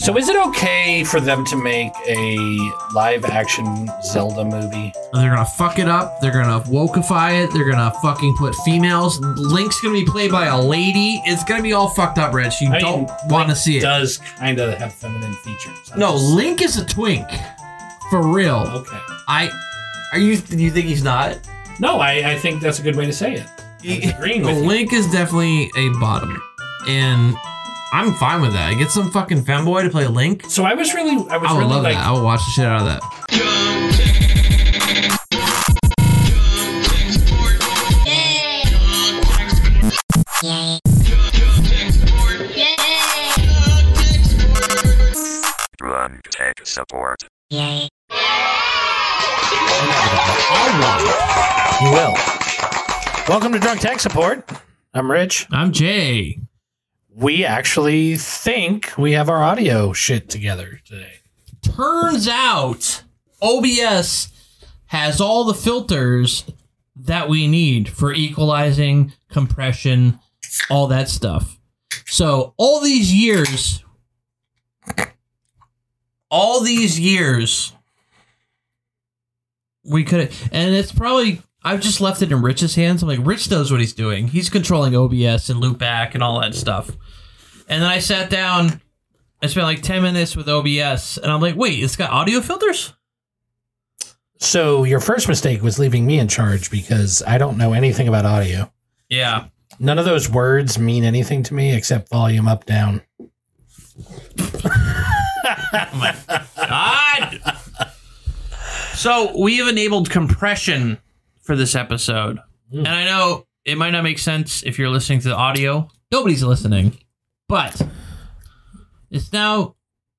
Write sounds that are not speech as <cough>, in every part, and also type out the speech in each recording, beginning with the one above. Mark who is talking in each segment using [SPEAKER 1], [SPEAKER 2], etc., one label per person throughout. [SPEAKER 1] So is it okay for them to make a live action Zelda movie?
[SPEAKER 2] They're gonna fuck it up. They're gonna wokeify it. They're gonna fucking put females. Link's gonna be played by a lady. It's gonna be all fucked up, Rich. You
[SPEAKER 1] I mean,
[SPEAKER 2] don't want to see
[SPEAKER 1] It
[SPEAKER 2] it.
[SPEAKER 1] does kind of have feminine features. I'm
[SPEAKER 2] No,
[SPEAKER 1] just-
[SPEAKER 2] Link is a twink, for real.
[SPEAKER 1] Okay.
[SPEAKER 2] I
[SPEAKER 3] Are you? Do you think he's not?
[SPEAKER 1] No, I, I think that's a good way to say it.
[SPEAKER 2] <laughs>
[SPEAKER 1] I was agreeing with you.
[SPEAKER 2] Link is definitely a bottom, and I'm fine with that. Get some fucking fanboy to play Link.
[SPEAKER 1] So I was really, I was
[SPEAKER 2] I would
[SPEAKER 1] really
[SPEAKER 2] love
[SPEAKER 1] like,
[SPEAKER 2] that. I would watch the shit out of that.
[SPEAKER 4] Run tech support.
[SPEAKER 1] you will. Welcome to Drunk Tech Support. I'm Rich.
[SPEAKER 2] I'm Jay.
[SPEAKER 1] We actually think we have our audio shit together today.
[SPEAKER 2] Turns out OBS has all the filters that we need for equalizing, compression, all that stuff. So, all these years, all these years, we could, and it's probably, I've just left it in Rich's hands. I'm like, Rich knows what he's doing. He's controlling OBS and loopback and all that stuff. And then I sat down I spent like 10 minutes with OBS and I'm like, wait, it's got audio filters?
[SPEAKER 1] So your first mistake was leaving me in charge because I don't know anything about audio.
[SPEAKER 2] Yeah.
[SPEAKER 1] None of those words mean anything to me except volume up down.
[SPEAKER 2] God. so we have enabled compression for this episode. And I know it might not make sense if you're listening to the audio. Nobody's listening. But it's now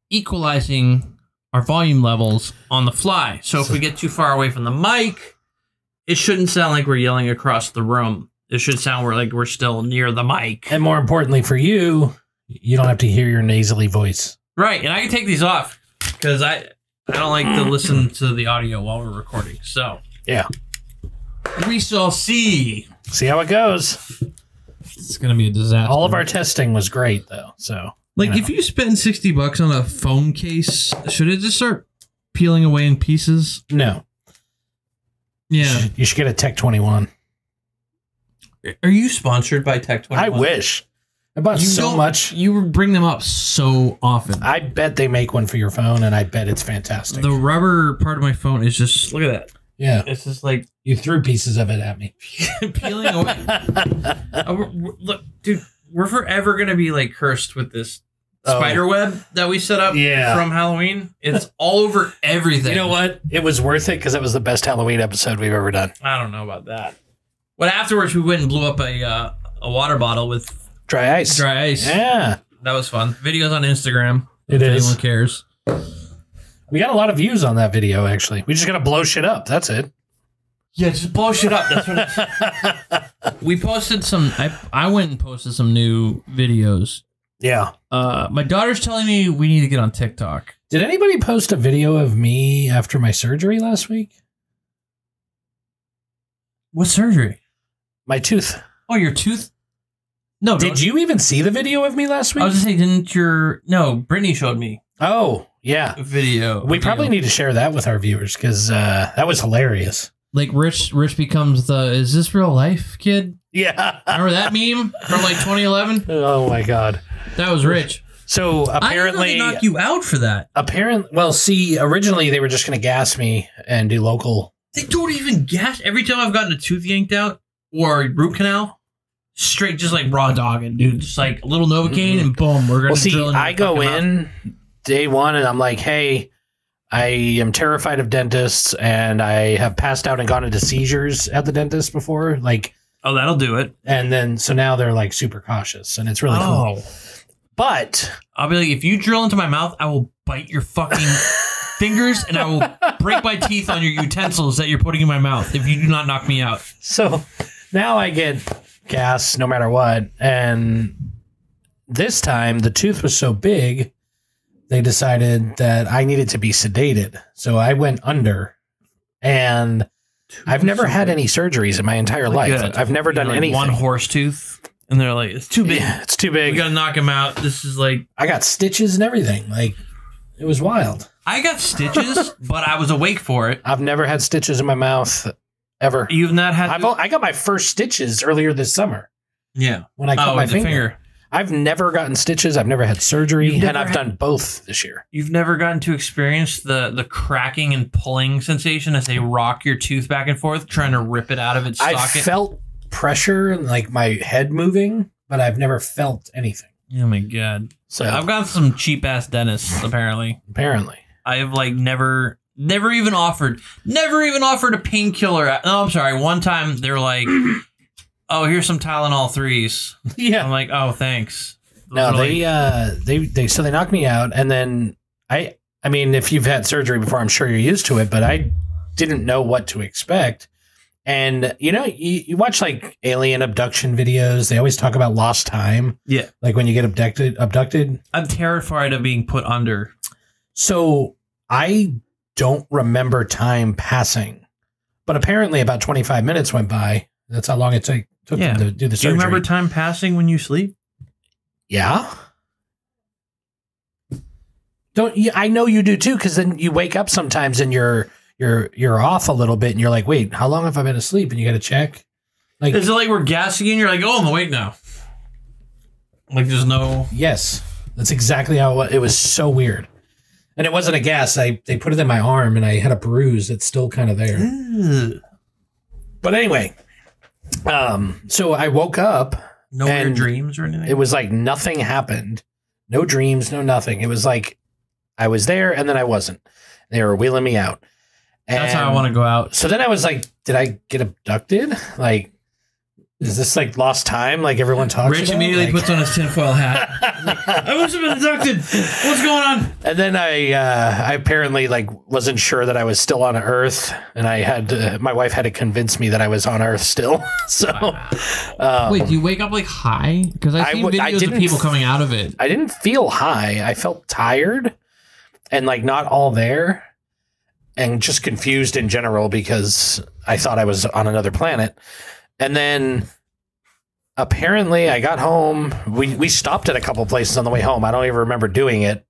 [SPEAKER 2] equalizing our volume levels on the fly. So if we get too far away from the mic, it shouldn't sound like we're yelling across the room. It should sound we're like we're still near the mic.
[SPEAKER 1] And more importantly for you, you don't have to hear your nasally voice.
[SPEAKER 2] Right, and I can take these off because I I don't like <clears throat> to listen to the audio while we're recording. So
[SPEAKER 1] Yeah.
[SPEAKER 2] we shall see.
[SPEAKER 1] See how it goes.
[SPEAKER 2] It's gonna be a disaster.
[SPEAKER 1] All of our testing was great though. So
[SPEAKER 2] like, if you spend sixty bucks on a phone case, should it just start peeling away in pieces?
[SPEAKER 1] no.
[SPEAKER 2] Yeah.
[SPEAKER 1] You should get a Tech 21.
[SPEAKER 2] Are you sponsored by Tech Twenty?
[SPEAKER 1] I wish. I bought
[SPEAKER 2] You
[SPEAKER 1] so
[SPEAKER 2] don't-
[SPEAKER 1] much.
[SPEAKER 2] You bring them up so often.
[SPEAKER 1] I bet they make one for your phone and I bet it's fantastic.
[SPEAKER 2] The rubber part of my phone is just look at
[SPEAKER 1] yeah.
[SPEAKER 2] that. It's just like
[SPEAKER 1] You threw pieces of it at me.
[SPEAKER 2] peeling away. <laughs> Uh, we're- we're- look, dude, we're forever gonna be like cursed with this
[SPEAKER 1] Oh.
[SPEAKER 2] spider web that we set up
[SPEAKER 1] Yeah.
[SPEAKER 2] from Halloween. It's all over everything.
[SPEAKER 1] You know what? It was worth it because it was the best Halloween episode we've ever done.
[SPEAKER 2] I don't know about that. But afterwards, we went and blew up a uh, a water bottle with
[SPEAKER 1] Dry ice.
[SPEAKER 2] dry ice.
[SPEAKER 1] Yeah.
[SPEAKER 2] That was fun. Videos on Instagram.
[SPEAKER 1] It
[SPEAKER 2] if
[SPEAKER 1] is.
[SPEAKER 2] Anyone cares?
[SPEAKER 1] We got a lot of views on that video, actually. We just got to blow shit up. That's it. <laughs>
[SPEAKER 2] Yeah, just blow shit up. That's what it's. <laughs> we posted some. I I went and posted some new videos.
[SPEAKER 1] Yeah.
[SPEAKER 2] Uh, my daughter's telling me we need to get on TikTok.
[SPEAKER 1] Did anybody post a video of me after my surgery last week?
[SPEAKER 2] What surgery?
[SPEAKER 1] My tooth.
[SPEAKER 2] Oh, your tooth? No.
[SPEAKER 1] Did
[SPEAKER 2] don't-
[SPEAKER 1] you even see the video of me last week?
[SPEAKER 2] Oh, I was gonna say, didn't your no? Brittany showed me
[SPEAKER 1] oh, yeah.
[SPEAKER 2] a video.
[SPEAKER 1] We
[SPEAKER 2] video.
[SPEAKER 1] probably need to share that with our viewers because uh, that was hilarious.
[SPEAKER 2] like Rich. Rich becomes the is this real life kid?
[SPEAKER 1] Yeah.
[SPEAKER 2] Remember that meme from like 2011?
[SPEAKER 1] <laughs> Oh my god.
[SPEAKER 2] That was Rich.
[SPEAKER 1] So <laughs> apparently,
[SPEAKER 2] knock you out for that.
[SPEAKER 1] apparently, well, see, originally they were just going to gas me and do local.
[SPEAKER 2] They don't even guess. Every time I've gotten a tooth yanked out or a root canal, straight just like raw dogging, dude. Just like a little Novocaine and boom, we're gonna.
[SPEAKER 1] Mm-hmm. Well, see,
[SPEAKER 2] drill into
[SPEAKER 1] I
[SPEAKER 2] the
[SPEAKER 1] go
[SPEAKER 2] fucking mouth.
[SPEAKER 1] in day one and I'm like, hey, I am terrified of dentists and I have passed out and gone into seizures at the dentist before. Like,
[SPEAKER 2] Oh, that'll do it.
[SPEAKER 1] and then so now they're like super cautious and it's really cool.
[SPEAKER 2] Oh,
[SPEAKER 1] But
[SPEAKER 2] I'll be like, if you drill into my mouth, I will bite your fucking fingers and I will break my teeth on your utensils that you're putting in my mouth if you do not knock me out.
[SPEAKER 1] so now I get gas no matter what. And this time the tooth was so big, they decided that I needed to be sedated. So I went under and I've never had any surgeries in my entire life.
[SPEAKER 2] Good.
[SPEAKER 1] I've never done
[SPEAKER 2] Like
[SPEAKER 1] anything.
[SPEAKER 2] One horse tooth. and they're like, "It's too big.
[SPEAKER 1] Yeah, it's too
[SPEAKER 2] We
[SPEAKER 1] big.
[SPEAKER 2] gotta knock him out." This is like,
[SPEAKER 1] I got stitches and everything. Like it was wild.
[SPEAKER 2] I got stitches, but I was awake for it.
[SPEAKER 1] I've never had stitches in my mouth ever.
[SPEAKER 2] You've not had,
[SPEAKER 1] I've, o- I got my first stitches earlier this summer
[SPEAKER 2] yeah.
[SPEAKER 1] when I cut
[SPEAKER 2] oh,
[SPEAKER 1] my
[SPEAKER 2] with the
[SPEAKER 1] finger.
[SPEAKER 2] finger.
[SPEAKER 1] I've never gotten stitches. I've never had surgery,
[SPEAKER 2] You've never
[SPEAKER 1] and I've
[SPEAKER 2] had-
[SPEAKER 1] done both this year.
[SPEAKER 2] You've never gotten to experience the the cracking and pulling sensation as they rock your tooth back and forth, trying to rip it out of its
[SPEAKER 1] I
[SPEAKER 2] socket.
[SPEAKER 1] felt pressure and like my head moving, but I've never felt anything.
[SPEAKER 2] oh my god!
[SPEAKER 1] So
[SPEAKER 2] I've got some cheap ass dentists. Apparently, <laughs>
[SPEAKER 1] apparently,
[SPEAKER 2] I have like never, never even offered, never even offered a painkiller. No, I'm sorry. One time they
[SPEAKER 1] <clears throat>
[SPEAKER 2] were like, "Oh, here's some Tylenol threes.
[SPEAKER 1] yeah.
[SPEAKER 2] I'm like, "Oh, thanks."
[SPEAKER 1] No,
[SPEAKER 2] They're
[SPEAKER 1] they
[SPEAKER 2] like,
[SPEAKER 1] uh they they so they knocked me out and then I I mean if you've had surgery before I'm sure you're used to it but I didn't know what to expect. And you know, you, you watch like alien abduction videos, they always talk about lost time.
[SPEAKER 2] Yeah.
[SPEAKER 1] Like when you get abducted abducted.
[SPEAKER 2] I'm terrified of being put under.
[SPEAKER 1] So I don't remember time passing. But apparently about 25 minutes went by. That's how long it take, took
[SPEAKER 2] Yeah.
[SPEAKER 1] them to do the
[SPEAKER 2] Do
[SPEAKER 1] surgery.
[SPEAKER 2] you remember time passing when you sleep?
[SPEAKER 1] Yeah. Don't you, I know you do too? Because then you wake up sometimes and you're you're you're off a little bit, and you're like, wait, how long have I been asleep? And you got to check. Like
[SPEAKER 2] Is it like we're gassing you and you're like, "Oh, I'm awake now." Like there's no.
[SPEAKER 1] yes, that's exactly how it was. It was so weird, and it wasn't a gas. I they put it in my arm, and I had a bruise that's still kind of there.
[SPEAKER 2] Ugh.
[SPEAKER 1] But anyway, um, so I woke up
[SPEAKER 2] No
[SPEAKER 1] And
[SPEAKER 2] weird dreams or anything.
[SPEAKER 1] It was like nothing happened. No dreams, no nothing. It was like I was there and then I wasn't. They were wheeling me out.
[SPEAKER 2] That's how I want to go out.
[SPEAKER 1] So then I was like, did I get abducted? Like, is this like lost time? Like everyone talks
[SPEAKER 2] Rich
[SPEAKER 1] about?
[SPEAKER 2] immediately
[SPEAKER 1] Like-
[SPEAKER 2] puts on his tinfoil hat. I must have been abducted. What's going on?
[SPEAKER 1] <laughs> And then I, uh, I apparently like wasn't sure that I was still on Earth, and I had to, my wife had to convince me that I was on Earth still. <laughs> so, um,
[SPEAKER 5] Wait, do you wake up like high? Because
[SPEAKER 1] I
[SPEAKER 5] I've seen
[SPEAKER 1] w- I
[SPEAKER 5] videos
[SPEAKER 1] didn't
[SPEAKER 5] of people
[SPEAKER 1] f-
[SPEAKER 5] coming out of it.
[SPEAKER 1] I didn't feel high. I felt tired and like not all there and just confused in general because I thought I was on another planet. And then apparently I got home. We we stopped at a couple places on the way home. I don't even remember doing it.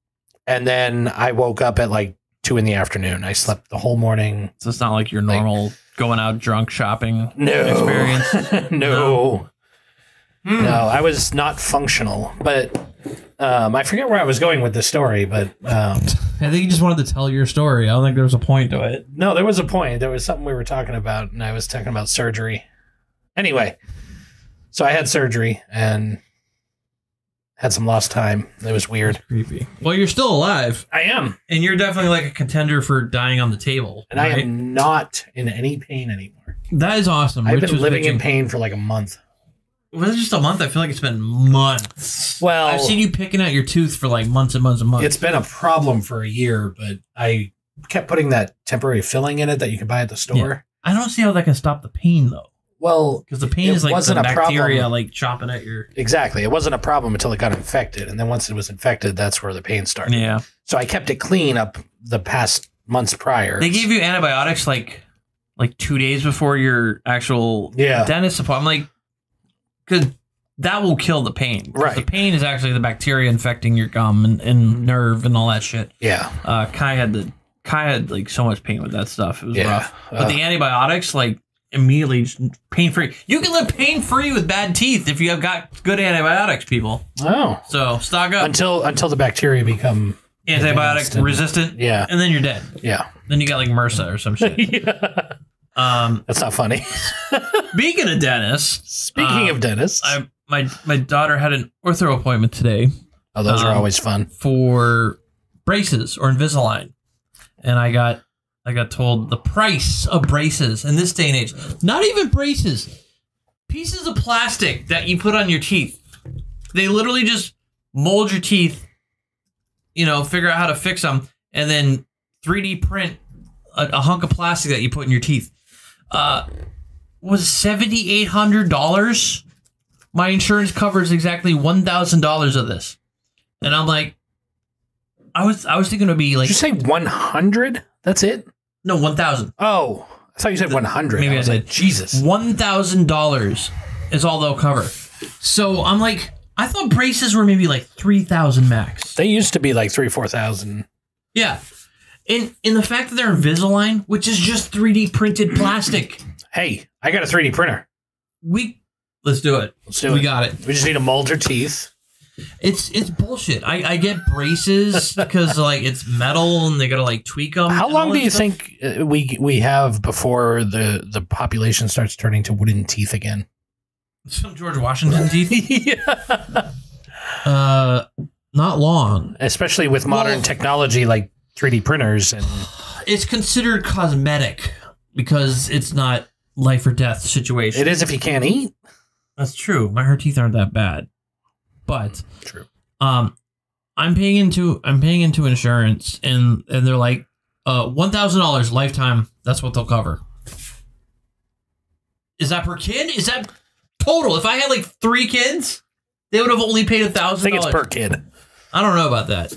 [SPEAKER 1] And then I woke up at like two in the afternoon. I slept the whole morning.
[SPEAKER 2] So it's not like your normal going out drunk shopping
[SPEAKER 1] No <laughs>
[SPEAKER 2] experience.
[SPEAKER 1] no. No, I was not functional, but um, I forget where I was going with the story, but um,
[SPEAKER 5] I think you just wanted to tell your story. I don't think there was a point to it.
[SPEAKER 1] no, there was a point. There was something we were talking about, and I was talking about surgery. Anyway, so I had surgery and had some lost time. It was weird.
[SPEAKER 5] Creepy.
[SPEAKER 2] Well, you're still alive,
[SPEAKER 1] I am,
[SPEAKER 2] and you're definitely like a contender for dying on the table.
[SPEAKER 1] and I am not in any pain anymore.
[SPEAKER 5] That is awesome.
[SPEAKER 1] I've
[SPEAKER 5] Rich
[SPEAKER 1] been
[SPEAKER 5] was
[SPEAKER 1] living in
[SPEAKER 5] bitching.
[SPEAKER 1] pain for like a month.
[SPEAKER 2] Was it just a month? I feel like it's been months.
[SPEAKER 1] Well,
[SPEAKER 5] I've seen you picking out your tooth for like months and months and months.
[SPEAKER 1] it's been a problem for a year, but I kept putting that temporary filling in it that you could buy at the store.
[SPEAKER 2] I don't see how that can stop the pain though,
[SPEAKER 1] Well,
[SPEAKER 2] because the pain
[SPEAKER 1] It
[SPEAKER 2] is like
[SPEAKER 1] wasn't
[SPEAKER 2] the
[SPEAKER 1] a
[SPEAKER 2] bacteria
[SPEAKER 1] problem.
[SPEAKER 2] like chopping at your.
[SPEAKER 1] exactly. It wasn't a problem until it got infected, and then once it was infected, that's where the pain started.
[SPEAKER 2] Yeah,
[SPEAKER 1] So I kept it clean up the past months prior.
[SPEAKER 2] they gave you antibiotics like like two days before your actual
[SPEAKER 1] Yeah.
[SPEAKER 2] dentist appointment. I'm like, because that will kill the pain. 'Cause
[SPEAKER 1] Right. Mm-hmm.
[SPEAKER 2] The pain is actually the bacteria infecting your gum and, and nerve and all that shit.
[SPEAKER 1] yeah.
[SPEAKER 2] Uh, Kai had the Kai had like so much pain with that stuff. It was
[SPEAKER 1] Yeah.
[SPEAKER 2] rough. But
[SPEAKER 1] Uh,
[SPEAKER 2] the antibiotics, like immediately pain free. You can live pain free with bad teeth if you have got good antibiotics, people.
[SPEAKER 1] Oh.
[SPEAKER 2] So stock up,
[SPEAKER 1] Until until the bacteria become
[SPEAKER 2] antibiotic
[SPEAKER 1] advanced and-
[SPEAKER 2] resistant,
[SPEAKER 1] yeah
[SPEAKER 2] and then you're dead. <laughs>
[SPEAKER 1] yeah
[SPEAKER 2] Then you got like MRSA or some
[SPEAKER 1] <laughs>
[SPEAKER 2] shit. Um,
[SPEAKER 1] that's not funny.
[SPEAKER 2] speaking of dentists,
[SPEAKER 1] Speaking
[SPEAKER 2] Uh,
[SPEAKER 1] of dentists,
[SPEAKER 2] I my my daughter had an ortho appointment today.
[SPEAKER 1] oh those are
[SPEAKER 2] um,
[SPEAKER 1] always fun.
[SPEAKER 2] for braces or Invisalign, and I got I got told the price of braces in this day and age. Not even braces, pieces of plastic that you put on your teeth. They literally just mold your teeth, you know, figure out how to fix them, and then 3D print a, a hunk of plastic that you put in your teeth. Uh, was seventy eight hundred dollars. My insurance covers exactly one thousand dollars of this, and I'm like, I was I was thinking it would be
[SPEAKER 1] Did
[SPEAKER 2] like
[SPEAKER 1] you say one hundred? That's it?
[SPEAKER 2] no one thousand.
[SPEAKER 1] Oh, I thought you said one hundred.
[SPEAKER 2] Maybe
[SPEAKER 1] I was
[SPEAKER 2] I
[SPEAKER 1] like
[SPEAKER 2] did.
[SPEAKER 1] Jesus.
[SPEAKER 2] One thousand dollars is all they'll cover. So I'm like, I thought braces were maybe like three thousand max.
[SPEAKER 1] They used to be like three, four thousand.
[SPEAKER 2] Yeah. And in the fact that they're Invisalign, which is just 3D printed plastic,
[SPEAKER 1] Hey, I got a 3D printer.
[SPEAKER 2] we let's do it.
[SPEAKER 1] Let's do
[SPEAKER 2] we
[SPEAKER 1] it.
[SPEAKER 2] got it.
[SPEAKER 1] we just need to mold your teeth.
[SPEAKER 2] It's it's bullshit. I, I get braces because like it's metal and they gotta like tweak them.
[SPEAKER 1] How long do you think uh, we we have before the the population starts turning to wooden teeth <laughs> again?
[SPEAKER 2] Some George Washington teeth.
[SPEAKER 1] yeah.
[SPEAKER 2] Uh, not long.
[SPEAKER 1] Especially with modern
[SPEAKER 2] Well-
[SPEAKER 1] technology like 3D printers and
[SPEAKER 2] It's considered cosmetic because it's not life or death situation.
[SPEAKER 1] it is if you can't eat.
[SPEAKER 2] That's true. My her teeth aren't that bad, but
[SPEAKER 1] True.
[SPEAKER 2] um, I'm paying into I'm paying into insurance, and and they're like, uh, one thousand dollars lifetime. That's what they'll cover. Is that per kid? Is that total? If I had like three kids, they would have only paid a
[SPEAKER 1] I
[SPEAKER 2] thousand
[SPEAKER 1] think it's
[SPEAKER 2] dollars.
[SPEAKER 1] per kid.
[SPEAKER 2] I don't know about that.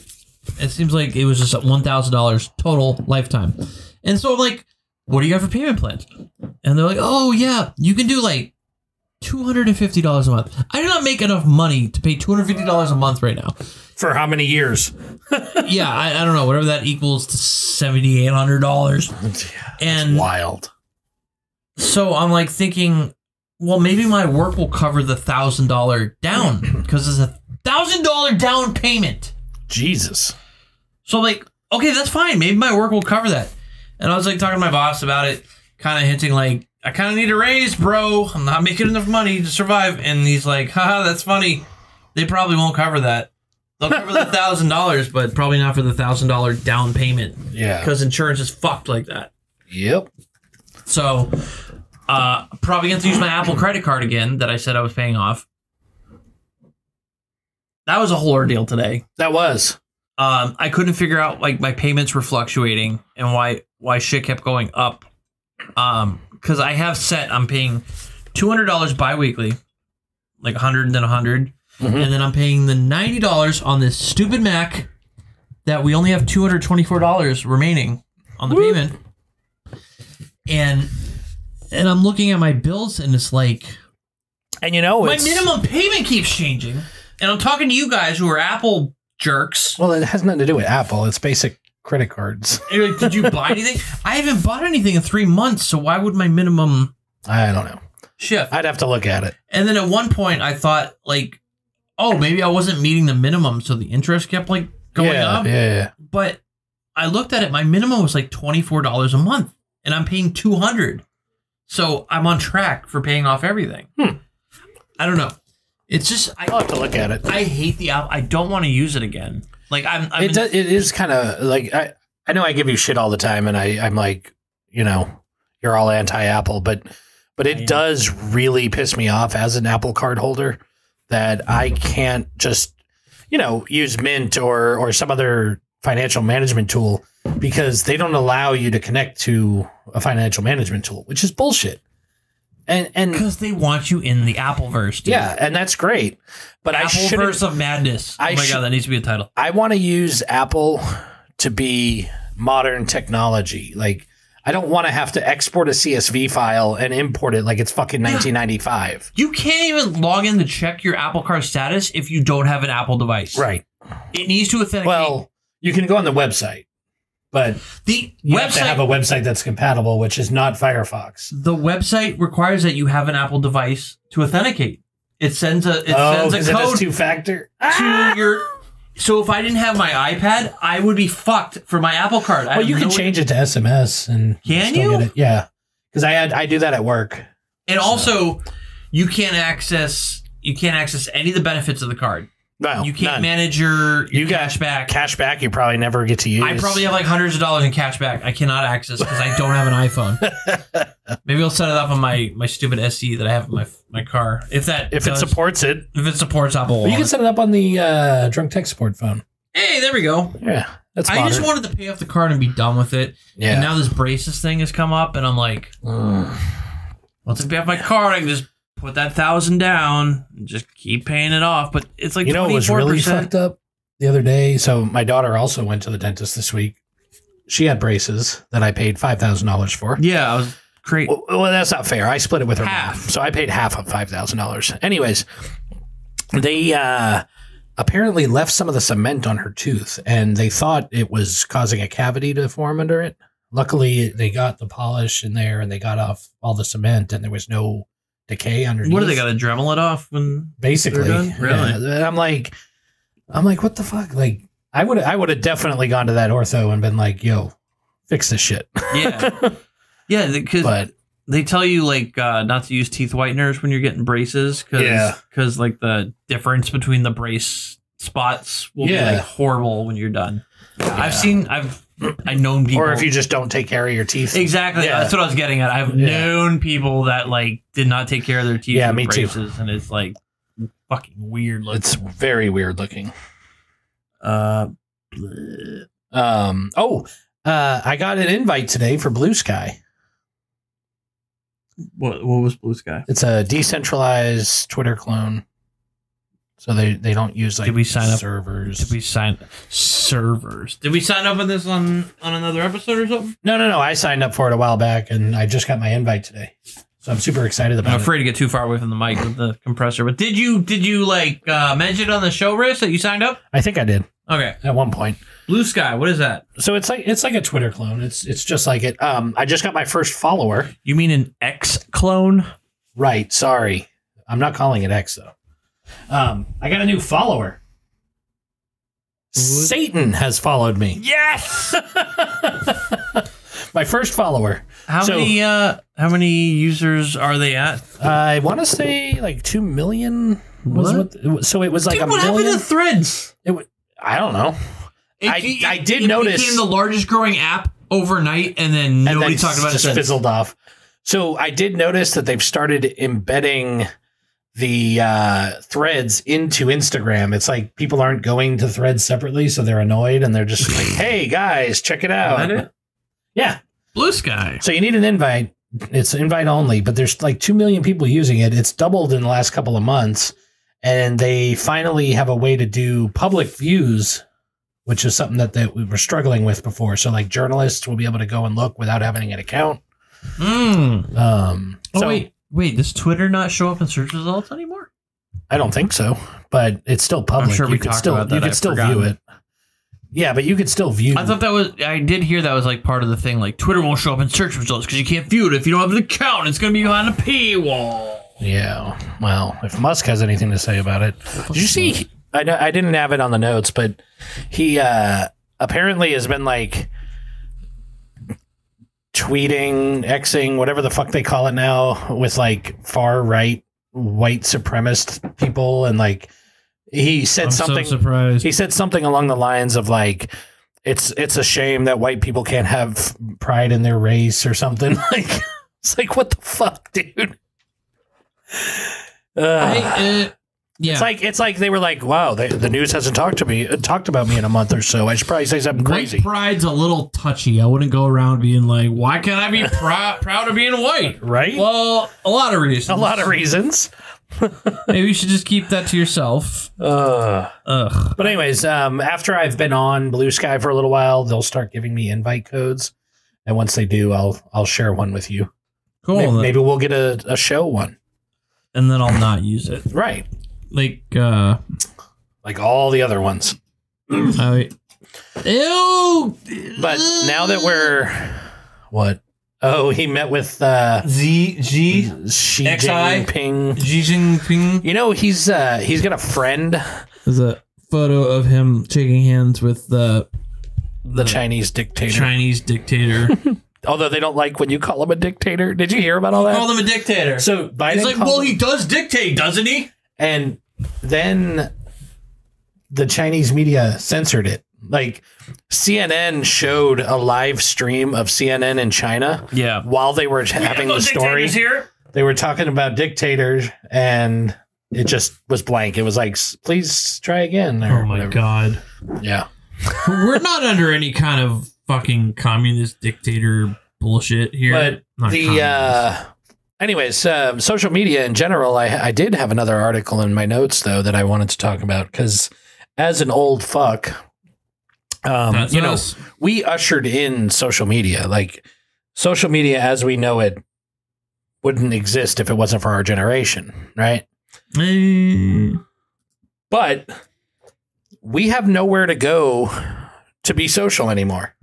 [SPEAKER 2] It seems like it was just one thousand dollars total lifetime. And so I'm like, what do you have for payment plans? And they're like, oh yeah, you can do like two hundred and fifty dollars a month. I do not make enough money to pay two hundred fifty dollars a month right now.
[SPEAKER 1] For how many years?
[SPEAKER 2] yeah, I, I don't know, whatever that equals to seventy eight hundred dollars. And
[SPEAKER 1] Wild.
[SPEAKER 2] so I'm like thinking, well, maybe my work will cover the thousand dollar down because it's a thousand dollar down payment.
[SPEAKER 1] Jesus.
[SPEAKER 2] So I'm like, okay, that's fine. Maybe my work will cover that. And I was like talking to my boss about it, kind of hinting like, I kind of need a raise, bro. I'm not making enough money to survive. And he's like, haha, that's funny. They probably won't cover that. They'll cover the thousand dollars, but probably not for the thousand dollar down payment
[SPEAKER 1] Yeah.
[SPEAKER 2] because insurance is fucked like that.
[SPEAKER 1] Yep.
[SPEAKER 2] So, uh, probably gonna have to use my Apple credit card again that I said I was paying off. That was a whole ordeal today
[SPEAKER 1] That was.
[SPEAKER 2] um, I couldn't figure out like my payments were fluctuating and why why shit kept going up. Um, because I have set I'm paying two hundred dollars biweekly, like a hundred and then a 100 and then I'm paying the ninety dollars on this stupid Mac that we only have two hundred twenty four dollars remaining on the payment, and and I'm looking at my bills and it's like
[SPEAKER 1] And you know,
[SPEAKER 2] my
[SPEAKER 1] it's,
[SPEAKER 2] minimum payment keeps changing, and I'm talking to you guys who are Apple jerks.
[SPEAKER 1] Well, it has nothing to do with Apple. It's basic credit cards.
[SPEAKER 2] And you're like, did you buy anything? I haven't bought anything in three months, so why would my minimum
[SPEAKER 1] I don't know.
[SPEAKER 2] shift?
[SPEAKER 1] I'd have to look at it.
[SPEAKER 2] And then at one point, I thought like, oh, maybe I wasn't meeting the minimum, so the interest kept like going
[SPEAKER 1] yeah,
[SPEAKER 2] up.
[SPEAKER 1] Yeah.
[SPEAKER 2] But I looked at it; my minimum was like twenty four dollars a month, and I'm paying two hundred, so I'm on track for paying off everything.
[SPEAKER 1] Hmm.
[SPEAKER 2] I don't know. It's just
[SPEAKER 1] I'll
[SPEAKER 2] I
[SPEAKER 1] have to look at it.
[SPEAKER 2] I hate the app. I don't want to use it again. Like I'm, I'm
[SPEAKER 1] it, does, it is kind of like I, I know I give you shit all the time, and I, I'm like, you know, you're all anti Apple, but but it does really piss me off as an Apple card holder that I can't just you know use Mint or or some other financial management tool because they don't allow you to connect to a financial management tool, which is bullshit. And and
[SPEAKER 2] because they want you in the Appleverse. Dude.
[SPEAKER 1] yeah, and that's great, but I should
[SPEAKER 2] Appleverse of madness.
[SPEAKER 1] I
[SPEAKER 2] oh my
[SPEAKER 1] should-
[SPEAKER 2] god, that needs to be a title.
[SPEAKER 1] I want to use Apple to be modern technology. Like, I don't want to have to export a CSV file and import it like it's fucking 1995.
[SPEAKER 2] You can't even log in to check your Apple Card status if you don't have an Apple device.
[SPEAKER 1] Right.
[SPEAKER 2] It needs to authenticate.
[SPEAKER 1] Well, you can go on the website, but
[SPEAKER 2] the
[SPEAKER 1] you have to
[SPEAKER 2] website
[SPEAKER 1] have a website that's compatible, which is not Firefox.
[SPEAKER 2] the website requires that you have an Apple device to authenticate. It sends a it
[SPEAKER 1] oh, because
[SPEAKER 2] sends a
[SPEAKER 1] it Ah!
[SPEAKER 2] code
[SPEAKER 1] has two factor.
[SPEAKER 2] to your. So if I didn't have my iPad, I would be fucked for my Apple Card. I
[SPEAKER 1] Well,
[SPEAKER 2] have
[SPEAKER 1] you can
[SPEAKER 2] no-
[SPEAKER 1] change it to SMS and
[SPEAKER 2] Can
[SPEAKER 1] still
[SPEAKER 2] you?
[SPEAKER 1] Get it. Yeah, because I had I do that at work.
[SPEAKER 2] And also, you can't access you can't access any of the benefits of the card.
[SPEAKER 1] No,
[SPEAKER 2] You can't
[SPEAKER 1] none.
[SPEAKER 2] manage your, your
[SPEAKER 1] You got
[SPEAKER 2] cash back.
[SPEAKER 1] cash back. You probably never get to use.
[SPEAKER 2] I probably have like hundreds of dollars in cash back. I cannot access because I don't have an iPhone.
[SPEAKER 1] <laughs>
[SPEAKER 2] Maybe I'll set it up on my my stupid SE that I have in my my car. If that
[SPEAKER 1] if it
[SPEAKER 2] does-
[SPEAKER 1] supports it.
[SPEAKER 2] if it supports Apple
[SPEAKER 1] Well, you can
[SPEAKER 2] Wallet.
[SPEAKER 1] set it up on the uh, drunk tech support phone.
[SPEAKER 2] hey, there we go.
[SPEAKER 1] Yeah, that's
[SPEAKER 2] I just wanted to pay off the card and be done with it.
[SPEAKER 1] yeah.
[SPEAKER 2] And now this braces thing has come up, and I'm like, once I pay off my card, I can just put that thousand down and just keep paying it off. But it's like
[SPEAKER 1] you know, it was
[SPEAKER 2] 24%.
[SPEAKER 1] really fucked up the other day. So my daughter also went to the dentist this week. She had braces that I paid five thousand dollars for,
[SPEAKER 2] Yeah, I was
[SPEAKER 6] create.
[SPEAKER 1] Well, well, that's not fair. I split it with her.
[SPEAKER 6] Half.
[SPEAKER 1] mom. So I paid half of five thousand dollars. Anyways, they uh, apparently left some of the cement on her tooth, and they thought it was causing a cavity to form under it. Luckily, they got the polish in there, and they got off all the cement, and there was no decay underneath.
[SPEAKER 6] What do they got to Dremel it off
[SPEAKER 1] <laughs>
[SPEAKER 6] when?
[SPEAKER 1] Basically,
[SPEAKER 6] They're done? Really?
[SPEAKER 1] Yeah. And I'm like, I'm like, what the fuck? Like, I would, I would have definitely gone to that ortho and been like, yo, fix this shit.
[SPEAKER 6] Yeah, yeah, because
[SPEAKER 1] <laughs> but
[SPEAKER 6] they tell you like uh, not to use teeth whiteners when you're getting braces because
[SPEAKER 1] Yeah.
[SPEAKER 6] like the difference between the brace spots will
[SPEAKER 1] Yeah.
[SPEAKER 6] be like horrible when you're done. I've seen I've I've known people
[SPEAKER 1] or if you just don't take care of your teeth,
[SPEAKER 6] exactly
[SPEAKER 1] Yeah.
[SPEAKER 6] that's what I was getting at. I've
[SPEAKER 1] Yeah.
[SPEAKER 6] known people that like did not take care of their teeth.
[SPEAKER 1] Yeah,
[SPEAKER 6] with
[SPEAKER 1] me too.
[SPEAKER 6] braces, and it's like fucking weird. Looking.
[SPEAKER 1] It's very weird looking.
[SPEAKER 6] uh,
[SPEAKER 1] Um, oh, uh, I got an invite today for Blue Sky.
[SPEAKER 6] what what was Blue Sky?
[SPEAKER 1] It's a decentralized Twitter clone, so they they don't use like
[SPEAKER 6] Did we sign up?
[SPEAKER 1] servers.
[SPEAKER 6] Did we sign servers? Did we sign up on this on on another episode or something?
[SPEAKER 1] no, no, no. I signed up for it a while back, and I just got my invite today, so I'm super excited about
[SPEAKER 6] I'm
[SPEAKER 1] it.
[SPEAKER 6] afraid to get too far away from the mic with the compressor. But did you did you like uh, mention on the show Riz that you signed up?
[SPEAKER 1] I think I did
[SPEAKER 6] Okay,
[SPEAKER 1] at one point.
[SPEAKER 6] Blue Sky. What is that?
[SPEAKER 1] So it's like it's like a Twitter clone. It's it's just like it. Um, I just got my first follower.
[SPEAKER 6] You mean an X clone?
[SPEAKER 1] Right. Sorry, I'm not calling it X though. Um, I got a new follower. Satan has followed me. <laughs>
[SPEAKER 6] Yes.
[SPEAKER 1] My first follower.
[SPEAKER 6] How
[SPEAKER 1] So-
[SPEAKER 6] many uh how many users are they at?
[SPEAKER 1] I want to say like two million. Was what? so it was like a million.
[SPEAKER 6] Threads?
[SPEAKER 1] it wa- I don't know. I- I did notice-
[SPEAKER 6] became the largest growing app overnight, and then
[SPEAKER 1] And
[SPEAKER 6] nobody
[SPEAKER 1] then
[SPEAKER 6] talked about it
[SPEAKER 1] just
[SPEAKER 6] since.
[SPEAKER 1] fizzled off. So I did notice that they've started embedding the uh, threads into Instagram. It's like people aren't going to threads separately, so they're annoyed and they're just
[SPEAKER 6] <laughs>
[SPEAKER 1] like, "Hey guys, check it out."
[SPEAKER 6] that it?
[SPEAKER 1] Yeah.
[SPEAKER 6] Blue Sky.
[SPEAKER 1] So you need an invite. It's invite only, but there's like 2 million people using it. It's doubled in the last couple of months. And they finally have a way to do public views, which is something that, that we were struggling with before. So, like, journalists will be able to go and look without having an account.
[SPEAKER 6] Mm.
[SPEAKER 1] Um,
[SPEAKER 6] Oh
[SPEAKER 1] so
[SPEAKER 6] wait, wait. Does Twitter not show up in search results anymore?
[SPEAKER 1] I don't think so, but it's still public.
[SPEAKER 6] sure
[SPEAKER 1] you
[SPEAKER 6] we
[SPEAKER 1] could
[SPEAKER 6] talked
[SPEAKER 1] still,
[SPEAKER 6] about that.
[SPEAKER 1] You could
[SPEAKER 6] I've
[SPEAKER 1] still view
[SPEAKER 6] forgotten.
[SPEAKER 1] it. Yeah, but you could still view
[SPEAKER 6] I thought that was. I did hear that was like part of the thing. Like Twitter won't show up in search results because you can't view it if you don't have an account. It's gonna be behind a paywall.
[SPEAKER 1] Yeah. Well, if Musk has anything to say about it, did you see? I know- I didn't have it on the notes, but he uh, apparently has been like tweeting, xing, whatever the fuck they call it now, with like far right white supremacist people, and like he said
[SPEAKER 2] I'm
[SPEAKER 1] something.
[SPEAKER 2] so surprised.
[SPEAKER 1] he said something along the lines of like. It's it's a shame that white people can't have pride in their race or something. <laughs> Like it's like what the fuck, dude. Ugh.
[SPEAKER 6] I, uh, yeah.
[SPEAKER 1] It's like it's like they were like, wow, they, the news hasn't talked to me uh, talked about me in a month or so. I should probably say something crazy.
[SPEAKER 2] White pride's a little touchy. I wouldn't go around being like, "Why can't
[SPEAKER 1] <laughs>
[SPEAKER 2] I be prou- proud of being white?"
[SPEAKER 1] Right?
[SPEAKER 2] Well, a lot of
[SPEAKER 1] a
[SPEAKER 2] reasons.
[SPEAKER 1] lot of reasons.
[SPEAKER 2] Maybe you should just keep that to yourself.
[SPEAKER 1] Ugh.
[SPEAKER 2] Ugh.
[SPEAKER 1] Uh, But anyways, um, after I've been on Blue Sky for a little while, they'll start giving me invite codes. And once they do, I'll I'll share one with you.
[SPEAKER 2] Cool.
[SPEAKER 1] Maybe,
[SPEAKER 2] then.
[SPEAKER 1] maybe we'll get a, a show one.
[SPEAKER 2] And then I'll not use it.
[SPEAKER 1] Right.
[SPEAKER 2] Like,
[SPEAKER 1] <laughs>
[SPEAKER 2] uh,
[SPEAKER 1] Like all the other ones.
[SPEAKER 2] I. Ew.
[SPEAKER 1] But now that we're what? Oh, he met with uh
[SPEAKER 3] Z G XI?
[SPEAKER 1] Xi Jinping.
[SPEAKER 3] Xi Jinping.
[SPEAKER 1] You know, he's uh he's got a friend
[SPEAKER 2] There's a photo of him shaking hands with the
[SPEAKER 1] the Chinese dictator.
[SPEAKER 2] Chinese <laughs> dictator.
[SPEAKER 1] Although they don't like when you call him a dictator. Did you hear about all that?
[SPEAKER 6] call him a dictator.
[SPEAKER 1] so Biden
[SPEAKER 6] it's like,
[SPEAKER 1] called
[SPEAKER 6] well,
[SPEAKER 1] him-
[SPEAKER 6] he does dictate, doesn't he?
[SPEAKER 1] and then the Chinese media censored it. Like CNN showed a live stream of CNN in China
[SPEAKER 6] Yeah.
[SPEAKER 1] while they were having the story.
[SPEAKER 6] here.
[SPEAKER 1] They were talking about dictators, and it just was blank. It was like, "S- please try again. Or
[SPEAKER 2] oh my
[SPEAKER 1] whatever.
[SPEAKER 2] god.
[SPEAKER 1] Yeah.
[SPEAKER 2] We're not under any kind of fucking communist dictator bullshit here.
[SPEAKER 1] But
[SPEAKER 2] Not
[SPEAKER 1] the
[SPEAKER 2] communist.
[SPEAKER 1] uh anyways um, social media in general I, I did have another article in my notes though that i wanted to talk about because as an old fuck um
[SPEAKER 2] That's
[SPEAKER 1] you know
[SPEAKER 2] us.
[SPEAKER 1] we ushered in social media like social media as we know it wouldn't exist if it wasn't for our generation, right?
[SPEAKER 2] uh,
[SPEAKER 7] Mm.
[SPEAKER 1] But we have nowhere to go to be social anymore.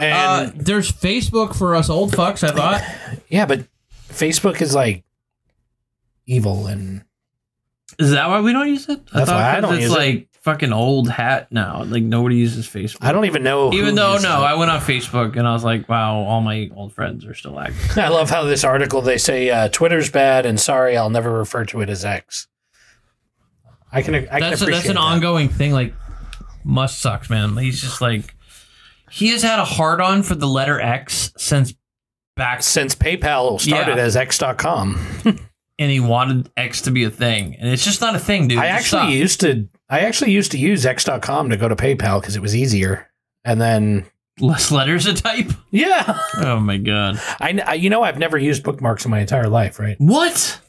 [SPEAKER 2] Uh,
[SPEAKER 1] And
[SPEAKER 2] there's Facebook for us old fucks. I thought.
[SPEAKER 1] yeah, but Facebook is like evil and
[SPEAKER 2] Is that why we don't use it?
[SPEAKER 1] That's why I
[SPEAKER 2] 'cause
[SPEAKER 1] don't
[SPEAKER 2] it's
[SPEAKER 1] use it.
[SPEAKER 2] like fucking old hat now. Like nobody uses Facebook.
[SPEAKER 1] I don't even know. who
[SPEAKER 2] Even though
[SPEAKER 1] uses
[SPEAKER 2] no,
[SPEAKER 1] it.
[SPEAKER 2] I went on Facebook and I was like, wow, all my old friends are still active.
[SPEAKER 1] I love how this article they say uh, Twitter's bad and sorry, I'll never refer to it as X. I can. I can
[SPEAKER 2] that's a,
[SPEAKER 1] appreciate
[SPEAKER 2] that's an
[SPEAKER 1] that.
[SPEAKER 2] ongoing thing. Like, Musk sucks, man. He's just like he has had a hard on for the letter X since back,
[SPEAKER 1] Since PayPal started
[SPEAKER 2] Yeah.
[SPEAKER 1] as X.com,
[SPEAKER 2] and he wanted X to be a thing, and it's just not a thing, dude.
[SPEAKER 1] I
[SPEAKER 2] Just
[SPEAKER 1] actually
[SPEAKER 2] stop.
[SPEAKER 1] used to. I actually used to use X.com to go to PayPal because it was easier. And then
[SPEAKER 2] less letters to type.
[SPEAKER 1] yeah,
[SPEAKER 2] Oh my god,
[SPEAKER 1] I, kn- I- you know I've never used bookmarks in my entire life, right?
[SPEAKER 2] what?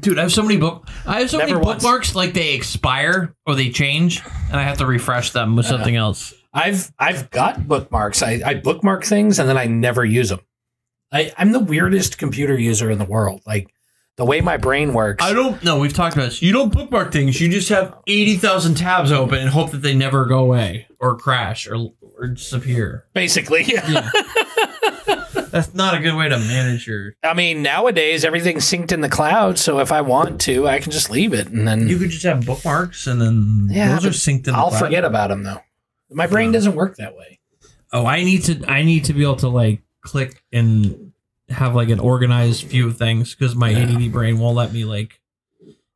[SPEAKER 2] Dude, I have so many book. I have so
[SPEAKER 1] Never
[SPEAKER 2] many
[SPEAKER 1] once.
[SPEAKER 2] bookmarks. Like they expire or they change, and I have to refresh them
[SPEAKER 1] Uh-huh.
[SPEAKER 2] with something else.
[SPEAKER 1] I've I've got bookmarks. I, I bookmark things and then I never use them. I, I'm the weirdest computer user in the world. Like the way my brain works.
[SPEAKER 2] I don't know. We've talked about this. You don't bookmark things. You just have eighty thousand tabs open and hope that they never go away or crash or or disappear. <laughs>
[SPEAKER 1] basically.
[SPEAKER 2] That's not a good way to manage your.
[SPEAKER 1] I mean, nowadays everything's synced in the cloud, so if I want to, I can just leave it and then
[SPEAKER 2] You could just have bookmarks and then
[SPEAKER 1] Yeah,
[SPEAKER 2] those are
[SPEAKER 1] but
[SPEAKER 2] synced in. the
[SPEAKER 1] I'll
[SPEAKER 2] cloud.
[SPEAKER 1] forget about them though. My brain doesn't work that way.
[SPEAKER 7] Oh, I need to. I need to be able to like click and have like an organized view of things because my ADD brain won't let me like.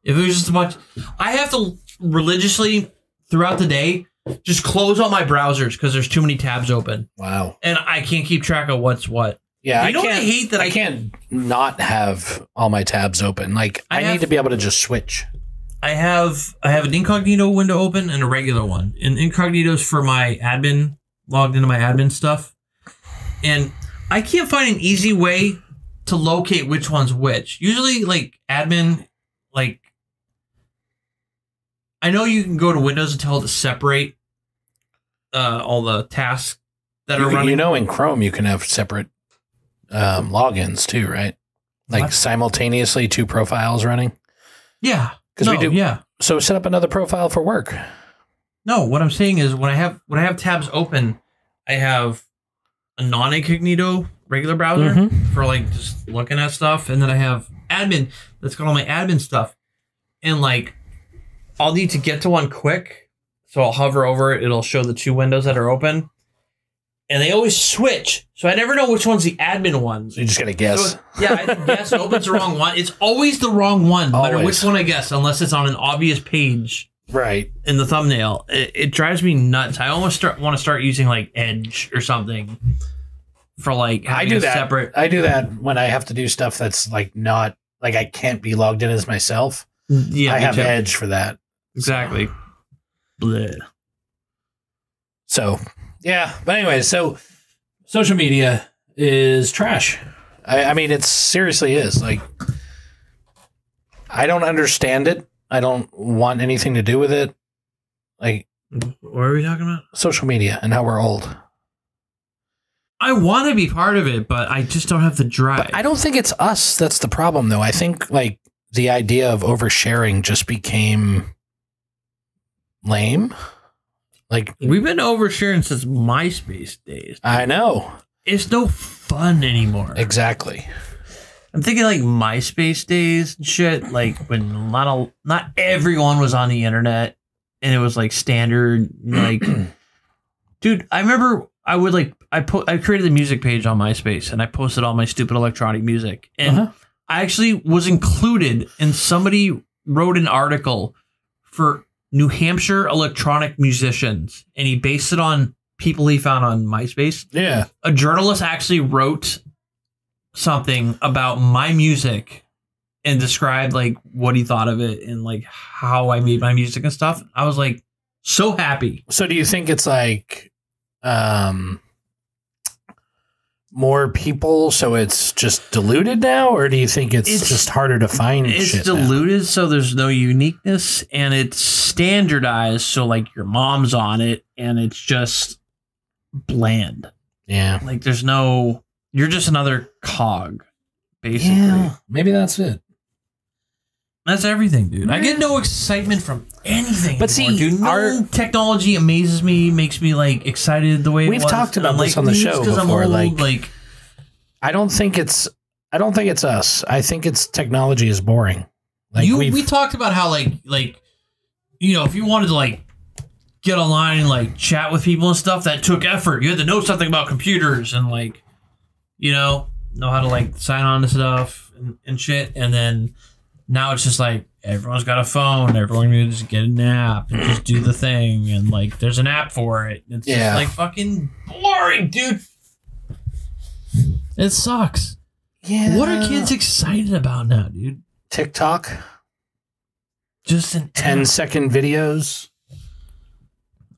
[SPEAKER 7] If it was just a bunch,
[SPEAKER 2] I have to religiously throughout the day just close all my browsers because there's too many tabs open
[SPEAKER 1] Wow.
[SPEAKER 2] and I can't keep track of what's what.
[SPEAKER 1] Yeah,
[SPEAKER 2] you know what I hate that I,
[SPEAKER 1] I can't not have all my tabs open. Like I,
[SPEAKER 2] I have-
[SPEAKER 1] need to be able to just switch.
[SPEAKER 7] I have I have an incognito window open and a regular one, and incognito's for my admin logged into my admin stuff, and
[SPEAKER 2] I can't find an easy way to locate which one's which. Usually, like admin, like I know you can go to Windows and tell it to separate uh, all the tasks that
[SPEAKER 1] You,
[SPEAKER 2] are
[SPEAKER 1] you
[SPEAKER 2] running.
[SPEAKER 1] know, in Chrome you can have separate um, logins too, right? Like
[SPEAKER 2] What?
[SPEAKER 1] simultaneously two profiles running.
[SPEAKER 2] yeah,
[SPEAKER 1] 'Cause we
[SPEAKER 2] No,
[SPEAKER 1] do-
[SPEAKER 2] Yeah,
[SPEAKER 1] So set up another profile for work.
[SPEAKER 2] no. What I'm saying is when I have when I have tabs open, I have a non-incognito regular browser for like just looking at stuff, and then I have admin that's got all my admin stuff, and like I'll need to get to one quick, so I'll hover over it. It'll show the two windows that are open, and they always switch, so I never know which one's the admin one.
[SPEAKER 1] So you just gotta guess.
[SPEAKER 2] So, yeah,
[SPEAKER 1] <laughs>
[SPEAKER 2] I guess it opens the wrong one. It's always the wrong one, no matter
[SPEAKER 1] Always.
[SPEAKER 2] which one I guess, unless it's on an obvious page
[SPEAKER 1] right.
[SPEAKER 2] in the thumbnail. It, it drives me nuts. I almost start, want to start using like Edge or something for like
[SPEAKER 1] I
[SPEAKER 2] having
[SPEAKER 1] do
[SPEAKER 2] a
[SPEAKER 1] that.
[SPEAKER 2] separate.
[SPEAKER 1] I do that when I have to do stuff that's like not like I can't be logged in as myself.
[SPEAKER 2] Yeah,
[SPEAKER 1] I
[SPEAKER 2] me
[SPEAKER 1] have
[SPEAKER 2] too.
[SPEAKER 1] Edge for that.
[SPEAKER 2] exactly. Bleh.
[SPEAKER 1] So yeah. But anyway, so social media is trash. I, I mean, it seriously is. Like, I don't understand it. I don't want anything to do with it. Like
[SPEAKER 2] What are we talking about?
[SPEAKER 1] social media and how we're old.
[SPEAKER 2] I want to be part of it, but I just don't have the drive.
[SPEAKER 1] But I don't think it's us that's the problem, though. I think like the idea of oversharing just became lame. Like
[SPEAKER 2] We've been oversharing since MySpace days.
[SPEAKER 1] I know
[SPEAKER 2] It's no fun anymore.
[SPEAKER 1] exactly.
[SPEAKER 2] I'm thinking like MySpace days and shit, like when not a, not everyone was on the internet and it was like standard like dude, I remember I would like I put I created a music page on MySpace and I posted all my stupid electronic music. And
[SPEAKER 1] Uh-huh.
[SPEAKER 2] I actually was included and somebody wrote an article for New Hampshire electronic musicians and he based it on people he found on MySpace
[SPEAKER 1] Yeah,
[SPEAKER 2] a journalist actually wrote something about my music and described like what he thought of it and like how I made my music and stuff. I was like so happy.
[SPEAKER 1] So do you think it's like um more people so it's just diluted now or do you think it's,
[SPEAKER 2] It's-
[SPEAKER 1] just harder to find
[SPEAKER 2] It's
[SPEAKER 1] shit now?
[SPEAKER 2] diluted so there's no uniqueness and it's standardized so like your mom's on it and it's just bland.
[SPEAKER 1] Yeah.
[SPEAKER 2] Like there's no
[SPEAKER 6] You're just another cog, basically.
[SPEAKER 1] Yeah, maybe that's it.
[SPEAKER 2] That's everything, dude. I get no excitement from anything.
[SPEAKER 1] But see,
[SPEAKER 2] anymore, dude. no
[SPEAKER 1] our-
[SPEAKER 2] technology amazes me, makes me like excited the way it
[SPEAKER 1] We've
[SPEAKER 2] was,
[SPEAKER 1] talked
[SPEAKER 2] and
[SPEAKER 1] about
[SPEAKER 2] I'm
[SPEAKER 1] this
[SPEAKER 2] like,
[SPEAKER 1] on the
[SPEAKER 2] "Dude,
[SPEAKER 1] show
[SPEAKER 2] it's 'cause I'm
[SPEAKER 1] before,
[SPEAKER 2] old,"
[SPEAKER 1] like- I don't think it's. I don't think it's us. I think it's technology is boring. Like
[SPEAKER 2] you,
[SPEAKER 1] we've-
[SPEAKER 2] we talked about how like like you know if you wanted to like get online and like chat with people and stuff that took effort. You had to know something about computers and like you know know how to like sign on to stuff and, and shit. And then now it's just like everyone's got a phone. Everyone can just get an app and just do the thing. And like there's an app for it. It's
[SPEAKER 1] Yeah.
[SPEAKER 2] just like fucking boring, dude. It sucks.
[SPEAKER 1] yeah.
[SPEAKER 2] What are kids excited about now, dude?
[SPEAKER 1] TikTok
[SPEAKER 2] Just an
[SPEAKER 1] 10 second videos.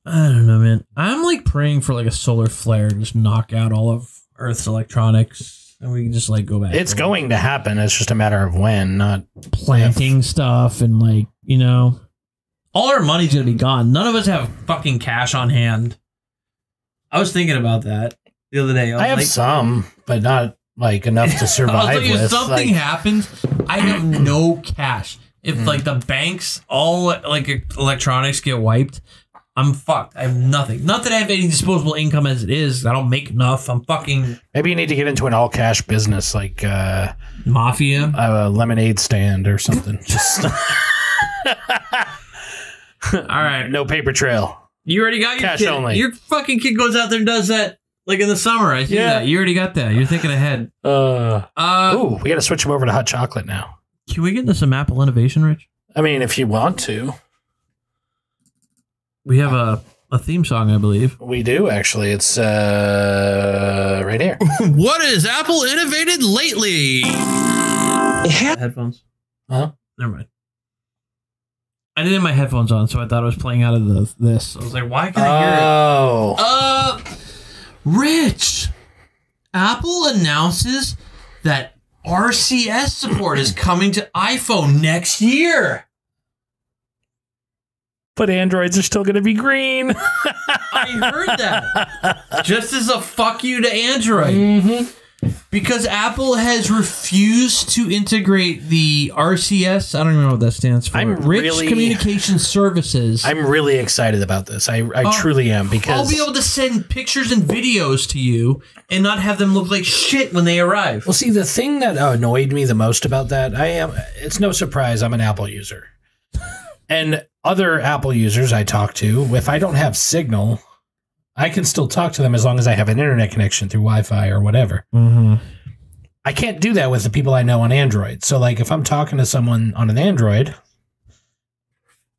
[SPEAKER 2] I don't know, man. I'm like praying for like a solar flare to just knock out all of Earth's electronics, and we can just like go back.
[SPEAKER 1] It's
[SPEAKER 2] to,
[SPEAKER 1] going to happen. It's just a matter of when, not
[SPEAKER 2] like, planting stuff and like you know, all our money's gonna be gone. None of us have fucking cash on hand. I was thinking about that the other day. was
[SPEAKER 1] I have
[SPEAKER 2] like-
[SPEAKER 1] some, but not like enough to
[SPEAKER 2] <laughs> I
[SPEAKER 1] survive
[SPEAKER 2] was like, if
[SPEAKER 1] with.
[SPEAKER 2] something
[SPEAKER 1] Like, Mm.
[SPEAKER 2] happens, I have no cash. If like the banks, all like e- electronics get wiped, I'm fucked. I have nothing. Not that I have any disposable income as it is. I don't make enough. I'm fucking
[SPEAKER 1] maybe you need to get into an all cash business, like uh,
[SPEAKER 2] mafia.
[SPEAKER 1] a lemonade stand or something. <laughs> Just
[SPEAKER 2] all right,
[SPEAKER 1] no paper trail.
[SPEAKER 2] you already got your
[SPEAKER 1] Cash
[SPEAKER 2] kid.
[SPEAKER 1] only.
[SPEAKER 2] Your fucking kid goes out there and does that like in the summer. I see
[SPEAKER 1] Yeah.
[SPEAKER 2] that. You already got that. You're thinking ahead.
[SPEAKER 1] Uh,
[SPEAKER 2] Uh,
[SPEAKER 1] ooh, we got to switch them over to hot chocolate now.
[SPEAKER 2] can we get into some Apple innovation, Rich?
[SPEAKER 1] I mean, if you want to,
[SPEAKER 2] We have a a theme song, I believe.
[SPEAKER 1] we do actually. It's uh, right <laughs> here.
[SPEAKER 6] What has Apple innovated lately?
[SPEAKER 2] headphones.
[SPEAKER 1] Huh?
[SPEAKER 2] Never mind. I didn't have my headphones on, so I thought it was playing out of the this. I was like, why can I hear it?
[SPEAKER 1] Oh,
[SPEAKER 2] Uh, Rich, Apple announces that RCS support is coming to iPhone next year.
[SPEAKER 1] but androids are still going to be green.
[SPEAKER 2] I heard that. Just as a fuck you to Android.
[SPEAKER 1] Mm-hmm.
[SPEAKER 2] Because Apple has refused to integrate the RCS. I don't even know what that stands for.
[SPEAKER 1] I'm
[SPEAKER 2] Rich
[SPEAKER 1] really- <laughs>
[SPEAKER 2] Communication Services.
[SPEAKER 1] I'm really excited about this. I, I
[SPEAKER 2] Oh.
[SPEAKER 1] truly am
[SPEAKER 2] I'll
[SPEAKER 1] because
[SPEAKER 2] be able to send pictures and videos to you and not have them look like shit when they arrive.
[SPEAKER 1] Well, see, the thing that annoyed me the most about that, I am, it's no surprise I'm an Apple
[SPEAKER 6] <laughs>
[SPEAKER 1] user. and other Apple users I talk to, if I don't have signal, I can still talk to them as long as I have an internet connection through Wi Fi or whatever. I can't do that with the people I know on Android. So, like, if I'm talking to someone on an Android,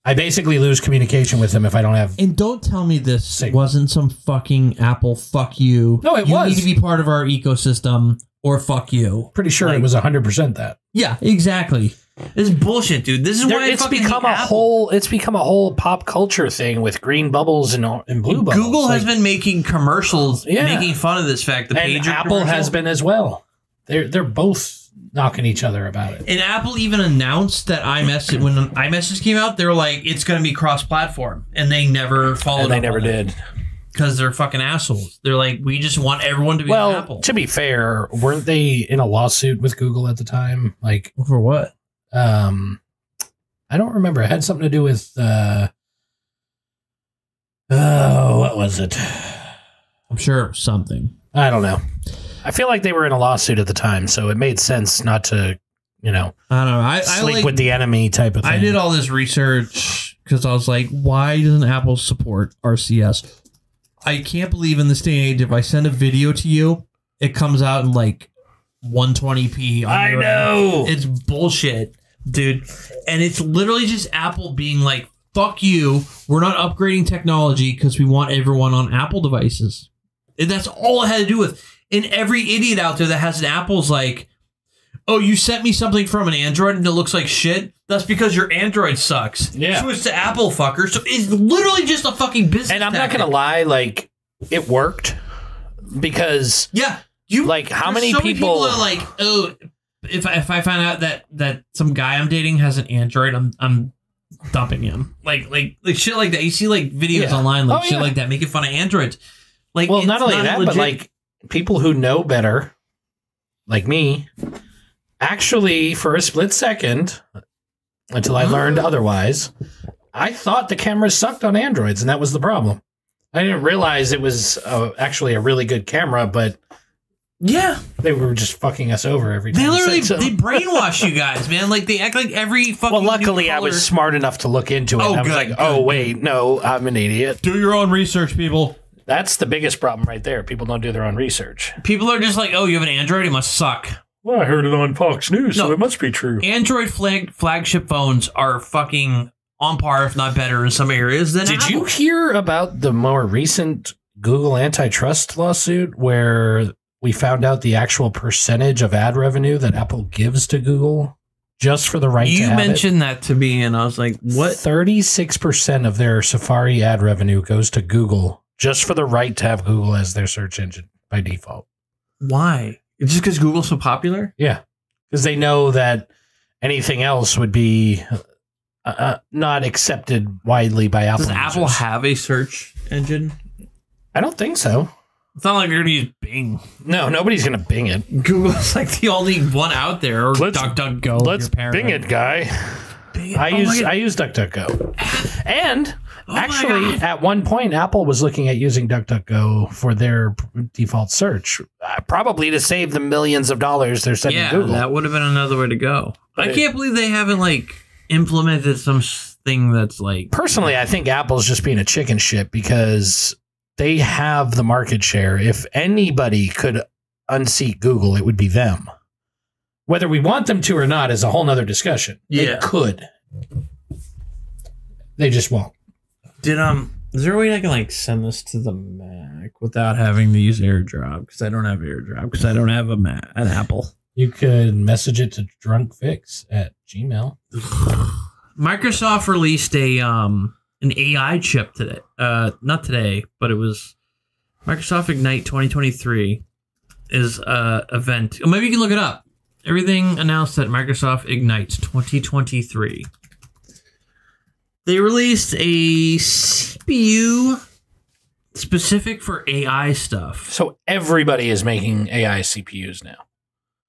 [SPEAKER 1] I basically lose communication with them if I don't have.
[SPEAKER 2] And don't tell me this
[SPEAKER 1] Sick.
[SPEAKER 2] wasn't some fucking Apple fuck you.
[SPEAKER 1] No, it
[SPEAKER 2] you
[SPEAKER 1] was.
[SPEAKER 2] need to be part of our ecosystem or fuck you.
[SPEAKER 1] Pretty sure it
[SPEAKER 2] Like-
[SPEAKER 1] was 100% that.
[SPEAKER 2] Yeah, exactly.
[SPEAKER 6] This is bullshit, dude. This is
[SPEAKER 1] There-
[SPEAKER 6] why
[SPEAKER 1] it's
[SPEAKER 6] I fucking
[SPEAKER 1] become a
[SPEAKER 6] hate Apple.
[SPEAKER 1] whole it's become a whole pop culture thing with green bubbles and, and blue bubbles.
[SPEAKER 6] Google
[SPEAKER 1] Like-
[SPEAKER 6] has been making commercials,
[SPEAKER 1] Yeah.
[SPEAKER 6] making fun of this fact. The
[SPEAKER 1] and
[SPEAKER 6] pager
[SPEAKER 1] Apple has
[SPEAKER 6] commercial.
[SPEAKER 1] been as well. They're they're both knocking each other about it.
[SPEAKER 2] And Apple even announced that iMessage when iMessage came out, they were like, it's gonna be cross platform. And Oh, they never followed up on that
[SPEAKER 1] did.
[SPEAKER 2] Because they're fucking assholes. They're like, we just want everyone to be on
[SPEAKER 1] Well,
[SPEAKER 2] Apple.
[SPEAKER 1] to be fair, weren't they in a lawsuit with Google at the time? Like,
[SPEAKER 2] For what?
[SPEAKER 1] um, I don't remember. It had something to do with uh, oh, what was it?
[SPEAKER 2] I'm sure it was something.
[SPEAKER 1] I don't know. I feel like they were in a lawsuit at the time, so it made sense not to, you know,
[SPEAKER 2] I don't know. I, I
[SPEAKER 1] sleep
[SPEAKER 2] like
[SPEAKER 1] with the enemy type of thing.
[SPEAKER 2] I did all this research because I was like, why doesn't Apple support RCS? I can't believe in this day and age, if I send a video to you, it comes out in like 120p. On
[SPEAKER 1] I
[SPEAKER 2] your
[SPEAKER 1] know.
[SPEAKER 2] end. It's bullshit, dude. And it's literally just Apple being like, fuck you. We're not upgrading technology because we want everyone on Apple devices. And that's all it had to do with. And every idiot out there that has an Apple's like, oh, you sent me something from an Android and it looks like shit. That's because your Android sucks.
[SPEAKER 1] Yeah.
[SPEAKER 2] Switch to Apple, fucker. So it's literally just a fucking business.
[SPEAKER 1] and I'm not
[SPEAKER 2] tactic.
[SPEAKER 1] gonna lie, like it worked because
[SPEAKER 2] Yeah. You
[SPEAKER 1] like how
[SPEAKER 2] there's
[SPEAKER 1] many
[SPEAKER 2] so
[SPEAKER 1] people,
[SPEAKER 2] are like, oh, if I, if I find out that that some guy I'm dating has an Android, I'm I'm dumping him. Like like like shit like that. You see like videos
[SPEAKER 1] Yeah.
[SPEAKER 2] online like
[SPEAKER 1] Oh,
[SPEAKER 2] shit
[SPEAKER 1] yeah.
[SPEAKER 2] like that making fun of androids. Like
[SPEAKER 1] well
[SPEAKER 2] it's
[SPEAKER 1] not only that but
[SPEAKER 2] legit.
[SPEAKER 1] like people who know better like me, actually, for a split second, until I
[SPEAKER 2] <gasps>
[SPEAKER 1] learned otherwise, I thought the camera sucked on Androids, and that was the problem. I didn't realize it was uh, actually a really good camera, but
[SPEAKER 2] Yeah,
[SPEAKER 1] they were just fucking us over every time.
[SPEAKER 2] they
[SPEAKER 1] we said
[SPEAKER 2] literally
[SPEAKER 1] so.
[SPEAKER 2] they brainwash you guys, man. Like they act like every fucking.
[SPEAKER 1] well,
[SPEAKER 2] new
[SPEAKER 1] luckily, I
[SPEAKER 2] color-
[SPEAKER 1] was smart enough to look into it.
[SPEAKER 2] Oh,
[SPEAKER 1] and I was
[SPEAKER 2] good,
[SPEAKER 1] like,
[SPEAKER 2] good,
[SPEAKER 1] oh, wait, no, I'm an idiot.
[SPEAKER 6] Do your own research, people.
[SPEAKER 1] That's the biggest problem right there. People don't do their own research.
[SPEAKER 2] People are just like, oh, you have an Android, it must suck.
[SPEAKER 1] Well, I heard it on Fox News,
[SPEAKER 2] so No.
[SPEAKER 1] it must be true.
[SPEAKER 2] Android flag flagship phones are fucking on par, if not better, in some areas than
[SPEAKER 1] Did
[SPEAKER 2] Apple.
[SPEAKER 1] you hear about the more recent Google antitrust lawsuit where we found out the actual percentage of ad revenue that Apple gives to Google just for the right to
[SPEAKER 2] You
[SPEAKER 1] have
[SPEAKER 2] mentioned that to me, and I was like,
[SPEAKER 1] it?
[SPEAKER 2] what?
[SPEAKER 1] 36% of their Safari ad revenue goes to Google just for the right to have Google as their search engine by default.
[SPEAKER 2] Why? It's just because Google's so popular?
[SPEAKER 1] Yeah. Because they know that anything else would be uh, uh, not accepted widely by Apple.
[SPEAKER 2] Does Apple
[SPEAKER 1] users.
[SPEAKER 2] have a search engine?
[SPEAKER 1] I don't think so.
[SPEAKER 2] It's not like you're gonna use Bing. <laughs>
[SPEAKER 1] No, nobody's going to bing it.
[SPEAKER 2] Google's like the only one out there, or
[SPEAKER 1] Let's-
[SPEAKER 2] DuckDuckGo. if
[SPEAKER 1] Let's
[SPEAKER 2] you're paranoid.
[SPEAKER 1] bing it,
[SPEAKER 2] <laughs>
[SPEAKER 1] guy.
[SPEAKER 2] Bing it.
[SPEAKER 1] I
[SPEAKER 2] Oh my
[SPEAKER 1] use
[SPEAKER 2] God.
[SPEAKER 1] I use DuckDuckGo, and
[SPEAKER 2] Oh my
[SPEAKER 1] actually, at one point, Apple was looking at using DuckDuckGo for their p- default search, uh, probably to save the millions of dollars they're sending
[SPEAKER 2] yeah,
[SPEAKER 1] Google.
[SPEAKER 2] that would have been another way to go.
[SPEAKER 1] But
[SPEAKER 2] I
[SPEAKER 1] it-
[SPEAKER 2] can't believe they haven't like implemented some s- thing that's like
[SPEAKER 1] Personally, I think Apple's just being a chicken shit because they have the market share. If anybody could unseat Google, it would be them. Whether we want them to or not is a whole nother discussion.
[SPEAKER 2] Yeah.
[SPEAKER 1] They could. They just won't.
[SPEAKER 2] Did um is there a way I can like send this to the Mac without having to use AirDrop? Because I don't have AirDrop because I don't have a Mac an Apple.
[SPEAKER 1] You could message it to drunkfix at Gmail.
[SPEAKER 2] Microsoft released a um an AI chip today. Uh not today, but it was Microsoft Ignite 2023 is a event. Oh, maybe you can look it up. Everything announced at Microsoft Ignite 2023. They released a CPU specific for AI stuff.
[SPEAKER 1] So everybody is making AI CPUs now.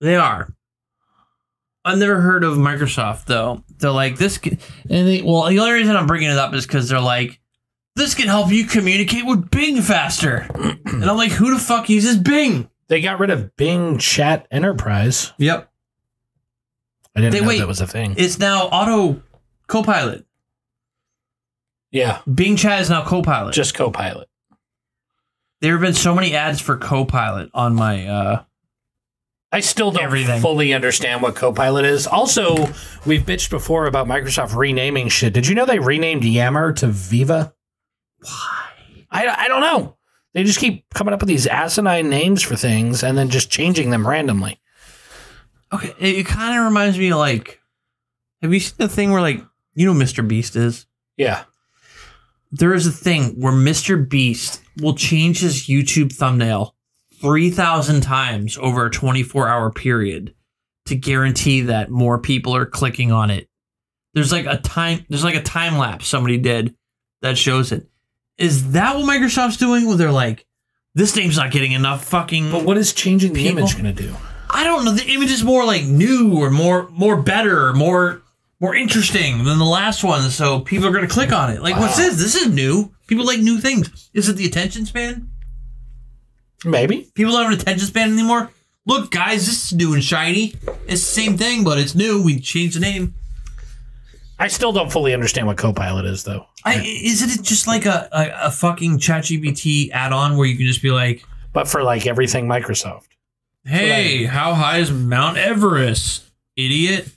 [SPEAKER 2] They are. I've never heard of Microsoft though. They're like this, can, and they, well, the only reason I'm bringing it up is because they're like, this can help you communicate with Bing faster. and I'm like, who the fuck uses Bing?
[SPEAKER 1] They got rid of Bing Chat Enterprise.
[SPEAKER 2] Yep.
[SPEAKER 1] I didn't
[SPEAKER 2] They-
[SPEAKER 1] know
[SPEAKER 2] wait.
[SPEAKER 1] that was a thing.
[SPEAKER 2] It's now auto Copilot.
[SPEAKER 1] yeah,
[SPEAKER 2] Bing Chat is now Copilot.
[SPEAKER 1] just Copilot.
[SPEAKER 2] there have been so many ads for Copilot on my. uh
[SPEAKER 1] I still don't
[SPEAKER 2] Everything.
[SPEAKER 1] fully understand what Copilot is. Also, we've bitched before about Microsoft renaming shit. Did you know they renamed Yammer to Viva? Why? I, I don't know. They just keep coming up with these asinine names for things and then just changing them randomly.
[SPEAKER 2] Okay, it, it kind of reminds me of like, have you seen the thing where like you know who Mr. Beast is?
[SPEAKER 1] Yeah.
[SPEAKER 2] there is a thing where Mr. Beast will change his YouTube thumbnail 3,000 times over a 24 hour period to guarantee that more people are clicking on it. There's like a time there's like a time lapse somebody did that shows it. Is that what Microsoft's doing? Where they're like, this name's not getting enough fucking
[SPEAKER 1] But what is changing the
[SPEAKER 2] People-
[SPEAKER 1] image going to do?
[SPEAKER 2] I don't know. The image is more like new or more more better or more more interesting than the last one, so people are gonna click on it. Like, what's this? This is new. People like new things. Is it the attention span?
[SPEAKER 1] Maybe.
[SPEAKER 2] People don't have an attention span anymore. Look, guys, this is new and shiny. It's the same thing, but it's new. We changed the name.
[SPEAKER 1] I still don't fully understand what Copilot is, though.
[SPEAKER 2] I, isn't it just like a, a, a fucking ChatGPT add-on where you can just be like,
[SPEAKER 1] But for like everything Microsoft,
[SPEAKER 2] "Hey, how high is Mount Everest, idiot?"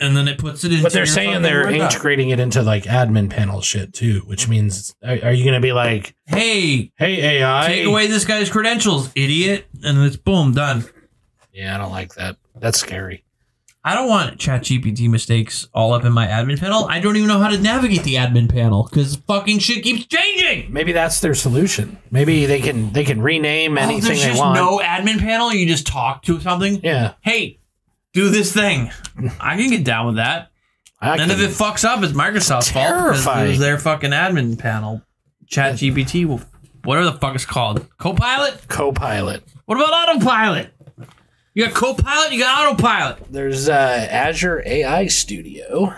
[SPEAKER 2] And then it puts it in.
[SPEAKER 1] but they're saying they're integrating it into like admin panel shit too, which means are, are you going to be like,
[SPEAKER 2] "Hey,
[SPEAKER 1] hey AI,
[SPEAKER 2] Take away this guy's credentials, idiot. And it's boom, done.
[SPEAKER 1] Yeah, I don't like that. That's scary.
[SPEAKER 2] I don't want ChatGPT mistakes all up in my admin panel. I don't even know how to navigate the admin panel because fucking shit keeps changing.
[SPEAKER 1] Maybe that's their solution. Maybe they can they can rename
[SPEAKER 2] Oh,
[SPEAKER 1] anything
[SPEAKER 2] there's
[SPEAKER 1] they
[SPEAKER 2] just
[SPEAKER 1] want.
[SPEAKER 2] no admin panel. You just talk to something.
[SPEAKER 1] yeah,
[SPEAKER 2] Hey, do this thing. I can get down with that.
[SPEAKER 1] I
[SPEAKER 2] None of it
[SPEAKER 1] couldn't-
[SPEAKER 2] fucks up. It's Microsoft's fault because it
[SPEAKER 1] Terrifying.
[SPEAKER 2] was their fucking admin panel. ChatGPT will, whatever the fuck it's called, Copilot.
[SPEAKER 1] Copilot.
[SPEAKER 2] What about autopilot? You got Copilot, you got Autopilot.
[SPEAKER 1] There's uh, Azure AI Studio,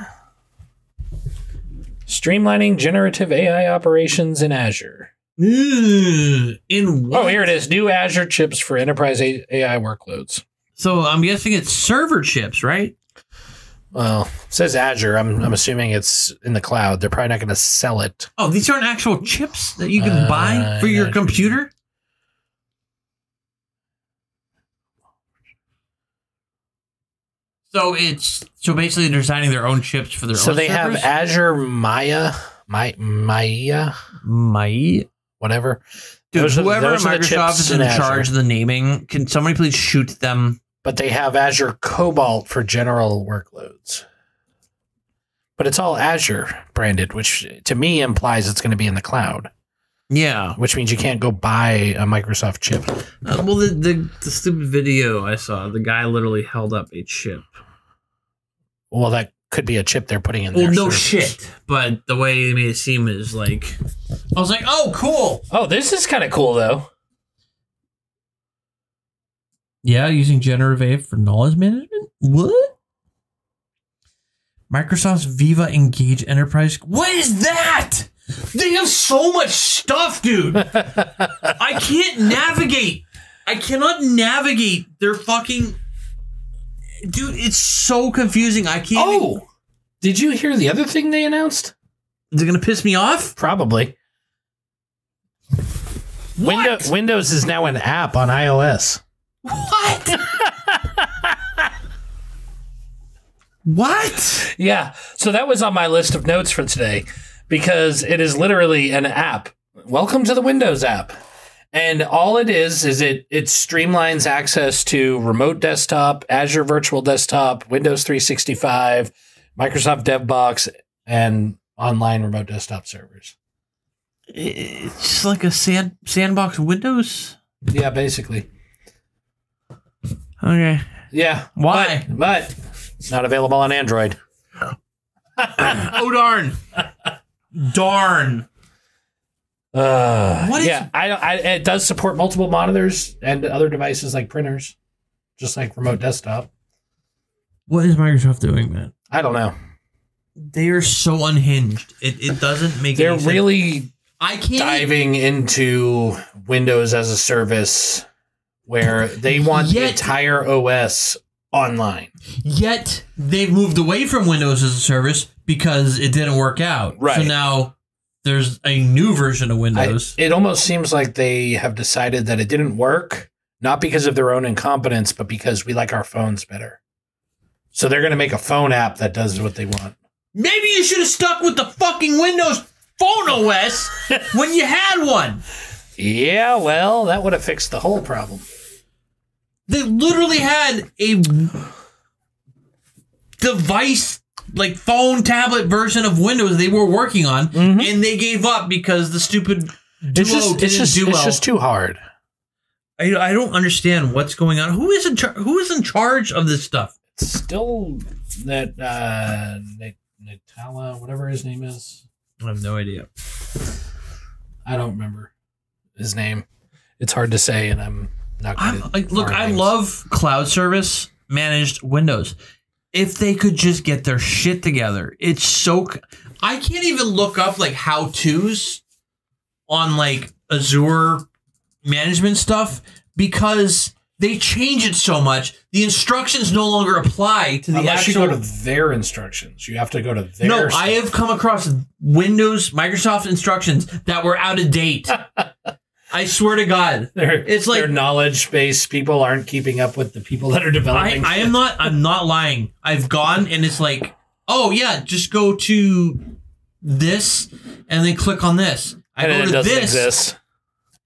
[SPEAKER 1] streamlining generative AI operations in Azure.
[SPEAKER 2] Ugh, In what?
[SPEAKER 1] Oh, here it is. New Azure chips for enterprise A- AI workloads.
[SPEAKER 2] So I'm guessing it's server chips, right?
[SPEAKER 1] Well, it says Azure. I'm, I'm assuming it's in the cloud. They're probably not going to sell it.
[SPEAKER 2] Oh, these aren't actual chips that you can
[SPEAKER 1] Uh,
[SPEAKER 2] buy for your
[SPEAKER 1] yeah,
[SPEAKER 2] computer? So it's so basically they're designing their own chips for their
[SPEAKER 1] So
[SPEAKER 2] own
[SPEAKER 1] they have
[SPEAKER 2] servers?
[SPEAKER 1] Azure Maya, My, Maya,
[SPEAKER 2] my
[SPEAKER 1] whatever.
[SPEAKER 2] Dude,
[SPEAKER 1] Those are-
[SPEAKER 2] whoever at
[SPEAKER 1] those are the
[SPEAKER 2] Microsoft
[SPEAKER 1] chips
[SPEAKER 2] is in
[SPEAKER 1] in Azure.
[SPEAKER 2] charge of the naming, can somebody please shoot them?
[SPEAKER 1] But they have Azure Cobalt for general workloads. But it's all Azure branded, which to me implies it's going to be in the cloud,
[SPEAKER 2] Yeah.
[SPEAKER 1] which means you can't go buy a Microsoft chip.
[SPEAKER 2] Uh, well, the, the the stupid video I saw, the guy literally held up a chip.
[SPEAKER 1] Well, that could be a chip they're putting in
[SPEAKER 2] Well,
[SPEAKER 1] their
[SPEAKER 2] no
[SPEAKER 1] servers.
[SPEAKER 2] shit, but the way they made it seem is like, I was like, oh, cool.
[SPEAKER 1] Oh, this is kind of cool
[SPEAKER 2] <laughs>
[SPEAKER 1] though.
[SPEAKER 2] Yeah, using generative AI for knowledge management. What? Microsoft's Viva Engage Enterprise. What is that? They have so much stuff, dude. I can't <laughs> navigate. I cannot navigate their fucking. Dude, it's so confusing. I can't. even-
[SPEAKER 1] Oh, did you hear the other thing they announced?
[SPEAKER 2] they're gonna piss me off.
[SPEAKER 1] Probably. Windows Windows is now an app on iOS.
[SPEAKER 2] What? what?
[SPEAKER 1] Yeah. So that was on my list of notes for today because it is literally an app. Welcome to the Windows app. And all it is is it it streamlines access to remote desktop, Azure Virtual Desktop, Windows 365, Microsoft DevBox, and online remote desktop servers.
[SPEAKER 2] It's just like a sand sandbox Windows.
[SPEAKER 1] Yeah, basically.
[SPEAKER 2] Okay.
[SPEAKER 1] Yeah.
[SPEAKER 2] Why?
[SPEAKER 1] But, but it's not available on Android.
[SPEAKER 2] Oh darn. darn.
[SPEAKER 1] Uh,
[SPEAKER 2] What is-
[SPEAKER 1] yeah, I, I it does support multiple monitors and other devices like printers, just like remote desktop.
[SPEAKER 2] What is Microsoft doing, man?
[SPEAKER 1] I don't know.
[SPEAKER 2] They are so unhinged. It, it doesn't make
[SPEAKER 1] They're
[SPEAKER 2] any sense.
[SPEAKER 1] really
[SPEAKER 2] I can't
[SPEAKER 1] diving into Windows as a service where they want the
[SPEAKER 2] Yet-
[SPEAKER 1] entire OS online.
[SPEAKER 2] Yet they've moved away from Windows as a service because it didn't work out. So
[SPEAKER 1] Right.
[SPEAKER 2] now there's a new version of
[SPEAKER 1] I-
[SPEAKER 2] Windows.
[SPEAKER 1] it almost seems like they have decided that it didn't work, not because of their own incompetence, but because we like our phones better. So they're going to make a phone app that does what they want.
[SPEAKER 2] Maybe you should have stuck with the fucking Windows Phone OS when you had one.
[SPEAKER 1] Yeah, well, that would have fixed the whole problem.
[SPEAKER 2] They literally had a device like phone tablet version of Windows they were working on and they gave up because the stupid duo
[SPEAKER 1] It's just,
[SPEAKER 2] didn't
[SPEAKER 1] it's just,
[SPEAKER 2] do
[SPEAKER 1] it's
[SPEAKER 2] well.
[SPEAKER 1] just too hard.
[SPEAKER 2] I, I don't understand what's going on. Who is in char- who is in charge of this stuff?
[SPEAKER 1] It's still that uh, Nat- Natala, whatever his name is.
[SPEAKER 2] I have no idea.
[SPEAKER 1] I don't remember his name. It's hard to say, and I'm not.
[SPEAKER 2] I'm,
[SPEAKER 1] Good at
[SPEAKER 2] like, look,
[SPEAKER 1] foreign
[SPEAKER 2] I
[SPEAKER 1] names.
[SPEAKER 2] love cloud service managed Windows. If they could just get their shit together, it's so. c- I can't even look up like how tos on like Azure management stuff because they change it so much. The instructions no longer apply to the
[SPEAKER 1] Unless
[SPEAKER 2] actual.
[SPEAKER 1] you go to their instructions, you have to go to their.
[SPEAKER 2] no,
[SPEAKER 1] stuff.
[SPEAKER 2] I have come across Windows, Microsoft instructions that were out of
[SPEAKER 1] <laughs>
[SPEAKER 2] date. I swear to God.
[SPEAKER 1] <laughs> Their,
[SPEAKER 2] it's like-
[SPEAKER 1] their knowledge base people aren't keeping up with the people that are
[SPEAKER 2] I,
[SPEAKER 1] developing.
[SPEAKER 2] I am not I'm not lying. I've gone and it's like, oh yeah, just go to this and then click on this. I
[SPEAKER 1] and
[SPEAKER 2] go
[SPEAKER 1] it
[SPEAKER 2] to
[SPEAKER 1] doesn't
[SPEAKER 2] this
[SPEAKER 1] exist.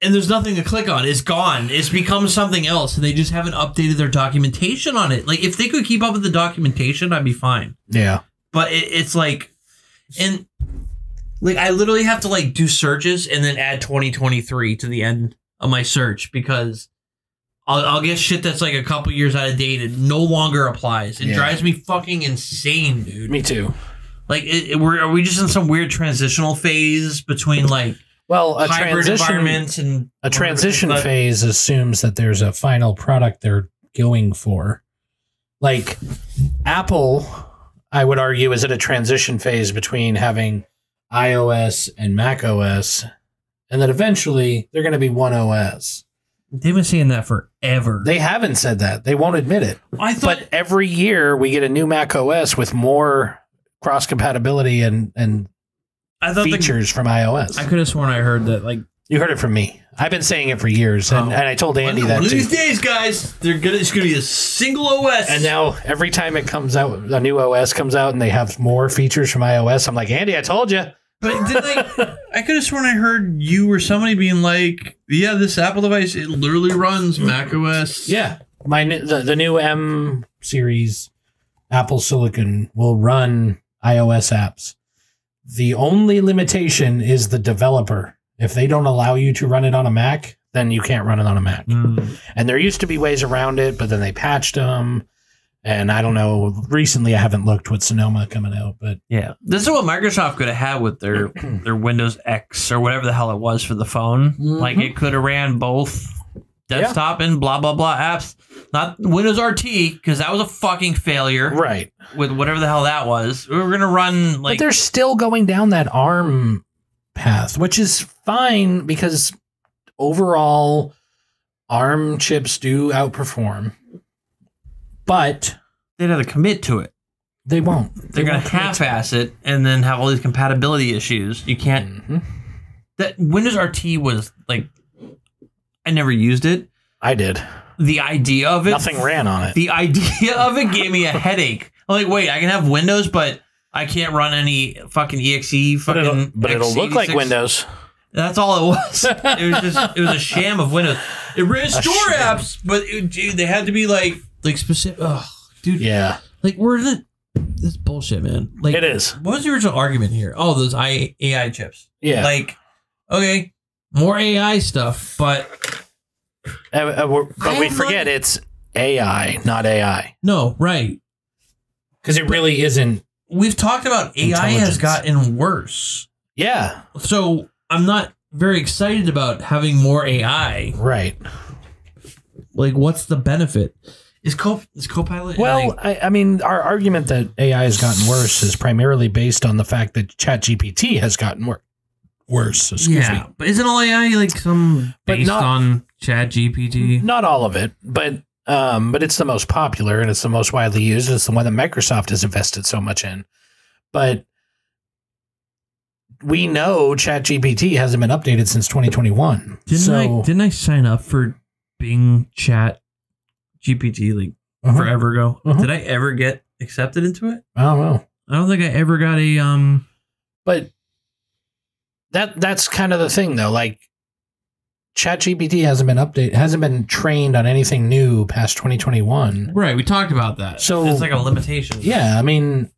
[SPEAKER 2] and there's nothing to click on. It's gone. It's become something else. And they just haven't updated their documentation on it. Like if they could keep up with the documentation, I'd be fine.
[SPEAKER 1] Yeah,
[SPEAKER 2] But it, it's like and like I literally have to like do searches and then add 2023 to the end of my search because I'll, I'll get shit that's like a couple years out of date and no longer applies. It
[SPEAKER 1] Yeah.
[SPEAKER 2] drives me fucking insane, dude.
[SPEAKER 1] me too.
[SPEAKER 2] Like, it, it- we're, are we just in some weird transitional phase between like
[SPEAKER 1] Well, a
[SPEAKER 2] hybrid
[SPEAKER 1] transition
[SPEAKER 2] environments and
[SPEAKER 1] a transition
[SPEAKER 2] But-
[SPEAKER 1] phase assumes that there's a final product they're going for. Like Apple, I would argue, is at a transition phase between having iOS and Mac OS, and that eventually they're going to be one OS.
[SPEAKER 2] They've been saying that forever.
[SPEAKER 1] They haven't said that. They won't admit it.
[SPEAKER 8] I thought
[SPEAKER 1] But every year we get a new Mac OS with more cross compatibility and, and
[SPEAKER 8] I thought the,
[SPEAKER 1] features from iOS.
[SPEAKER 2] I could have sworn I heard that like
[SPEAKER 1] You heard it from me. I've been saying it for years, and, and I told Andy that
[SPEAKER 8] one of
[SPEAKER 1] too.
[SPEAKER 8] these days, guys, they're gonna it's gonna be a single OS.
[SPEAKER 1] And now every time it comes out, a new OS comes out, and they have more features from iOS. I'm like, Andy, I told you.
[SPEAKER 8] but did
[SPEAKER 1] <laughs>
[SPEAKER 8] I? I could have sworn I heard you or somebody being like, "Yeah, this Apple device it literally runs Mac OS."
[SPEAKER 1] Yeah, my new- the, the new M series Apple Silicon will run iOS apps. The only limitation is the developer. If they don't allow you to run it on a Mac, then you can't run it on a Mac.
[SPEAKER 8] Hmm.
[SPEAKER 1] And there used to be ways around it, but then they patched them. And I don't know. Recently, I haven't looked with Sonoma coming out, but
[SPEAKER 2] yeah. This is what Microsoft could have had with
[SPEAKER 1] <clears throat>
[SPEAKER 2] their their Windows X or whatever the hell it was for the phone.
[SPEAKER 8] Mm-hmm.
[SPEAKER 2] Like it could have ran both desktop and blah blah blah apps. Not Windows RT because that was a fucking failure
[SPEAKER 1] right.
[SPEAKER 2] with whatever the hell that was. We were gonna run like
[SPEAKER 1] but they're still going down that arm path, which is fine because overall arm chips do outperform. But
[SPEAKER 2] they'd have to commit to it.
[SPEAKER 1] they won't. They
[SPEAKER 2] They're gonna
[SPEAKER 1] won't commit
[SPEAKER 2] half-ass it and then have all these compatibility issues. You
[SPEAKER 1] to-
[SPEAKER 2] can't
[SPEAKER 1] Mhm.
[SPEAKER 2] that Windows RT was like I never used it.
[SPEAKER 1] I did.
[SPEAKER 2] The idea of it
[SPEAKER 1] Nothing ran on it.
[SPEAKER 2] The <laughs> idea of it gave me a headache. I'm like, wait, I can have Windows, but I can't run any fucking exe fucking
[SPEAKER 1] But it'll, but it'll look like
[SPEAKER 2] x86.
[SPEAKER 1] Windows.
[SPEAKER 2] That's all
[SPEAKER 1] <laughs>
[SPEAKER 2] it was. It was just it was a sham of Windows.
[SPEAKER 8] It ran store
[SPEAKER 1] shit.
[SPEAKER 8] apps, but it, dude, they had to be like
[SPEAKER 2] Like specific ugh, dude.
[SPEAKER 1] Yeah,
[SPEAKER 2] Like we're in the this bullshit, man. Like
[SPEAKER 1] it is.
[SPEAKER 2] what was the original argument here? Oh, those I, AI chips.
[SPEAKER 1] Yeah.
[SPEAKER 2] Like, okay, more AI stuff, but
[SPEAKER 1] Uh, uh, we're- but
[SPEAKER 2] I
[SPEAKER 1] we
[SPEAKER 2] am
[SPEAKER 1] forget it's AI, not AI.
[SPEAKER 2] no, right.
[SPEAKER 1] Because it really isn't.
[SPEAKER 2] We've talked about AI
[SPEAKER 1] Intelligence.
[SPEAKER 2] has gotten worse.
[SPEAKER 1] Yeah,
[SPEAKER 2] So I'm not very excited about having more AI.
[SPEAKER 1] right.
[SPEAKER 2] Like, what's the benefit? Is co is Copilot?
[SPEAKER 1] Well,
[SPEAKER 2] like,
[SPEAKER 1] I, I mean, our argument that AI has gotten worse is primarily based on the fact that ChatGPT has gotten wor- worse. Excuse
[SPEAKER 2] yeah, but isn't all AI like some
[SPEAKER 1] But
[SPEAKER 2] based
[SPEAKER 1] not-
[SPEAKER 2] on Chat
[SPEAKER 1] me.
[SPEAKER 2] GPT?
[SPEAKER 1] Not all of it, but um, but it's the most popular and it's the most widely used. It's the one that Microsoft has invested so much in. But we know ChatGPT hasn't been updated since 2021.
[SPEAKER 2] Didn't
[SPEAKER 1] so,
[SPEAKER 2] I didn't I sign up for Bing Chat GPT like
[SPEAKER 1] Uh-huh.
[SPEAKER 2] forever ago?
[SPEAKER 1] Uh-huh.
[SPEAKER 2] Did I ever get accepted into it?
[SPEAKER 1] I don't know.
[SPEAKER 2] I don't think I ever got a um.
[SPEAKER 1] but that that's kind of the thing though like ChatGPT hasn't been updated hasn't been trained on anything new past 2021
[SPEAKER 2] Right, we talked about that.
[SPEAKER 1] So-
[SPEAKER 2] it's like a limitation.
[SPEAKER 1] yeah i mean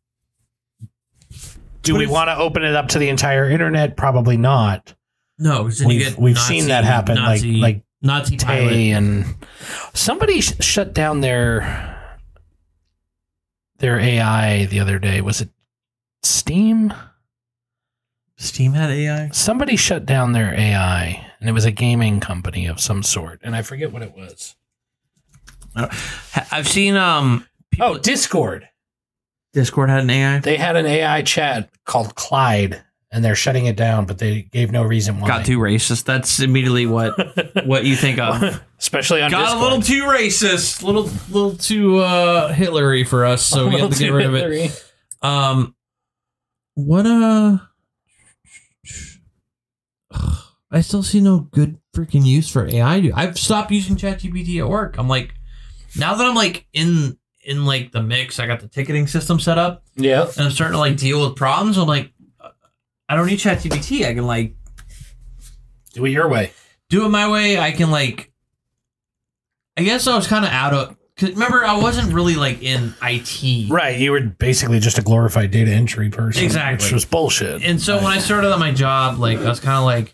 [SPEAKER 1] do
[SPEAKER 2] But
[SPEAKER 1] we
[SPEAKER 2] it's-
[SPEAKER 1] want to open it up to the entire internet probably not
[SPEAKER 2] No, 'cause then you
[SPEAKER 1] we've,
[SPEAKER 2] get
[SPEAKER 1] we've
[SPEAKER 2] Nazi-
[SPEAKER 1] seen that happen
[SPEAKER 2] Nazi-
[SPEAKER 1] like
[SPEAKER 2] Nazi
[SPEAKER 1] like
[SPEAKER 2] pilot.
[SPEAKER 1] Tay and somebody sh- shut down their their ai the other day was it steam
[SPEAKER 2] Steam had AI.
[SPEAKER 1] somebody shut down their AI, and it was a gaming company of some sort, and I forget what it was.
[SPEAKER 2] I've seen um
[SPEAKER 1] Oh, Discord.
[SPEAKER 2] Discord had an AI.
[SPEAKER 1] They had an AI chat called Clyde, and they're shutting it down, but they gave no reason why.
[SPEAKER 2] Got too racist. That's immediately what
[SPEAKER 1] <laughs>
[SPEAKER 2] what you think of.
[SPEAKER 1] Especially on
[SPEAKER 2] Got
[SPEAKER 1] Discord.
[SPEAKER 2] a little too racist, little little too uh Hitlery for
[SPEAKER 1] <laughs>
[SPEAKER 2] us, so we have to get rid of it. Um what uh <sighs> I still see no good freaking use for AI. dude. I've stopped using ChatGPT at work. I'm like now that I'm like in in like the mix, I got the ticketing system set up.
[SPEAKER 1] Yeah.
[SPEAKER 2] and I'm starting to like deal with problems. I'm like, I don't need ChatGPT. I can like
[SPEAKER 1] Do it your way.
[SPEAKER 2] do it my way. I can like, I guess I was kind of out of. Cause remember, I wasn't really like in IT,
[SPEAKER 1] Right. You were basically just a glorified data entry person.
[SPEAKER 2] Exactly.
[SPEAKER 1] Which was bullshit.
[SPEAKER 2] and so when I started on my job, like I was kind of like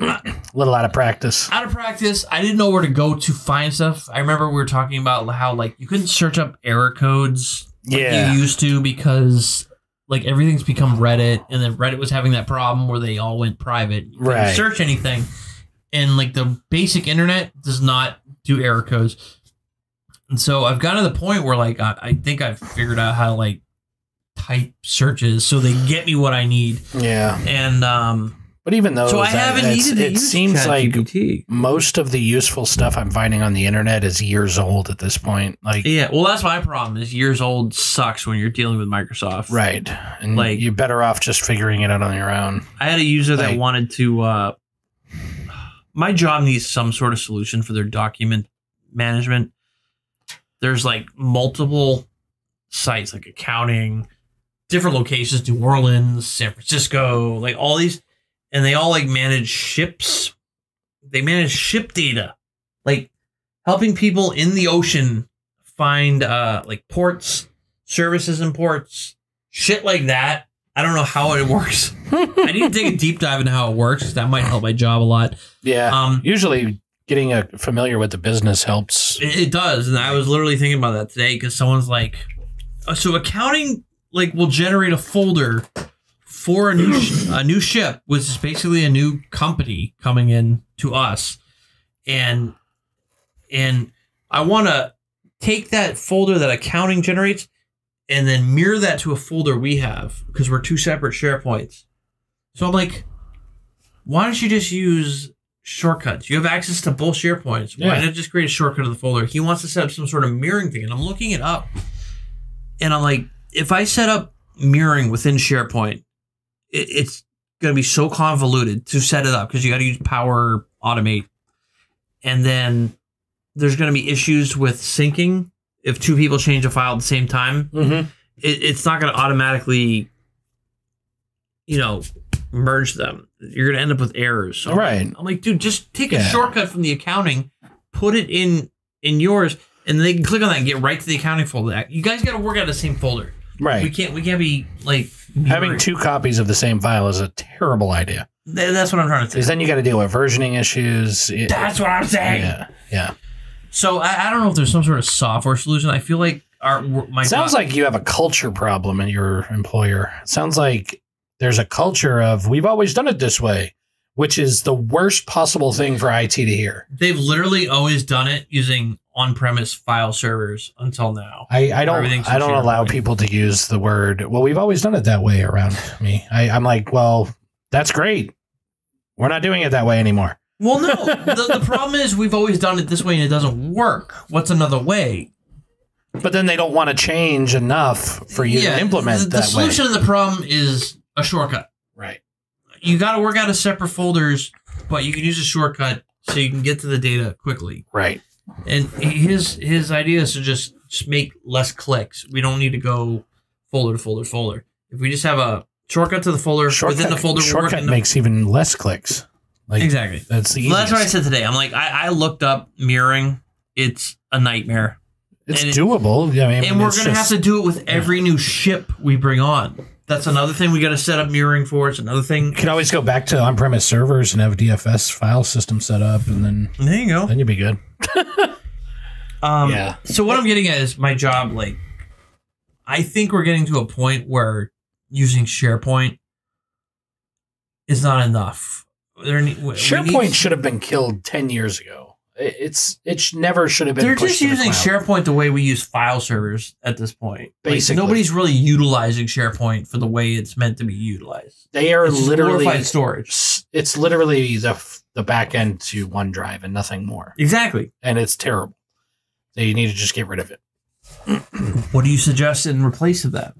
[SPEAKER 1] a little out of practice.
[SPEAKER 2] out of practice. I didn't know where to go to find stuff. I remember we were talking about how like you couldn't search up error codes
[SPEAKER 1] Yeah.
[SPEAKER 2] you used to because like everything's become Reddit, and then Reddit was having that problem where they all went private. You couldn't
[SPEAKER 1] Right.
[SPEAKER 2] Search anything, and like the basic internet does not do error codes. And so I've gotten to the point where like I, I think I've figured out how to like type searches so they get me what I need.
[SPEAKER 1] Yeah.
[SPEAKER 2] And um
[SPEAKER 1] But even though
[SPEAKER 2] So I haven't needed to
[SPEAKER 1] Oh, it
[SPEAKER 2] use
[SPEAKER 1] seems like
[SPEAKER 6] ChatGPT.
[SPEAKER 1] most of the useful stuff I'm finding on the internet is years old at this point. Like,
[SPEAKER 2] yeah, well that's my problem is years old sucks when you're dealing with Microsoft.
[SPEAKER 1] right. And
[SPEAKER 2] Like-
[SPEAKER 1] you're better off just figuring it out on your own.
[SPEAKER 2] I had a user that
[SPEAKER 1] Like-
[SPEAKER 2] wanted to. Uh, my job needs some sort of solution for their document management. There's like multiple sites, like accounting, different locations, New Orleans, San Francisco, like all these, and they all like manage ships. They manage ship data, like helping people in the ocean find uh like ports, services and ports, shit like that. I don't know how it <laughs> works. I need to take a deep dive into how it works. 'cause That might help my job a lot.
[SPEAKER 1] Yeah.
[SPEAKER 2] Um,
[SPEAKER 1] Usually getting a, familiar with the business helps.
[SPEAKER 2] it, it does, and I was literally thinking about that today because someone's like, oh, "So accounting like will generate a folder for a new sh- a new ship, which is basically a new company coming in to us, and and I want to take that folder that accounting generates." And then mirror that to a folder we have because we're two separate SharePoints. So I'm like, why don't you just use shortcuts? You have access to both SharePoints. Why
[SPEAKER 1] Yeah.
[SPEAKER 2] not just create a shortcut of the folder? He wants to set up some sort of mirroring thing, and I'm looking it up, and I'm like, if I set up mirroring within SharePoint, it, it's going to be so convoluted to set it up because you got to use Power Automate, and then there's going to be issues with syncing if two people change a file at the same time
[SPEAKER 1] Mm-hmm.
[SPEAKER 2] it, it's not going to automatically, you know, merge them. You're going to end up with errors. So
[SPEAKER 1] All right.
[SPEAKER 2] I'm like, dude, just take a
[SPEAKER 1] Yeah.
[SPEAKER 2] shortcut from the accounting, put it in in yours, and they can click on that and get right to the accounting folder. You guys got to work out the same folder. We
[SPEAKER 1] Right.
[SPEAKER 2] can't we can't be like
[SPEAKER 1] Having two copies of the same file is a terrible idea
[SPEAKER 2] Th- That's what I'm trying to
[SPEAKER 1] because
[SPEAKER 2] say.
[SPEAKER 1] then you got to deal with versioning issues. It-
[SPEAKER 2] That's what I'm saying.
[SPEAKER 1] yeah. Yeah.
[SPEAKER 2] So I, I don't know if there's some sort of software solution. I feel like our my
[SPEAKER 1] Sounds like you have a culture problem in your employer. Sounds like there's a culture of we've always done it this way, which is the worst possible thing for IT to hear.
[SPEAKER 2] they've literally always done it using on-premise file servers until now.
[SPEAKER 1] I, I don't
[SPEAKER 2] Everything's
[SPEAKER 1] I don't
[SPEAKER 2] secure.
[SPEAKER 1] allow people to use the word well we've always done it that way around me. I, I'm like, well, that's great. We're not doing it that way anymore.
[SPEAKER 2] Well, <laughs> no. the, the problem is we've always done it this way and it doesn't work. What's another way?
[SPEAKER 1] But then they don't want to change enough for you to implement
[SPEAKER 2] the, the
[SPEAKER 1] that
[SPEAKER 2] solution to the problem is a shortcut.
[SPEAKER 1] way. Right.
[SPEAKER 2] You got to work out a separate folders, but you can use a shortcut so you can get to the data quickly.
[SPEAKER 1] Right.
[SPEAKER 2] And his his idea is to just just make less clicks. We don't need to go folder to folder to folder. If we just have a shortcut to the folder
[SPEAKER 1] Shortcut,
[SPEAKER 2] within the folder, we're
[SPEAKER 1] shortcut
[SPEAKER 2] working the-
[SPEAKER 1] makes even less clicks. Like
[SPEAKER 2] exactly.
[SPEAKER 1] that's the
[SPEAKER 2] Well, that's what I
[SPEAKER 1] easiest.
[SPEAKER 2] said today. I'm like, I, I looked up mirroring. It's a nightmare.
[SPEAKER 1] It's
[SPEAKER 2] and it-
[SPEAKER 1] doable. Yeah, I mean,
[SPEAKER 2] and we're
[SPEAKER 1] it's
[SPEAKER 2] gonna
[SPEAKER 1] just-
[SPEAKER 2] have to do it with every new ship we bring on. That's another thing we gotta set up mirroring for. It's another thing.
[SPEAKER 1] You can always go back to on-premise servers and have a DFS file system set up, and then
[SPEAKER 2] There you go.
[SPEAKER 1] then you'll be good.
[SPEAKER 2] Um,
[SPEAKER 1] Yeah.
[SPEAKER 2] So what I'm getting at is my job. Like, I think we're getting to a point where using SharePoint is not enough. There ne- we- we
[SPEAKER 1] SharePoint
[SPEAKER 2] need-
[SPEAKER 1] should have been killed ten years ago. It- It's it sh- never should have been.
[SPEAKER 2] They're
[SPEAKER 1] pushed
[SPEAKER 2] just
[SPEAKER 1] to the
[SPEAKER 2] using
[SPEAKER 1] cloud.
[SPEAKER 2] SharePoint the way we use file servers at this point. Like,
[SPEAKER 1] Basically.
[SPEAKER 2] nobody's really utilizing SharePoint for the way it's meant to be utilized.
[SPEAKER 1] They are
[SPEAKER 2] It's just
[SPEAKER 1] literally.
[SPEAKER 2] glorified storage.
[SPEAKER 1] s- It's literally the f- the back end to OneDrive and nothing more,
[SPEAKER 2] Exactly.
[SPEAKER 1] and it's terrible. They need to just get rid of it.
[SPEAKER 2] What do you suggest in replace of that?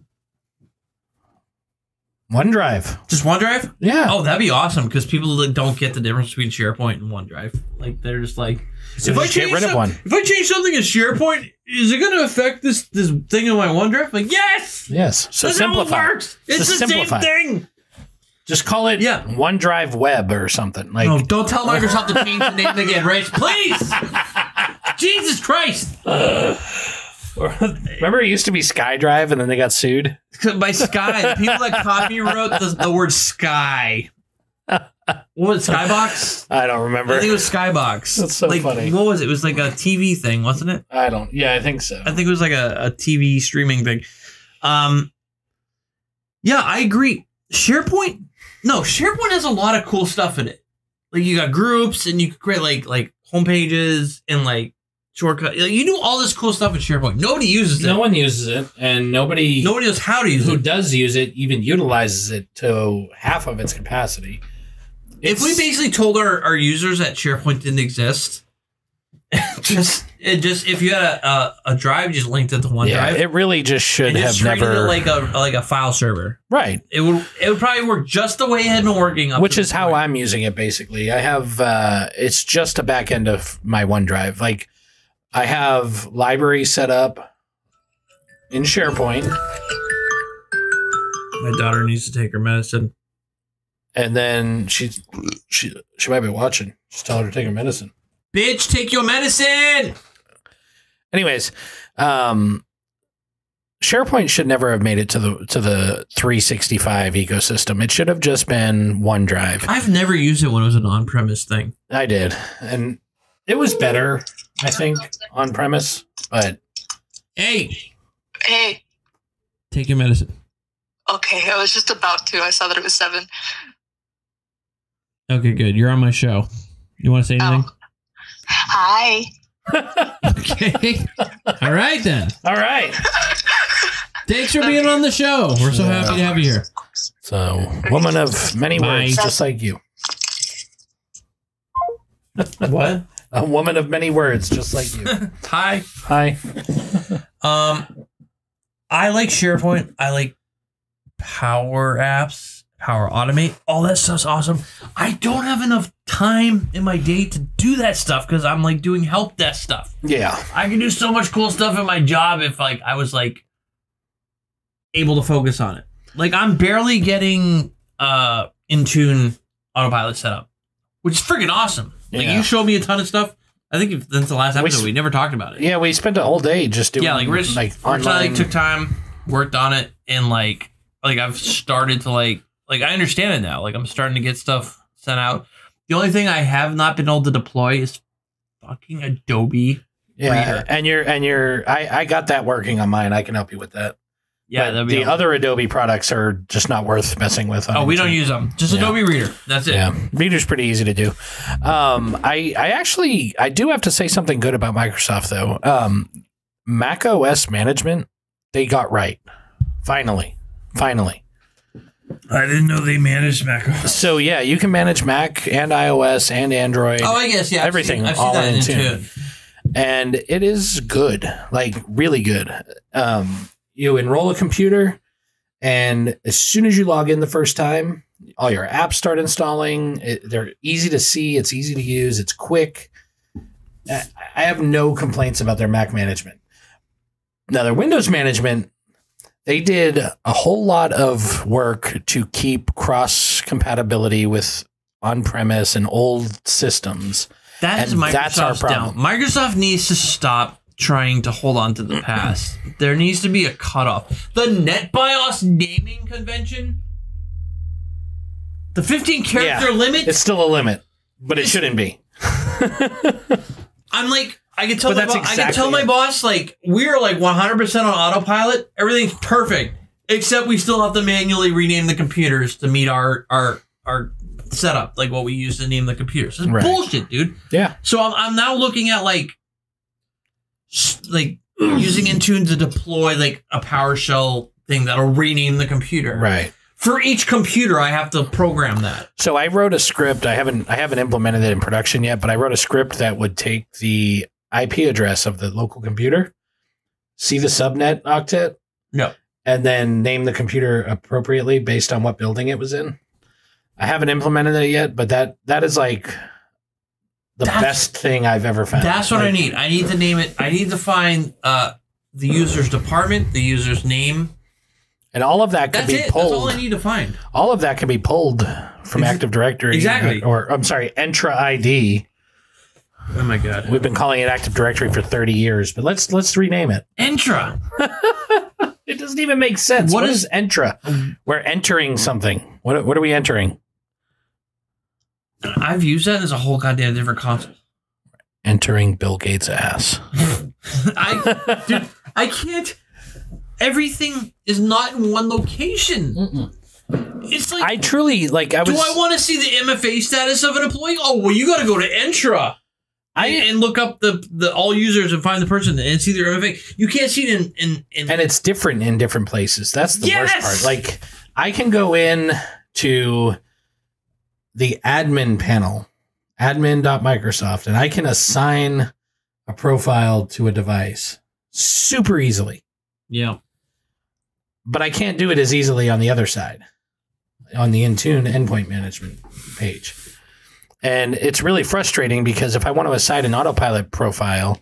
[SPEAKER 1] OneDrive.
[SPEAKER 2] Just OneDrive?
[SPEAKER 1] Yeah.
[SPEAKER 2] Oh, that'd be awesome because people that don't get the difference between SharePoint and OneDrive. Like they're just like,
[SPEAKER 1] So just get rid of
[SPEAKER 2] some-
[SPEAKER 1] one.
[SPEAKER 2] if I change something in SharePoint, is it going to affect this this thing in my OneDrive? Like yes,
[SPEAKER 1] Yes. So
[SPEAKER 2] that's
[SPEAKER 1] simplify.
[SPEAKER 2] how it works. It's
[SPEAKER 1] Just
[SPEAKER 2] the
[SPEAKER 1] simplify.
[SPEAKER 2] same thing.
[SPEAKER 1] Just call it
[SPEAKER 2] Yeah. Oh.
[SPEAKER 1] OneDrive Web or something. Like
[SPEAKER 2] No, don't tell Microsoft to change the name <laughs> again, Rich. Please, Jesus Christ!
[SPEAKER 1] remember, it used to be SkyDrive, and then they got sued.
[SPEAKER 2] By Sky, the people that copywrote the, the word Sky. What was it, Skybox?
[SPEAKER 1] I don't remember.
[SPEAKER 2] I think it was Skybox.
[SPEAKER 1] That's so
[SPEAKER 2] like,
[SPEAKER 1] funny.
[SPEAKER 2] What was it? It was like a TV thing, wasn't it?
[SPEAKER 1] I don't. Yeah, I think so.
[SPEAKER 2] I think it was like a, a TV streaming thing. Um, yeah, I agree. SharePoint, no, SharePoint has a lot of cool stuff in it. Like you got groups, and you can create like like homepages and like shortcut. Like, you do all this cool stuff in SharePoint. Nobody uses it.
[SPEAKER 1] No one uses it, and nobody
[SPEAKER 2] Nobody knows how to use
[SPEAKER 1] who
[SPEAKER 2] it.
[SPEAKER 1] does use it even utilizes it to half of its capacity.
[SPEAKER 2] If we
[SPEAKER 1] It's-
[SPEAKER 2] basically told our, our users that SharePoint didn't exist, <laughs> just it just if you had a, a, a drive, just linked it to OneDrive.
[SPEAKER 1] yeah, it really just should
[SPEAKER 2] and just
[SPEAKER 1] have
[SPEAKER 2] treated
[SPEAKER 1] never
[SPEAKER 2] it like a like a file server.
[SPEAKER 1] right.
[SPEAKER 2] It would it would probably work just the way it had been working. Up
[SPEAKER 1] which
[SPEAKER 2] to
[SPEAKER 1] is
[SPEAKER 2] this
[SPEAKER 1] how
[SPEAKER 2] point.
[SPEAKER 1] I'm using it basically. I have uh, it's just a back end of my OneDrive. Like I have library set up in SharePoint,
[SPEAKER 2] my daughter needs to take her medicine.
[SPEAKER 1] and then she she she might be watching. Just tell her to take her medicine.
[SPEAKER 2] Bitch, take your medicine.
[SPEAKER 1] Anyways, um, SharePoint should never have made it to the to the 365 ecosystem. It should have just been OneDrive.
[SPEAKER 2] I've never used it when it was an on-premise thing.
[SPEAKER 1] I did, and it was better, I think, on premise,
[SPEAKER 2] <laughs>
[SPEAKER 1] but.
[SPEAKER 2] Hey,
[SPEAKER 9] Hey,
[SPEAKER 2] take your medicine.
[SPEAKER 9] okay, I was just about to. I saw that it was seven.
[SPEAKER 2] Okay, good. You're on my show. You want to say anything?
[SPEAKER 9] Oh. Hi.
[SPEAKER 2] Okay. All right then.
[SPEAKER 1] All right.
[SPEAKER 2] Thanks for being on the show. We're so happy to have you here.
[SPEAKER 1] So, woman of many
[SPEAKER 2] Bye.
[SPEAKER 1] words, just like you.
[SPEAKER 6] What?
[SPEAKER 1] A woman of many words, just like
[SPEAKER 2] <laughs>
[SPEAKER 1] you.
[SPEAKER 2] Hi.
[SPEAKER 1] Hi.
[SPEAKER 2] Um, I like SharePoint. I like Power Apps, Power Automate. All that stuff's awesome. I don't have enough time in my day to do that stuff because I'm like doing help desk stuff.
[SPEAKER 1] Yeah.
[SPEAKER 2] I can do so much cool stuff in my job if like I was like able to focus on it. Like I'm barely getting uh in tune autopilot set up, which is freaking awesome. Like
[SPEAKER 1] Yeah.
[SPEAKER 2] you showed me a ton of stuff. I think if- since the last
[SPEAKER 1] We
[SPEAKER 2] episode
[SPEAKER 1] s-
[SPEAKER 2] we, never talked about it.
[SPEAKER 1] Yeah, we spent a whole day just doing
[SPEAKER 2] yeah, like Rich,
[SPEAKER 1] like
[SPEAKER 2] Rich I,
[SPEAKER 1] online.
[SPEAKER 2] like, took time, worked on it, and like like I've started to like like I understand it now. Like I'm starting to get stuff sent out. The only thing I have not been able to deploy is fucking Adobe.
[SPEAKER 1] yeah,
[SPEAKER 2] reader.
[SPEAKER 1] and you're and you're I I got that working on mine. I can help you with that.
[SPEAKER 2] Yeah,
[SPEAKER 1] But
[SPEAKER 2] that'd be
[SPEAKER 1] the
[SPEAKER 2] awesome.
[SPEAKER 1] other Adobe products are just not worth messing with.
[SPEAKER 2] Oh, we don't
[SPEAKER 1] honestly.
[SPEAKER 2] use them. Just
[SPEAKER 1] Yeah.
[SPEAKER 2] Adobe Reader. That's it.
[SPEAKER 1] Yeah, Reader's pretty easy to do. Um, I I actually I do have to say something good about Microsoft though. Um, Mac OS management they got right. Finally, finally.
[SPEAKER 2] I didn't know they managed Mac.
[SPEAKER 1] So yeah, you can manage Mac and iOS and Android,
[SPEAKER 2] Oh, I guess yeah. I've
[SPEAKER 1] Everything,
[SPEAKER 2] seen- I've seen
[SPEAKER 1] all
[SPEAKER 2] that
[SPEAKER 1] in
[SPEAKER 2] in
[SPEAKER 1] tune. and it is good, like really good. Um, you enroll a computer, and as soon as you log in the first time, all your apps start installing. It, they're easy to see. It's easy to use. It's quick. I I have no complaints about their Mac management. Now their Windows management, they did a whole lot of work to keep cross compatibility with on-premise and old systems.
[SPEAKER 2] That is
[SPEAKER 1] And
[SPEAKER 2] Microsoft's
[SPEAKER 1] that's our problem.
[SPEAKER 2] down. Microsoft needs to stop trying to hold on
[SPEAKER 1] <clears throat>
[SPEAKER 2] to the past. there needs to be a cutoff. The NetBIOS naming convention, the 15 character limit.
[SPEAKER 1] It's still a limit, but it shouldn't be.
[SPEAKER 2] I'm like, I can tell,
[SPEAKER 1] But
[SPEAKER 2] my,
[SPEAKER 1] that's
[SPEAKER 2] bo- I can
[SPEAKER 1] exactly
[SPEAKER 2] tell my
[SPEAKER 1] it.
[SPEAKER 2] boss like we're like 100% on autopilot. Everything's perfect, except we still have to manually rename the computers to meet our our our setup, like what we use to name the computers. It's
[SPEAKER 1] Right.
[SPEAKER 2] bullshit, dude.
[SPEAKER 1] Yeah.
[SPEAKER 2] So I'm, I'm now looking at like s- like <clears throat> using Intune to deploy like a PowerShell thing that'll rename the computer.
[SPEAKER 1] Right.
[SPEAKER 2] For each computer, I have to program that.
[SPEAKER 1] So I wrote a script. I haven't I haven't implemented it in production yet, but I wrote a script that would take the IP address of the local computer, see the subnet octet,
[SPEAKER 2] Yeah.
[SPEAKER 1] and then name the computer appropriately based on what building it was in. I haven't implemented it yet, but that that is like the
[SPEAKER 2] That's-
[SPEAKER 1] best thing I've ever found.
[SPEAKER 2] That's what I
[SPEAKER 1] Like,
[SPEAKER 2] need. I need to name it. I need to find uh, the user's department, the user's name.
[SPEAKER 1] And all of that could
[SPEAKER 2] That's
[SPEAKER 1] be
[SPEAKER 2] it. That's all
[SPEAKER 1] pulled.
[SPEAKER 2] I need to find.
[SPEAKER 1] all of that can be pulled from
[SPEAKER 2] Ex-
[SPEAKER 1] Active Directory.
[SPEAKER 2] Exactly.
[SPEAKER 1] Or I'm sorry, Entra ID.
[SPEAKER 2] Oh my god.
[SPEAKER 1] We've been calling it Active Directory for 30 years, but let's let's rename it.
[SPEAKER 2] Entra.
[SPEAKER 1] It doesn't even make sense.
[SPEAKER 2] What
[SPEAKER 1] what
[SPEAKER 2] is-
[SPEAKER 1] is, Entra? We're entering something. What what are we entering?
[SPEAKER 2] I've used that as a whole goddamn different concept.
[SPEAKER 1] Entering Bill Gates' ass.
[SPEAKER 2] <laughs> I dude, I can't. Everything is not in one location. It's like.
[SPEAKER 1] I truly like I was
[SPEAKER 2] do I want to see the MFA status of an employee? Oh well, you got to go to Entra.
[SPEAKER 1] I-
[SPEAKER 2] and look up the, the all users and find the person and see their MFA. You can't see it in in, in
[SPEAKER 1] and it's different in different places. That's the worst
[SPEAKER 2] Yes!
[SPEAKER 1] part. Like I can go in to the admin panel, admin.microsoft, and I can assign a profile to a device super easily.
[SPEAKER 2] yeah.
[SPEAKER 1] But I can't do it as easily on the other side, on the Intune endpoint management page. And it's really frustrating because if I want to assign an autopilot profile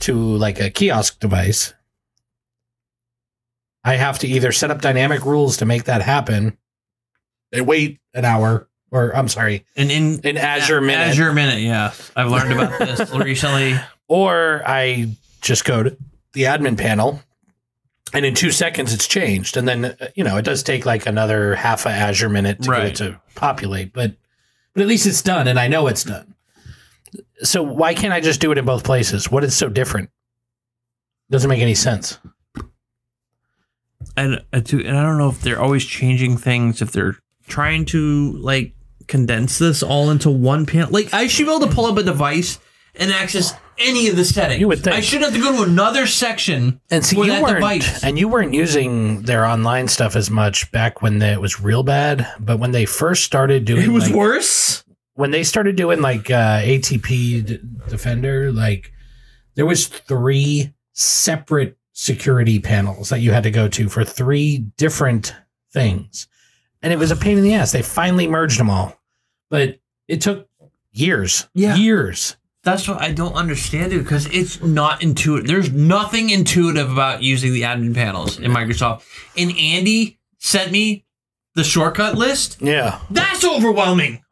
[SPEAKER 1] to like a kiosk device, I have to either set up dynamic rules to make that happen and wait an hour, or I'm sorry,
[SPEAKER 2] And in
[SPEAKER 1] an Azure minute,
[SPEAKER 2] Azure minute, yeah. I've
[SPEAKER 1] <laughs>
[SPEAKER 2] learned about this recently.
[SPEAKER 1] or I just go to the admin panel and in two seconds it's changed. And then, uh, you know, it does take like another half a Azure minute to
[SPEAKER 2] Right.
[SPEAKER 1] get it to populate, but, but at least it's done and I know it's done. So why can't I just do it in both places? What is so different? Doesn't make any sense.
[SPEAKER 2] and I do, and I don't know if they're always changing things if they're trying to like condense this all into one panel. Like I should be able to pull up a device and access any of the settings.
[SPEAKER 1] You would think.
[SPEAKER 2] I should have to go to another section
[SPEAKER 1] And see,
[SPEAKER 2] for
[SPEAKER 1] you
[SPEAKER 2] that
[SPEAKER 1] weren't,
[SPEAKER 2] device.
[SPEAKER 1] and you weren't using their online stuff as much back when it was real bad. But when they first started doing,
[SPEAKER 2] it was
[SPEAKER 1] like,
[SPEAKER 2] worse.
[SPEAKER 1] when they started doing like uh, ATP d- Defender, like there was three separate security panels that you had to go to for three different things, and it was a pain in the ass. They finally merged them all, but it took years,
[SPEAKER 2] Yeah.
[SPEAKER 1] years.
[SPEAKER 2] That's what I don't understand it because it's not intuitive. There's nothing intuitive about using the admin panels in Microsoft. And Andy sent me the shortcut list.
[SPEAKER 1] Yeah, <laughs>
[SPEAKER 2] That's overwhelming.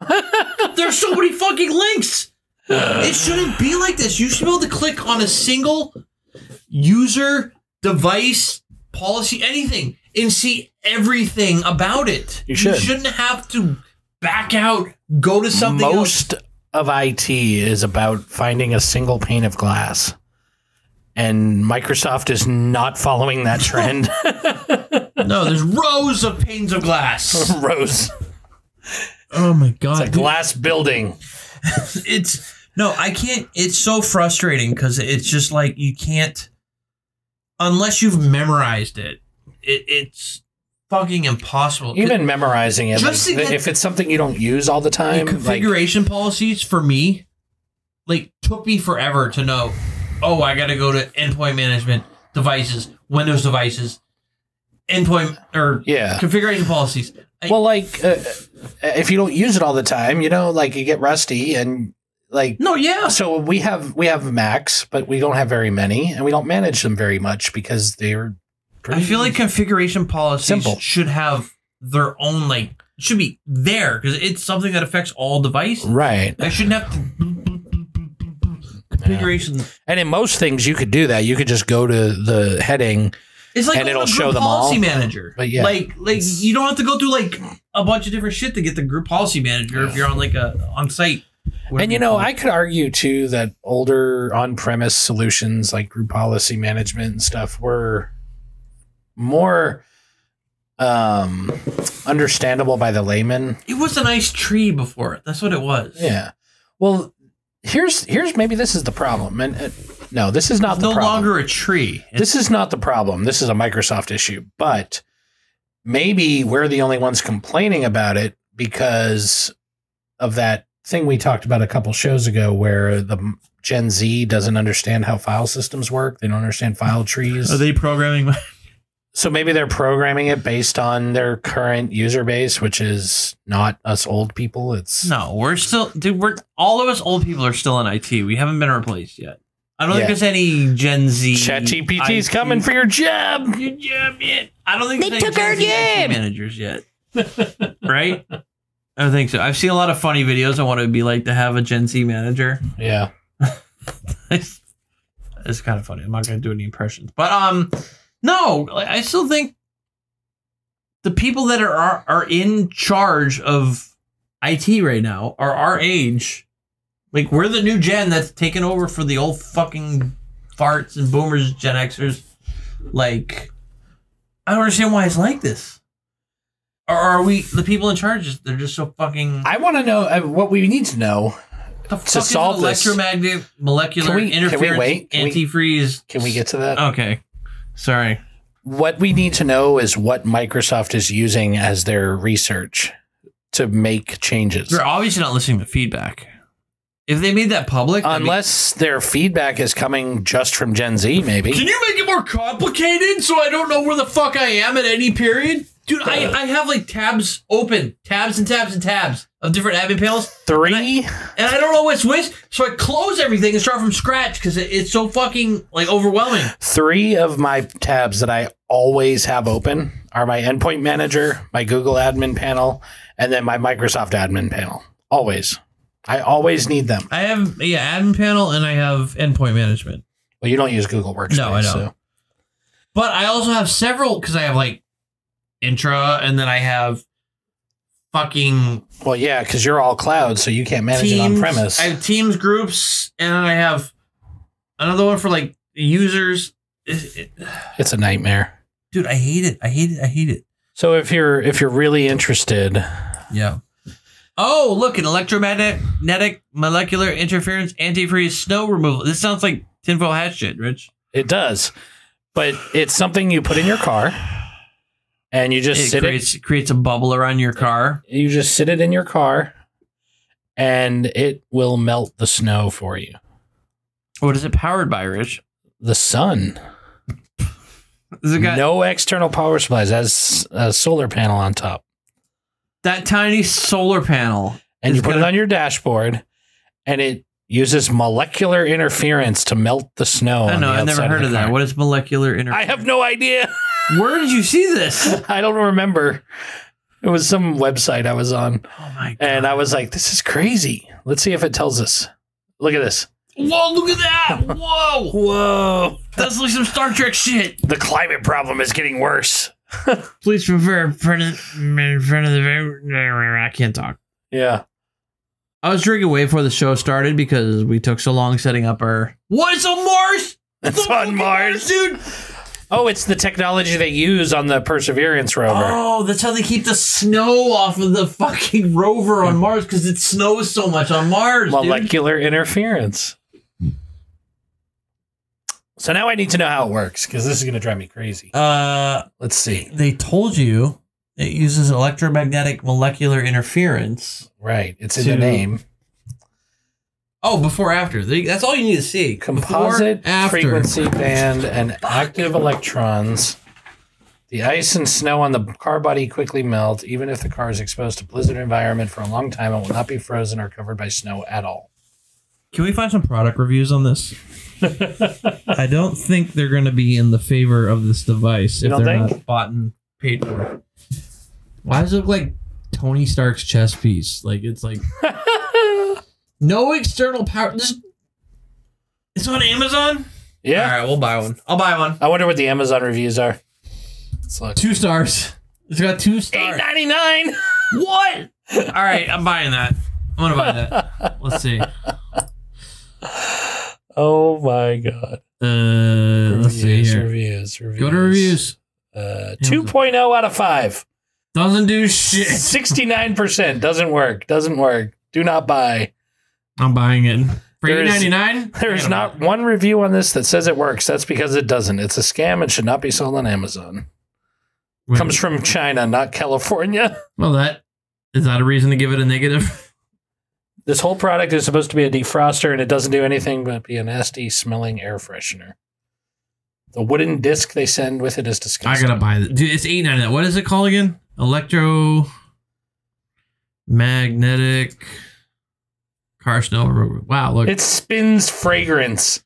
[SPEAKER 2] There's so many fucking links. It shouldn't be like this. You should be able to click on a single user, device, policy, anything, and see everything about it.
[SPEAKER 1] You should.
[SPEAKER 2] not have to back out, go to something else.
[SPEAKER 1] most of IT is about finding a single pane of glass. And Microsoft is not following that trend. <laughs>
[SPEAKER 2] No, there's rows of panes of glass.
[SPEAKER 1] Rose,
[SPEAKER 2] <laughs> oh my god.
[SPEAKER 1] a glass building.
[SPEAKER 2] it's no, I can't. It's so frustrating because it's just like you can't, unless you've memorized it. it it's fucking impossible.
[SPEAKER 1] Even memorizing it,
[SPEAKER 2] Just
[SPEAKER 1] like,
[SPEAKER 2] to get-
[SPEAKER 1] if it's something you don't use all the
[SPEAKER 2] the
[SPEAKER 1] time, like,
[SPEAKER 2] configuration policies for me, like took me forever to know. Oh, I got to go to endpoint management devices, Windows devices, endpoint or
[SPEAKER 1] yeah.
[SPEAKER 2] configuration policies. I-
[SPEAKER 1] Well, like uh, if you don't use it all the time, you know, like you get rusty and like.
[SPEAKER 2] no, yeah,
[SPEAKER 1] So we have we have Macs, but we don't have very many, and we don't manage them very much because they're.
[SPEAKER 2] I feel like configuration policies
[SPEAKER 1] Simple.
[SPEAKER 2] should have their own like should be there because it's something that affects all devices.
[SPEAKER 1] right.
[SPEAKER 2] I shouldn't have to configuration.
[SPEAKER 1] And in most things, you could do that. You could just go to the heading.
[SPEAKER 2] It's like
[SPEAKER 1] And
[SPEAKER 2] going
[SPEAKER 1] it'll
[SPEAKER 2] to
[SPEAKER 1] show
[SPEAKER 2] group
[SPEAKER 1] them all.
[SPEAKER 2] policy manager.
[SPEAKER 1] But yeah,
[SPEAKER 2] like like you don't have to go through like a bunch of different shit to get the group policy manager if you're on like a on site.
[SPEAKER 1] And you know, I could argue too that older on premise solutions like group policy management and stuff were more um, understandable by the layman.
[SPEAKER 2] it was a nice tree before it. That's what it was.
[SPEAKER 1] Yeah. Well, here's here's maybe this is the problem. And uh, no, this is not
[SPEAKER 2] it's
[SPEAKER 1] the
[SPEAKER 2] no
[SPEAKER 1] problem.
[SPEAKER 2] longer a tree.
[SPEAKER 1] this is not the problem. This is a Microsoft issue, but maybe we're the only ones complaining about it because of that thing we talked about a couple shows ago where the Gen Z doesn't understand how file systems work. They don't understand file trees.
[SPEAKER 2] Are they programming?
[SPEAKER 1] so maybe they're programming it based on their current user base, which is not us old people. It's
[SPEAKER 2] No, we're still, dude. We're all of us old people are still in IT. We haven't been replaced yet. I don't
[SPEAKER 1] Yeah.
[SPEAKER 2] think there's any Gen Z.
[SPEAKER 1] ChatGPT's
[SPEAKER 2] IT.
[SPEAKER 1] coming for your job.
[SPEAKER 2] Your job yet. I don't think
[SPEAKER 10] They
[SPEAKER 2] there's any
[SPEAKER 10] took
[SPEAKER 2] Gen
[SPEAKER 10] our
[SPEAKER 2] Z IT
[SPEAKER 10] game.
[SPEAKER 2] managers yet. <laughs> right? I don't think so. I've seen a lot of funny videos on what it would be like to have a Gen Z manager.
[SPEAKER 1] Yeah.
[SPEAKER 2] it's kind of funny. I'm not gonna do any impressions, but um, no, like, I still think the people that are are, are in charge of IT right now are our age. Like we're the new gen that's taken over for the old fucking farts and boomers, Gen Xers. Like, I don't understand why it's like this. Or are we the people in charge? They're just so fucking.
[SPEAKER 1] I want to know uh, what we need to know
[SPEAKER 2] the fuck
[SPEAKER 1] to
[SPEAKER 2] is
[SPEAKER 1] solve
[SPEAKER 2] an
[SPEAKER 1] this-
[SPEAKER 2] electromagnetic molecular
[SPEAKER 1] Can we- can we
[SPEAKER 2] interference
[SPEAKER 1] wait? Can we-
[SPEAKER 2] antifreeze?
[SPEAKER 1] Can we get to that?
[SPEAKER 2] okay, sorry.
[SPEAKER 1] what we need to know is what Microsoft is using as their research to make changes.
[SPEAKER 2] They're obviously not listening to feedback. If they made that public, that'd be-
[SPEAKER 1] Unless their feedback is coming just from Gen Z, maybe.
[SPEAKER 2] can you make it more complicated so I don't know where the fuck I am at any period? Dude, I, I have like tabs open, tabs and tabs and tabs of different admin panels,
[SPEAKER 1] Three.
[SPEAKER 2] and I don't know what's which, so I close everything and start from scratch because it, it's so fucking like overwhelming.
[SPEAKER 1] three of my tabs that I always have open are my endpoint manager, my Google admin panel, and then my Microsoft admin panel. Always. I always need them.
[SPEAKER 2] I have yeah, admin panel, and I have endpoint management.
[SPEAKER 1] Well, you don't use Google Workspace.
[SPEAKER 2] No, I don't.
[SPEAKER 1] so-
[SPEAKER 2] But I also have several because I have like intra, and then I have fucking
[SPEAKER 1] Well, yeah, because you're all cloud, so you can't manage it
[SPEAKER 2] teams.
[SPEAKER 1] on premise.
[SPEAKER 2] I have teams groups, and then I have another one for like users. It- it-
[SPEAKER 1] it's a nightmare.
[SPEAKER 2] dude, I hate it. I hate it. I hate it.
[SPEAKER 1] So if you're if you're really interested,
[SPEAKER 2] Yeah. Oh, look, an electromagnetic magnetic molecular interference antifreeze snow removal. This sounds like tinfoil hat shit, Rich.
[SPEAKER 1] it does. But it's something you put in your car and you just
[SPEAKER 2] it
[SPEAKER 1] sit
[SPEAKER 2] creates creates a bubble around your car.
[SPEAKER 1] it you just sit it in your car and it will melt the snow for you.
[SPEAKER 2] What is it powered by, Rich?
[SPEAKER 1] The sun.
[SPEAKER 2] Is it got
[SPEAKER 1] no external power supplies has a solar panel on top.
[SPEAKER 2] that tiny solar panel?
[SPEAKER 1] And you
[SPEAKER 2] It's
[SPEAKER 1] put it
[SPEAKER 2] gonna-
[SPEAKER 1] on your dashboard and it uses molecular interference to melt the snow.
[SPEAKER 2] I
[SPEAKER 1] on
[SPEAKER 2] know.
[SPEAKER 1] the
[SPEAKER 2] I've never
[SPEAKER 1] outside
[SPEAKER 2] heard of
[SPEAKER 1] the
[SPEAKER 2] that.
[SPEAKER 1] car.
[SPEAKER 2] What is molecular
[SPEAKER 1] I
[SPEAKER 2] interference?
[SPEAKER 1] have no idea. <laughs>
[SPEAKER 2] Where did you see this?
[SPEAKER 1] I don't remember. It was some website I was on.
[SPEAKER 2] <laughs> Oh my god!
[SPEAKER 1] And I was like, this is crazy. Let's see if it tells us. Look at this.
[SPEAKER 2] Whoa! Look at
[SPEAKER 1] <laughs>
[SPEAKER 2] that! Whoa! Whoa! That's like some Star Trek shit.
[SPEAKER 1] The climate problem is getting worse.
[SPEAKER 2] Please refer in front of in front of the. I can't talk.
[SPEAKER 1] Yeah. <laughs>
[SPEAKER 2] I was drinking way before the show started because we took so long setting up our. What is on Mars?
[SPEAKER 1] It's on Mars.
[SPEAKER 2] dude.
[SPEAKER 1] Oh, it's the technology they use on the Perseverance rover.
[SPEAKER 2] Oh, that's how they keep the snow off of the fucking <laughs> rover on Mars because it snows so much on Mars. dude.
[SPEAKER 1] Molecular interference. So now I need to know how it works because this is going to drive me crazy.
[SPEAKER 2] Uh,
[SPEAKER 1] Let's see.
[SPEAKER 2] they told you it uses electromagnetic molecular interference.
[SPEAKER 1] Right. It's in
[SPEAKER 2] To-
[SPEAKER 1] the name.
[SPEAKER 2] Oh, before after. They- That's all you need to see.
[SPEAKER 1] Composite
[SPEAKER 2] Before, after.
[SPEAKER 1] frequency band and active electrons. The ice and snow on the car body quickly melt. Even if the car is exposed to blizzard environment for a long time, it will not be frozen or covered by snow at all.
[SPEAKER 2] Can we find some product reviews
[SPEAKER 1] <laughs>
[SPEAKER 2] on this? I don't think they're going to be in the favor of this device
[SPEAKER 1] You
[SPEAKER 2] if
[SPEAKER 1] don't
[SPEAKER 2] they're
[SPEAKER 1] think?
[SPEAKER 2] not bought and paid for. Why does it look like Tony Stark's chess piece? Like
[SPEAKER 1] <laughs>
[SPEAKER 2] it's like no external power. This, it's on Amazon.
[SPEAKER 1] Yeah.
[SPEAKER 2] All right, we'll buy one. I'll buy one.
[SPEAKER 1] I wonder what the Amazon reviews are. Let's look.
[SPEAKER 2] Two stars. It's got two stars.
[SPEAKER 1] ninety nine.
[SPEAKER 2] What? <laughs> All right, I'm buying that. I'm gonna buy that. Let's see.
[SPEAKER 1] Oh my god.
[SPEAKER 2] Uh, let's see
[SPEAKER 1] Reviews,
[SPEAKER 2] here.
[SPEAKER 1] reviews, reviews.
[SPEAKER 2] Go to reviews.
[SPEAKER 1] Uh, 2.0 out of 5.
[SPEAKER 2] Doesn't do shit.
[SPEAKER 1] 69% doesn't work. Doesn't work. Do not buy.
[SPEAKER 2] I'm buying it. For
[SPEAKER 1] There
[SPEAKER 2] eight
[SPEAKER 1] is-
[SPEAKER 2] ninety nine.
[SPEAKER 1] <laughs> There is not one review on this that says it works. That's because it doesn't. It's a scam and should not be sold on Amazon.
[SPEAKER 2] Wait.
[SPEAKER 1] Comes from China, not California. <laughs>
[SPEAKER 2] Well, that is that a reason to give it a negative?
[SPEAKER 1] This whole product is supposed to be a defroster and it doesn't do anything but be a nasty smelling air freshener. The wooden disc they send with it is
[SPEAKER 2] I
[SPEAKER 1] disgusting.
[SPEAKER 2] gotta buy it. Dude, it's eight ninety nine. What is it called again? Electro magnetic car snow remover. Wow, look.
[SPEAKER 1] It spins fragrance.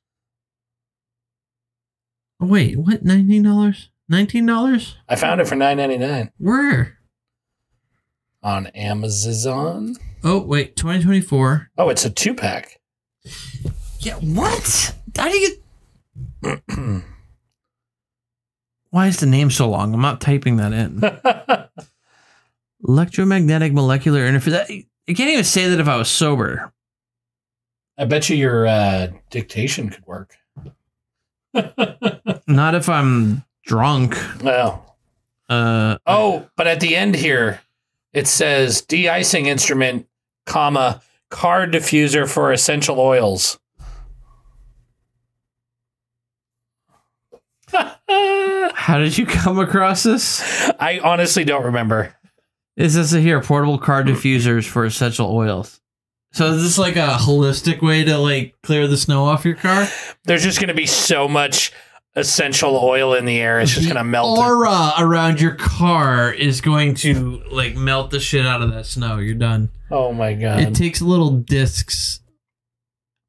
[SPEAKER 2] oh, wait, what? Nineteen dollars? Nineteen dollars?
[SPEAKER 1] I found it for nine ninety nine
[SPEAKER 2] Where?
[SPEAKER 1] on Amazon.
[SPEAKER 2] Oh wait, twenty twenty four.
[SPEAKER 1] Oh, it's a two <clears throat> pack.
[SPEAKER 2] Yeah, what? How do you get? Why is the name so long? I'm not typing that <laughs> in. Electromagnetic molecular interference. That- I can't even say that if I was sober.
[SPEAKER 1] I bet you your uh, dictation could work. <laughs>
[SPEAKER 2] Not if I'm drunk.
[SPEAKER 1] Well,
[SPEAKER 2] Uh,
[SPEAKER 1] Oh, but at the end here, it says de-icing instrument, comma car diffuser for essential oils. <laughs>
[SPEAKER 11] How did
[SPEAKER 2] <laughs>
[SPEAKER 11] you come across this?
[SPEAKER 1] I honestly don't remember.
[SPEAKER 11] Is this a here portable car diffusers for essential oils?
[SPEAKER 2] So is this like a holistic way to like clear the snow off your car?
[SPEAKER 1] There's just going to be so much essential oil in the air. It's just going to melt. it.
[SPEAKER 2] Aura around your car is going to like melt the shit out of that snow. You're done.
[SPEAKER 1] Oh my
[SPEAKER 2] It
[SPEAKER 1] god.
[SPEAKER 2] takes little discs.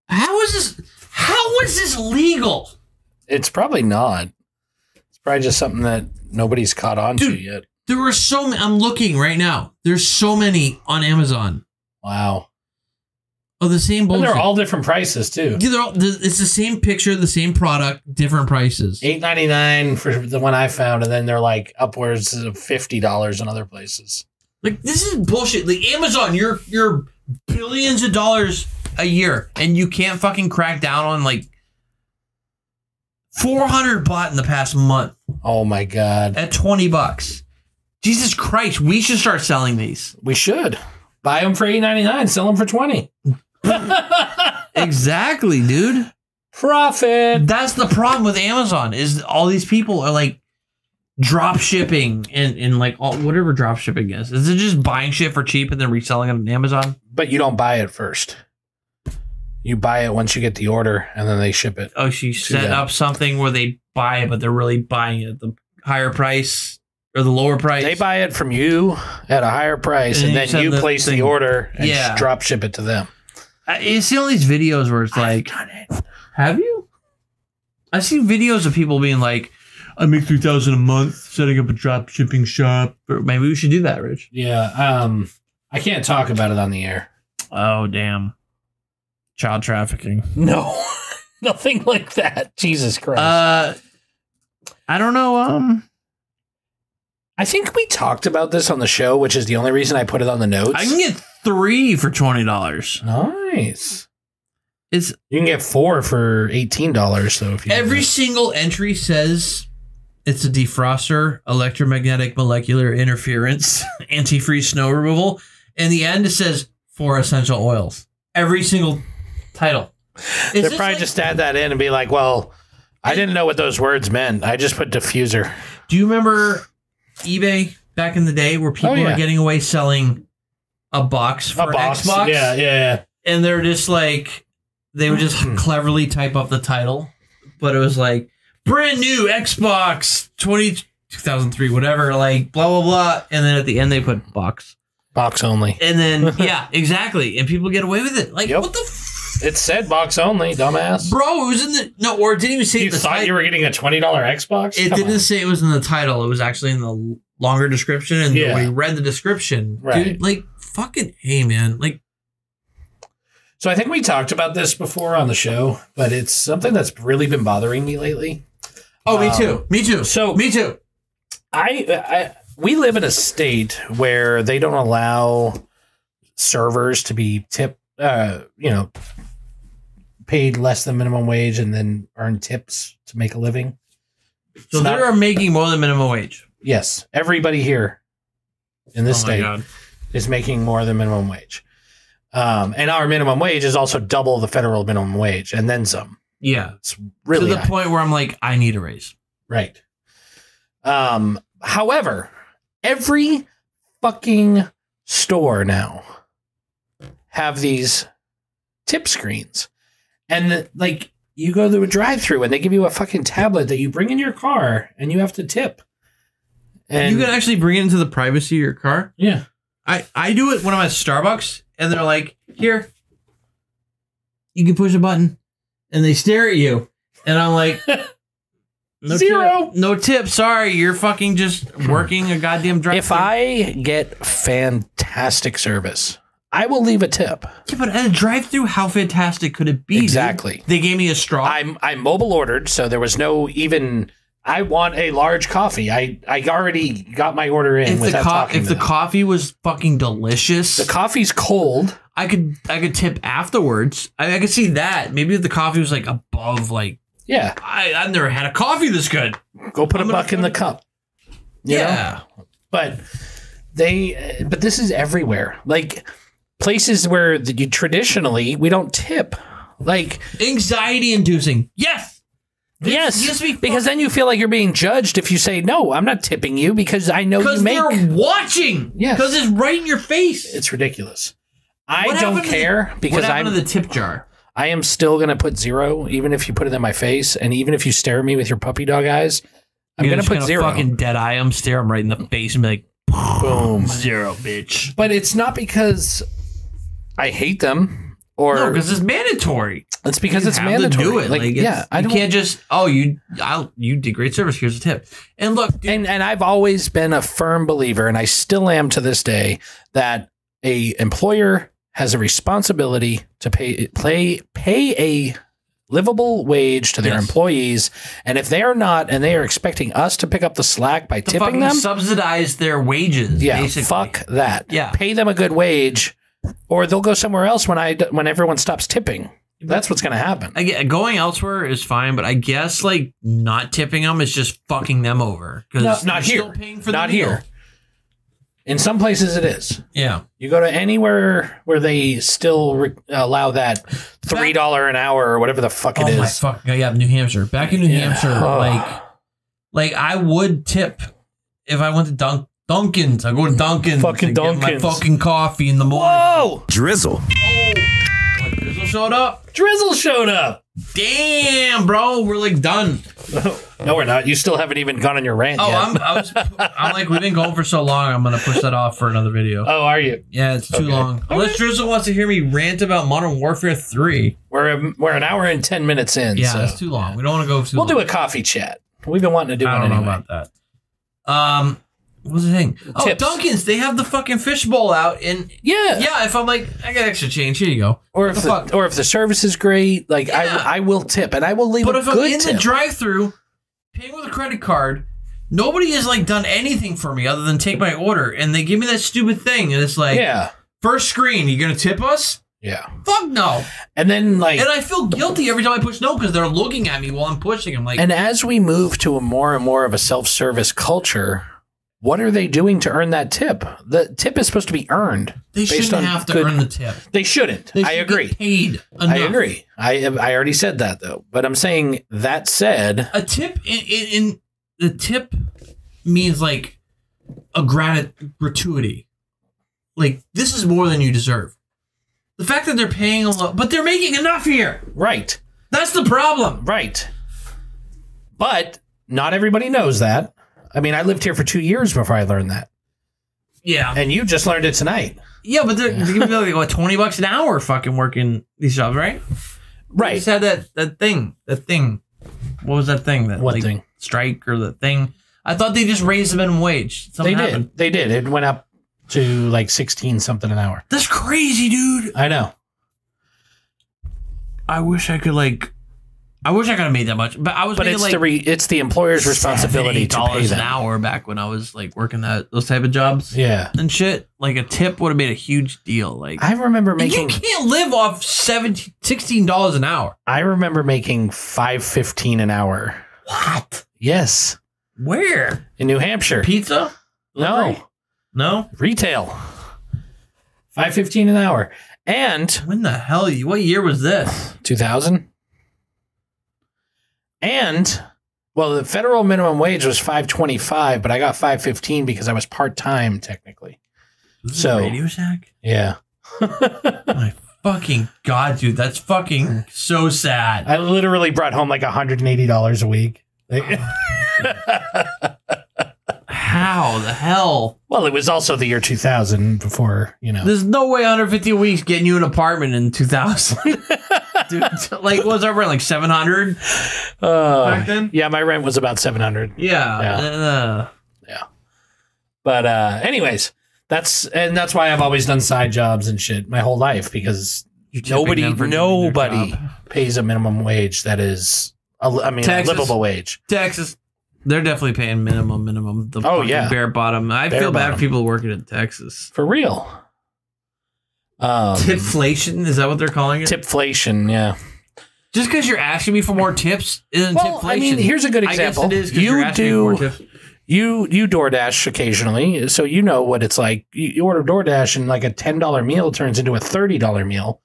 [SPEAKER 2] How is this? How is this legal?
[SPEAKER 1] It's probably not. It's probably just something that nobody's caught on to
[SPEAKER 2] Dude.
[SPEAKER 1] yet.
[SPEAKER 2] There were so many. I'm looking right now. There's so many on Amazon
[SPEAKER 1] Wow.
[SPEAKER 2] of the same
[SPEAKER 1] And
[SPEAKER 2] bullshit.
[SPEAKER 1] they're all different prices too.
[SPEAKER 2] Yeah, they're all- th- it's the same picture, the same product, different prices.
[SPEAKER 1] Eight ninety nine for the one I found, and then they're like upwards of fifty dollars in other places.
[SPEAKER 2] Like this is bullshit. Like Amazon, you're you're billions of dollars a year, and you can't fucking crack down on like 400 bought in the past month
[SPEAKER 1] Oh my god.
[SPEAKER 2] at 20 bucks. Jesus Christ, we should start selling these.
[SPEAKER 1] We should buy them for eight ninety nine, sell them for twenty.
[SPEAKER 2] exactly, dude.
[SPEAKER 1] Profit.
[SPEAKER 2] That's the problem with Amazon is all these people are like drop shipping and, and like all, whatever drop shipping is. Is it just buying shit for cheap and then reselling it on Amazon?
[SPEAKER 1] But you don't buy it first. You buy it once you get the order, and then they ship it.
[SPEAKER 2] Oh, she set
[SPEAKER 1] that.
[SPEAKER 2] up something where they buy it, but they're really buying it at the higher price or the lower price.
[SPEAKER 1] They buy it from you at a higher price,
[SPEAKER 2] And
[SPEAKER 1] and,
[SPEAKER 2] you
[SPEAKER 1] then
[SPEAKER 2] send
[SPEAKER 1] you
[SPEAKER 2] the
[SPEAKER 1] place the
[SPEAKER 2] thing.
[SPEAKER 1] order and
[SPEAKER 2] Yeah.
[SPEAKER 1] just drop ship it to them.
[SPEAKER 2] I, you see all these videos where it's like, have you?
[SPEAKER 11] I've seen videos of people being like,
[SPEAKER 2] I make three thousand a month setting up a drop shipping shop.
[SPEAKER 11] or maybe we should do that, Rich.
[SPEAKER 1] Yeah. Um. I can't talk about it on the air.
[SPEAKER 11] Oh, damn. Child trafficking.
[SPEAKER 1] No. <laughs> Nothing like that. Jesus Christ.
[SPEAKER 11] Uh, I don't know. Um,
[SPEAKER 1] I think we talked about this on the show, which is the only reason I put it on the notes.
[SPEAKER 11] I can get three for $20.
[SPEAKER 1] nice.
[SPEAKER 11] It's
[SPEAKER 1] You can get four for eighteen dollars though. If you
[SPEAKER 2] Every single entry says it's a defroster, electromagnetic molecular interference, <laughs> antifreeze snow removal. In the end, it says four essential oils. Every single title. Is
[SPEAKER 1] they're
[SPEAKER 2] this
[SPEAKER 1] probably
[SPEAKER 2] like-
[SPEAKER 1] just add that in and be like, "Well, I didn't know what those words meant. I just put diffuser."
[SPEAKER 2] Do you remember eBay back in the day where people
[SPEAKER 1] Oh, yeah.
[SPEAKER 2] were getting away selling a box for Xbox?
[SPEAKER 1] Yeah, yeah,
[SPEAKER 2] And they're just like, they would just
[SPEAKER 1] Hmm.
[SPEAKER 2] cleverly type up the title, but it was like, brand new Xbox 20, 2003, whatever, like, blah, blah, blah. And then at the end, they put box.
[SPEAKER 1] box only.
[SPEAKER 2] And
[SPEAKER 1] <laughs>
[SPEAKER 2] then, yeah, exactly. And people get away with it. Like,
[SPEAKER 1] Yep.
[SPEAKER 2] what the f-
[SPEAKER 1] It said box only, dumbass.
[SPEAKER 2] Bro, it was in the. No, or it didn't even say
[SPEAKER 1] You
[SPEAKER 2] the
[SPEAKER 1] thought
[SPEAKER 2] title.
[SPEAKER 1] you were getting a twenty dollar Xbox?
[SPEAKER 2] It
[SPEAKER 1] Come
[SPEAKER 2] didn't
[SPEAKER 1] on.
[SPEAKER 2] say it was in the title. It was actually in the l- longer description, and
[SPEAKER 1] Yeah.
[SPEAKER 2] we read the description,
[SPEAKER 1] Right.
[SPEAKER 2] dude. Like fucking, hey man, like
[SPEAKER 1] So I think we talked about this before on the show, but it's something that's really been bothering me lately.
[SPEAKER 2] oh,
[SPEAKER 1] Um,
[SPEAKER 2] me too, me too.
[SPEAKER 1] so-
[SPEAKER 2] me too.
[SPEAKER 1] I, I we live in a state where they don't allow servers to be tip, uh, you know, paid less than minimum wage and then earn tips to make a living.
[SPEAKER 2] So
[SPEAKER 1] It's
[SPEAKER 2] they
[SPEAKER 1] not-
[SPEAKER 2] are making more than minimum wage. Oh
[SPEAKER 1] yes, everybody here in this state is making more than minimum wage, um, and our minimum wage is also double the federal minimum wage and then some.
[SPEAKER 2] Yeah,
[SPEAKER 1] It's really
[SPEAKER 2] to the
[SPEAKER 1] high.
[SPEAKER 2] point where I'm like, I need a raise.
[SPEAKER 1] Right. Um, however, every fucking store now have these tip screens. And like you go to a drive through and they give you a fucking tablet that you bring in your car and you have to tip. And
[SPEAKER 2] you can actually bring it into the privacy of your car.
[SPEAKER 1] yeah.
[SPEAKER 2] I I do it when I'm at Starbucks, and they're like, here, you can push a button, and they stare at you, and I'm like.
[SPEAKER 1] <laughs>
[SPEAKER 2] No
[SPEAKER 1] Zero.
[SPEAKER 2] Tip, no tip. Sorry, you're fucking just working a goddamn drive.
[SPEAKER 1] If I get fantastic service, I will leave a tip.
[SPEAKER 2] Yeah, but at a drive-through, how fantastic could it be? dude?
[SPEAKER 1] Exactly.
[SPEAKER 2] They gave me a straw.
[SPEAKER 1] I'm I mobile ordered, so there was no even. I want a large coffee. I I already got my order in
[SPEAKER 2] if the,
[SPEAKER 1] without
[SPEAKER 2] co-
[SPEAKER 1] talking.
[SPEAKER 2] if
[SPEAKER 1] to
[SPEAKER 2] the
[SPEAKER 1] them.
[SPEAKER 2] coffee was fucking delicious,
[SPEAKER 1] the coffee's cold,
[SPEAKER 2] I could I could tip afterwards. I, I could see that. Maybe if the coffee was like above, like
[SPEAKER 1] yeah.
[SPEAKER 2] I, I've never had a coffee this good.
[SPEAKER 1] Go put a buck in the cup. you know?
[SPEAKER 2] Yeah,
[SPEAKER 1] but they. But this is everywhere. Like places where that you traditionally we don't tip. Like
[SPEAKER 2] Anxiety inducing. Yes.
[SPEAKER 1] yes,
[SPEAKER 2] used to be
[SPEAKER 1] because then you feel like you're being judged if you say no. I'm not tipping you because I know you
[SPEAKER 2] Because
[SPEAKER 1] make.
[SPEAKER 2] they're watching.
[SPEAKER 1] Yes.
[SPEAKER 2] Because it's right in your face.
[SPEAKER 1] It's ridiculous. I
[SPEAKER 2] What
[SPEAKER 1] don't
[SPEAKER 2] happened to the-
[SPEAKER 1] care
[SPEAKER 2] What
[SPEAKER 1] because I'm
[SPEAKER 2] happened to the tip jar?
[SPEAKER 1] I am still gonna put zero, even if you put it in my face, and even if you stare at me with your puppy dog eyes, I'm
[SPEAKER 2] You're
[SPEAKER 1] gonna
[SPEAKER 2] just
[SPEAKER 1] put zero.
[SPEAKER 2] Fucking dead eye him, stare him right in the face, and be like,
[SPEAKER 1] Boom.
[SPEAKER 2] <laughs> zero, bitch.
[SPEAKER 1] But it's not because I hate them or
[SPEAKER 2] No, because it's mandatory.
[SPEAKER 1] it's because
[SPEAKER 2] You
[SPEAKER 1] it's
[SPEAKER 2] have to
[SPEAKER 1] mandatory.
[SPEAKER 2] do it. Like, it's-
[SPEAKER 1] yeah, I
[SPEAKER 2] you
[SPEAKER 1] don't.
[SPEAKER 2] can't just oh you I'll, you did great service. Here's a tip. And look, dude,
[SPEAKER 1] And and I've always been a firm believer, and I still am to this day, that a employer has a responsibility to pay play pay a livable wage to their
[SPEAKER 2] Yes.
[SPEAKER 1] employees, and if they are not, and they are expecting us to pick up the slack by
[SPEAKER 2] to
[SPEAKER 1] tipping
[SPEAKER 2] fucking
[SPEAKER 1] them,
[SPEAKER 2] subsidize their wages.
[SPEAKER 1] Yeah,
[SPEAKER 2] basically.
[SPEAKER 1] fuck that.
[SPEAKER 2] Yeah.
[SPEAKER 1] pay them a good wage, or they'll go somewhere else when I when everyone stops tipping. That's what's going to happen.
[SPEAKER 2] I get, going elsewhere is fine, but I guess like not tipping them is just fucking them over.
[SPEAKER 1] No,
[SPEAKER 2] Because
[SPEAKER 1] not here.
[SPEAKER 2] paying for
[SPEAKER 1] Not
[SPEAKER 2] the meal.
[SPEAKER 1] here. In some places, it is.
[SPEAKER 2] Yeah,
[SPEAKER 1] You go to anywhere where they still re- allow that three dollar an hour or whatever the fuck it
[SPEAKER 2] oh
[SPEAKER 1] is.
[SPEAKER 2] my fucking god, yeah, New Hampshire. Back in New
[SPEAKER 1] Yeah.
[SPEAKER 2] Hampshire,
[SPEAKER 1] Oh.
[SPEAKER 2] like, like I would tip if I went to Dunk Dunkin's. I go to Dunkin's,
[SPEAKER 1] Fucking
[SPEAKER 2] and get
[SPEAKER 1] Dunkin's.
[SPEAKER 2] my fucking coffee in the morning.
[SPEAKER 1] Whoa!
[SPEAKER 4] Drizzle.
[SPEAKER 2] Like, Drizzle showed up.
[SPEAKER 1] Drizzle showed up.
[SPEAKER 2] Damn, bro, we're like done.
[SPEAKER 1] No, we're not. You still haven't even gone on your rant
[SPEAKER 2] Oh,
[SPEAKER 1] yet.
[SPEAKER 2] I'm, I was, I'm like, we've been going for so long. I'm gonna push that off for another video.
[SPEAKER 1] oh, are you?
[SPEAKER 2] Yeah, it's too long. Unless Drizzle wants to hear me rant about Modern Warfare Three.
[SPEAKER 1] We're um, we're an hour and ten minutes in.
[SPEAKER 2] Yeah,
[SPEAKER 1] so.
[SPEAKER 2] that's too long. We don't want to go too.
[SPEAKER 1] we'll
[SPEAKER 2] long.
[SPEAKER 1] do a coffee chat. We've been wanting to do
[SPEAKER 2] I
[SPEAKER 1] one
[SPEAKER 2] don't
[SPEAKER 1] anyway.
[SPEAKER 2] know about that. Um, what was the thing? Oh,
[SPEAKER 1] Tips.
[SPEAKER 2] Duncan's. They have the fucking fishbowl out, and
[SPEAKER 1] yeah,
[SPEAKER 2] yeah, if I'm like, I got extra change. Here you go.
[SPEAKER 1] or if
[SPEAKER 2] the
[SPEAKER 1] the,
[SPEAKER 2] fuck?
[SPEAKER 1] or if the service is great, like
[SPEAKER 2] Yeah.
[SPEAKER 1] I I will tip and I will leave
[SPEAKER 2] But
[SPEAKER 1] a
[SPEAKER 2] if I'm
[SPEAKER 1] good
[SPEAKER 2] in
[SPEAKER 1] tip.
[SPEAKER 2] the drive-through, paying with a credit card, nobody has like done anything for me other than take my order, and they give me that stupid thing, and it's like,
[SPEAKER 1] yeah,
[SPEAKER 2] first screen, you gonna tip us?
[SPEAKER 1] yeah.
[SPEAKER 2] Fuck no.
[SPEAKER 1] And then like
[SPEAKER 2] And
[SPEAKER 1] and,
[SPEAKER 2] I feel guilty every time I push no because they're looking at me while I'm pushing. I'm like,
[SPEAKER 1] as we move to a more and more of a self service culture, what are they doing to earn that tip? The tip is supposed to be earned.
[SPEAKER 2] they
[SPEAKER 1] based
[SPEAKER 2] shouldn't
[SPEAKER 1] on
[SPEAKER 2] have to
[SPEAKER 1] good-
[SPEAKER 2] earn the tip.
[SPEAKER 1] They shouldn't.
[SPEAKER 2] They
[SPEAKER 1] I
[SPEAKER 2] should
[SPEAKER 1] agree.
[SPEAKER 2] Get paid enough.
[SPEAKER 1] I agree. I I already said that though, but I'm saying that said,
[SPEAKER 2] a tip in, in, in the tip means like a grat- gratuity. Like this is more than you deserve. The fact that they're paying a lot, but they're making enough here.
[SPEAKER 1] right,
[SPEAKER 2] That's the problem.
[SPEAKER 1] right. But not everybody knows that. I mean, I lived here for two years before I learned that,
[SPEAKER 2] Yeah,
[SPEAKER 1] and you just learned it tonight.
[SPEAKER 2] yeah, but they're, they're giving me like what twenty bucks an hour fucking working these jobs, right? I
[SPEAKER 1] Right.
[SPEAKER 2] just had that that thing, that thing. What was that thing? That
[SPEAKER 1] What
[SPEAKER 2] like,
[SPEAKER 1] thing?
[SPEAKER 2] Strike or the thing? I thought they just raised the minimum wage. Something
[SPEAKER 1] They did.
[SPEAKER 2] happened.
[SPEAKER 1] They did. It went up to like 16 something an hour.
[SPEAKER 2] That's crazy, dude.
[SPEAKER 1] I know.
[SPEAKER 2] I wish I could like. I wish I could have made that much, but I was
[SPEAKER 1] But
[SPEAKER 2] making
[SPEAKER 1] it's
[SPEAKER 2] like
[SPEAKER 1] the re- it's the employer's responsibility to pay
[SPEAKER 2] dollars an
[SPEAKER 1] them.
[SPEAKER 2] hour back when I was like working that those type of jobs
[SPEAKER 1] Yeah.
[SPEAKER 2] and shit. Like a tip would have made a huge deal. Like
[SPEAKER 1] I remember
[SPEAKER 2] And
[SPEAKER 1] making
[SPEAKER 2] you can't live off 17 16 dollars an hour.
[SPEAKER 1] I remember making 515 an hour.
[SPEAKER 2] What?
[SPEAKER 1] Yes.
[SPEAKER 2] Where?
[SPEAKER 1] In New Hampshire.
[SPEAKER 2] Pizza?
[SPEAKER 1] No.
[SPEAKER 2] No.
[SPEAKER 1] Retail. 515 an hour. And
[SPEAKER 2] When the hell? You, what year was this?
[SPEAKER 1] 2000. And well, the federal minimum wage was 525, but I got 515 because I was part-time technically.
[SPEAKER 2] Was
[SPEAKER 1] So-
[SPEAKER 2] it Radio Shack.
[SPEAKER 1] Yeah.
[SPEAKER 2] My fucking god, dude, that's fucking so sad.
[SPEAKER 1] I literally brought home like $180 a week.
[SPEAKER 2] How the hell?
[SPEAKER 1] <laughs> well, it was also the year 2000 before, you know.
[SPEAKER 2] There's no way 150 weeks getting you an apartment in 2000. <laughs> Dude, like, was our rent like 700
[SPEAKER 1] Uh,
[SPEAKER 2] back then?
[SPEAKER 1] yeah, my rent was about 700.
[SPEAKER 2] Yeah.
[SPEAKER 1] Yeah.
[SPEAKER 2] Uh,
[SPEAKER 1] But uh anyways, that's and that's why I've always done side jobs and shit my whole life because nobody
[SPEAKER 2] them for doing their
[SPEAKER 1] nobody
[SPEAKER 2] job.
[SPEAKER 1] pays a minimum wage that is a, I mean
[SPEAKER 2] Taxes.
[SPEAKER 1] a livable wage.
[SPEAKER 2] Texas, they're definitely paying minimum, minimum. The
[SPEAKER 1] Oh,
[SPEAKER 2] fucking
[SPEAKER 1] yeah.
[SPEAKER 2] bare bottom. I
[SPEAKER 1] Bare
[SPEAKER 2] feel bad
[SPEAKER 1] bottom.
[SPEAKER 2] for people working in Texas.
[SPEAKER 1] For real. Um,
[SPEAKER 2] Tipflation, is that what they're calling
[SPEAKER 1] <laughs>
[SPEAKER 2] it?
[SPEAKER 1] tipflation, yeah.
[SPEAKER 2] Just because you're asking me for more tips isn't
[SPEAKER 1] Well,
[SPEAKER 2] tipflation.
[SPEAKER 1] I mean, here's a good
[SPEAKER 2] I guess
[SPEAKER 1] example.
[SPEAKER 2] it is 'cause
[SPEAKER 1] You
[SPEAKER 2] you're asking me
[SPEAKER 1] do-
[SPEAKER 2] for more tips.
[SPEAKER 1] you you DoorDash occasionally, so you know what it's like. You, you order DoorDash and like a ten dollar meal turns into a thirty dollar meal,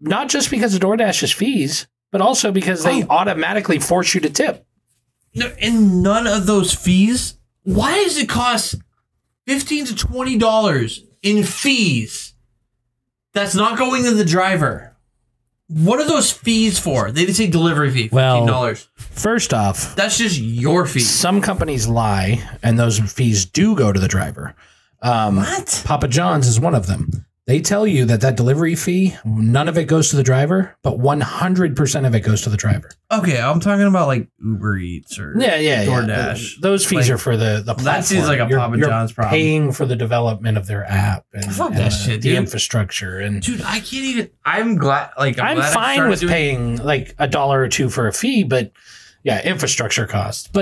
[SPEAKER 1] not just because of DoorDash's fees, but also because they automatically force you to tip.
[SPEAKER 2] No, and none of those fees. Why does it cost fifteen to twenty dollars in fees? That's not going to the driver. What are those fees for? They didn't say delivery fee.
[SPEAKER 12] Well-
[SPEAKER 2] Fifteen dollars.
[SPEAKER 1] First off,
[SPEAKER 2] That's just your fee.
[SPEAKER 1] some companies lie, and those fees do go to the driver. Um,
[SPEAKER 2] What?
[SPEAKER 1] Papa John's is one of them. They tell you that that delivery fee, none of it goes to the driver, but 100% of it goes to the driver.
[SPEAKER 2] Okay, I'm talking about like Uber Eats or
[SPEAKER 1] Yeah, yeah, yeah.
[SPEAKER 2] DoorDash.
[SPEAKER 1] Those fees
[SPEAKER 2] Like,
[SPEAKER 1] are for the the platform.
[SPEAKER 2] that seems like a
[SPEAKER 1] You're-
[SPEAKER 2] Papa
[SPEAKER 1] you're
[SPEAKER 2] John's problem.
[SPEAKER 1] Paying for the development of their app and,
[SPEAKER 2] Fuck
[SPEAKER 1] and the,
[SPEAKER 2] that shit,
[SPEAKER 1] the
[SPEAKER 2] dude.
[SPEAKER 1] infrastructure and
[SPEAKER 2] Dude, I can't even. I'm glad. Like I'm,
[SPEAKER 1] I'm,
[SPEAKER 2] glad I
[SPEAKER 1] fine
[SPEAKER 2] started
[SPEAKER 1] with
[SPEAKER 2] doing-
[SPEAKER 1] paying like a dollar or two for a fee, but yeah, infrastructure costs.
[SPEAKER 2] <laughs>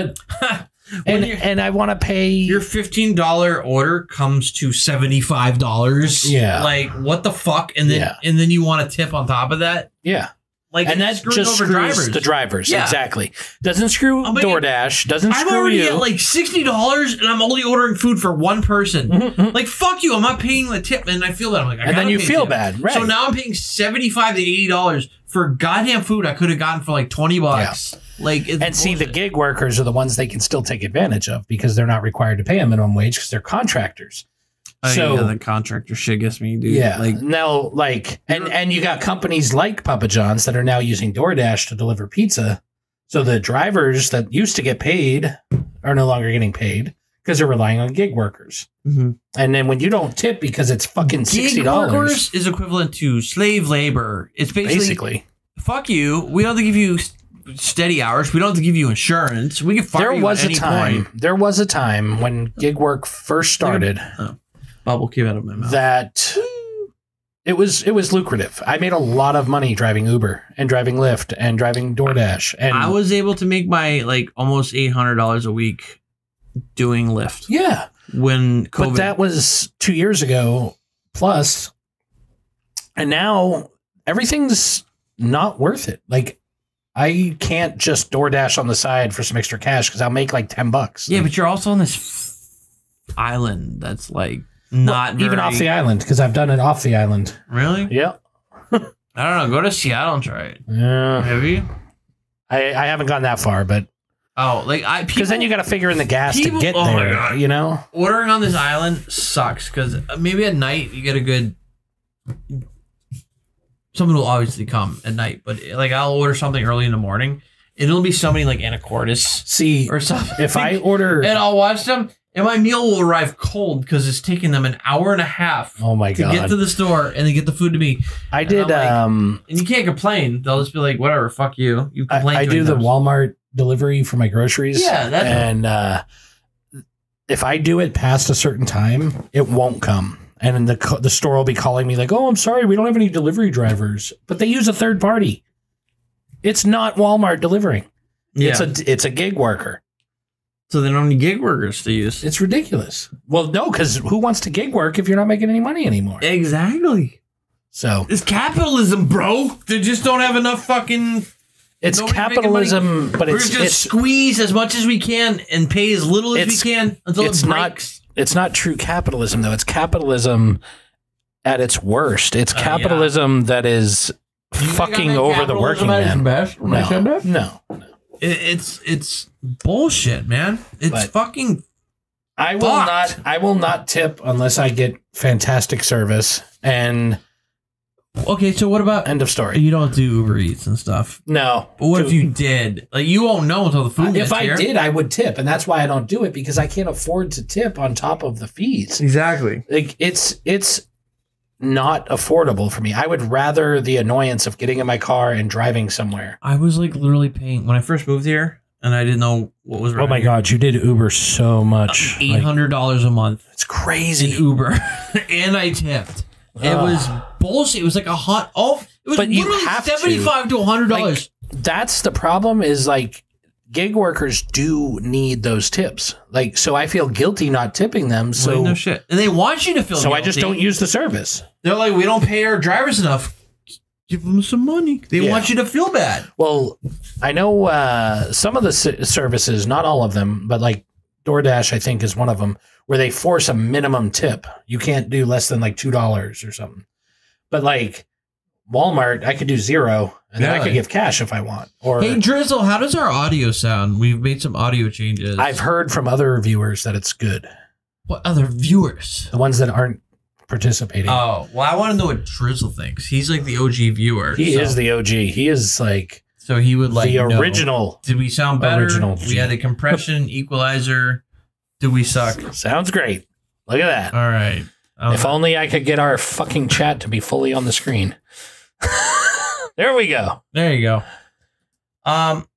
[SPEAKER 1] But and,
[SPEAKER 2] you're-
[SPEAKER 1] and I want to pay
[SPEAKER 2] Your fifteen dollar order comes to seventy five dollars.
[SPEAKER 1] Yeah.
[SPEAKER 2] Like what the fuck? And then
[SPEAKER 1] Yeah.
[SPEAKER 2] and then you want a tip on top of that?
[SPEAKER 1] yeah,
[SPEAKER 2] Like
[SPEAKER 1] and that
[SPEAKER 2] screws
[SPEAKER 1] just screws the drivers
[SPEAKER 2] Yeah. Oh,
[SPEAKER 1] exactly. Doesn't screw
[SPEAKER 2] I'm making-
[SPEAKER 1] DoorDash. Doesn't
[SPEAKER 2] I'm
[SPEAKER 1] screw
[SPEAKER 2] already
[SPEAKER 1] you. <laughs>
[SPEAKER 2] at like sixty dollars, and I'm only ordering food for one person.
[SPEAKER 1] <laughs>
[SPEAKER 2] Like fuck you! I'm not paying the tip, and I feel that I'm like, I
[SPEAKER 1] and then
[SPEAKER 2] gotta
[SPEAKER 1] you
[SPEAKER 2] pay
[SPEAKER 1] feel
[SPEAKER 2] tip.
[SPEAKER 1] bad, right?
[SPEAKER 2] So now I'm paying seventy five to eighty dollars for goddamn food I could have gotten for like twenty bucks. Like it's
[SPEAKER 1] and see, the
[SPEAKER 2] bullshit.
[SPEAKER 1] gig workers are the ones they can still take advantage of because they're not required to pay a minimum wage because they're contractors. so
[SPEAKER 13] yeah, the contractor shit gets me, dude.
[SPEAKER 1] yeah,
[SPEAKER 13] like
[SPEAKER 1] now like and and you got companies like Papa John's that are now using DoorDash to deliver pizza. So the drivers that used to get paid are no longer getting paid because they're relying on gig workers.
[SPEAKER 13] Mhm.
[SPEAKER 1] And then when you don't tip because it's fucking Mm-hmm. sixty
[SPEAKER 2] Gig
[SPEAKER 1] dollars,
[SPEAKER 2] workers is equivalent to slave labor. It's basically
[SPEAKER 1] basically,
[SPEAKER 2] fuck you. We don't have to give you s- steady hours. We don't have to give you insurance. We can fire
[SPEAKER 1] there
[SPEAKER 2] you
[SPEAKER 1] was
[SPEAKER 2] at
[SPEAKER 1] a
[SPEAKER 2] any
[SPEAKER 1] time.
[SPEAKER 2] point.
[SPEAKER 1] There was a time when gig work first started.
[SPEAKER 2] Bubble came out of my mouth.
[SPEAKER 1] that it was it was lucrative. I made a lot of money driving Uber and driving Lyft and driving DoorDash and
[SPEAKER 2] I was able to make my like almost eight hundred dollars a week doing Lyft
[SPEAKER 1] yeah,
[SPEAKER 2] when COVID.
[SPEAKER 1] but that was 2 years ago plus and now everything's not worth it. Like I can't just DoorDash on the side for some extra cash cuz I'll make like 10 bucks.
[SPEAKER 2] yeah, but you're also on this f- island that's like not
[SPEAKER 1] even
[SPEAKER 2] very-
[SPEAKER 1] off the island cuz I've done it off the island.
[SPEAKER 2] really.
[SPEAKER 1] Yeah.
[SPEAKER 2] I don't know. Go to Seattle and try it.
[SPEAKER 1] Yeah.
[SPEAKER 2] Have you?
[SPEAKER 1] I, I haven't gone that far, but
[SPEAKER 2] Oh, like I
[SPEAKER 1] because then you got to figure in the gas
[SPEAKER 2] people-
[SPEAKER 1] to get
[SPEAKER 2] oh my
[SPEAKER 1] there,
[SPEAKER 2] God.
[SPEAKER 1] you know.
[SPEAKER 2] ordering on this island sucks because maybe at night you get a good. Someone will obviously come at night, but like I'll order something early in the morning, and it'll be somebody like Anacortes
[SPEAKER 1] See,
[SPEAKER 2] or something.
[SPEAKER 1] if I order,
[SPEAKER 2] and I'll watch them, and my meal will arrive cold because it's taking them an hour and a half
[SPEAKER 1] oh my
[SPEAKER 2] to
[SPEAKER 1] god,
[SPEAKER 2] get to the store and then get the food to me.
[SPEAKER 1] I did.
[SPEAKER 2] I'm like-
[SPEAKER 1] um,
[SPEAKER 2] And you can't complain; they'll just be like, "Whatever, fuck you." You
[SPEAKER 1] I,
[SPEAKER 2] complain.
[SPEAKER 1] I
[SPEAKER 2] to
[SPEAKER 1] do the
[SPEAKER 2] them.
[SPEAKER 1] Walmart delivery for my groceries.
[SPEAKER 2] Yeah, that's-
[SPEAKER 1] and uh, if I do it past a certain time, it won't come. And then the co- the store will be calling me like, "Oh, I'm sorry, we don't have any delivery drivers." But they use a third party. It's not Walmart delivering.
[SPEAKER 2] yeah.
[SPEAKER 1] It's a it's a gig worker.
[SPEAKER 2] so they don't need gig workers to use.
[SPEAKER 1] It's ridiculous. Well, no, because who wants to gig work if you're not making any money anymore?
[SPEAKER 2] Exactly.
[SPEAKER 1] So
[SPEAKER 2] It's capitalism, bro. They just don't have enough fucking.
[SPEAKER 1] it's
[SPEAKER 2] Nobody's making money.
[SPEAKER 1] capitalism, but
[SPEAKER 2] We're
[SPEAKER 1] it's
[SPEAKER 2] just
[SPEAKER 1] it's
[SPEAKER 2] squeeze as much as we can and pay as little as we
[SPEAKER 1] It's-
[SPEAKER 2] can until
[SPEAKER 1] it's
[SPEAKER 2] it
[SPEAKER 1] not-
[SPEAKER 2] breaks.
[SPEAKER 1] it's not true capitalism though. It's capitalism at its worst.
[SPEAKER 2] Oh,
[SPEAKER 1] It's capitalism that is fucking over the working man. No, no.
[SPEAKER 2] It, it's it's bullshit, man. It's
[SPEAKER 1] But-
[SPEAKER 2] fucking.
[SPEAKER 1] I will
[SPEAKER 2] Fuck.
[SPEAKER 1] not. I will not tip unless I get fantastic service. And
[SPEAKER 2] Okay, so what about
[SPEAKER 1] end of story.
[SPEAKER 2] you? Don't do Uber Eats and stuff.
[SPEAKER 1] No.
[SPEAKER 2] But what if
[SPEAKER 1] Dude,
[SPEAKER 2] you did? Like you won't know until the food.
[SPEAKER 1] If
[SPEAKER 2] gets
[SPEAKER 1] I
[SPEAKER 2] here.
[SPEAKER 1] did, I would tip, and that's why I don't do it because I can't afford to tip on top of the fees.
[SPEAKER 2] exactly.
[SPEAKER 1] like it's it's not affordable for me. I would rather the annoyance of getting in my car and driving somewhere.
[SPEAKER 2] I was like literally paying when I first moved here, and I didn't know what was.
[SPEAKER 12] Oh my god, you did Uber so much.
[SPEAKER 2] Eight
[SPEAKER 12] Like,
[SPEAKER 2] hundred dollars a month.
[SPEAKER 1] It's crazy.
[SPEAKER 2] Uh, in Uber, <laughs> and I tipped. It was bullshit. It was like a hot oh, it was
[SPEAKER 1] But you
[SPEAKER 2] literally
[SPEAKER 1] have to.
[SPEAKER 2] seventy-five to, hundred dollars.
[SPEAKER 1] that's the problem is like gig workers do need those tips like so i feel guilty not tipping them so
[SPEAKER 2] no shit, and they want you to feel.
[SPEAKER 1] so i just don't
[SPEAKER 2] guilty.
[SPEAKER 1] use the service
[SPEAKER 2] They're like, we don't pay our drivers enough. Give them some money. They
[SPEAKER 1] Yeah.
[SPEAKER 2] want you to feel bad.
[SPEAKER 1] well i know uh some of the s- services not all of them but like DoorDash, I think, is one of them where they force a minimum tip. You can't do less than like two dollars or something. But like Walmart, I could do zero, and then I could
[SPEAKER 6] Really?
[SPEAKER 1] give cash if I want. Or
[SPEAKER 2] Hey Drizzle, how does our audio sound? We've made some audio changes.
[SPEAKER 1] I've heard from other viewers that it's good.
[SPEAKER 2] what other viewers?
[SPEAKER 1] The ones that aren't participating.
[SPEAKER 2] Oh well, I want to know what Drizzle thinks. He's like the OG viewer.
[SPEAKER 1] he
[SPEAKER 2] so,
[SPEAKER 1] is the OG. He is like,
[SPEAKER 2] so he would like
[SPEAKER 1] the
[SPEAKER 2] know.
[SPEAKER 1] original.
[SPEAKER 2] Did we sound better?
[SPEAKER 1] Original.
[SPEAKER 2] We had a
[SPEAKER 1] <laughs>
[SPEAKER 2] compression equalizer. Did we suck?
[SPEAKER 1] Sounds great. Look at that.
[SPEAKER 2] All right. Um,
[SPEAKER 1] If only I could get our fucking chat to be fully on the
[SPEAKER 2] <laughs>
[SPEAKER 1] screen. there we go.
[SPEAKER 2] there you go. Um.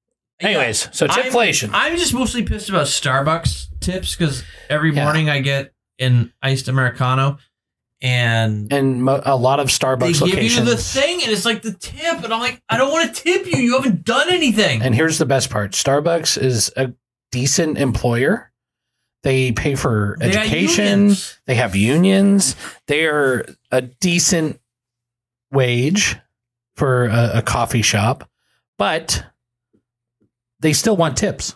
[SPEAKER 2] yeah,
[SPEAKER 1] Anyways, so
[SPEAKER 2] I'm-
[SPEAKER 1] tipflation.
[SPEAKER 2] I'm just mostly pissed about Starbucks tips because every
[SPEAKER 1] Yeah.
[SPEAKER 2] morning I get an iced americano, and
[SPEAKER 1] and mo- a lot of Starbucks
[SPEAKER 2] they give
[SPEAKER 1] locations.
[SPEAKER 2] you the thing, and it's like the tip, and I'm like, I don't want to tip you. You haven't done anything.
[SPEAKER 1] and here's the best part: Starbucks is a decent employer. They pay for
[SPEAKER 2] They got
[SPEAKER 1] education.
[SPEAKER 2] unions.
[SPEAKER 1] They have unions. They are a decent wage for a, a coffee shop, but they still want tips.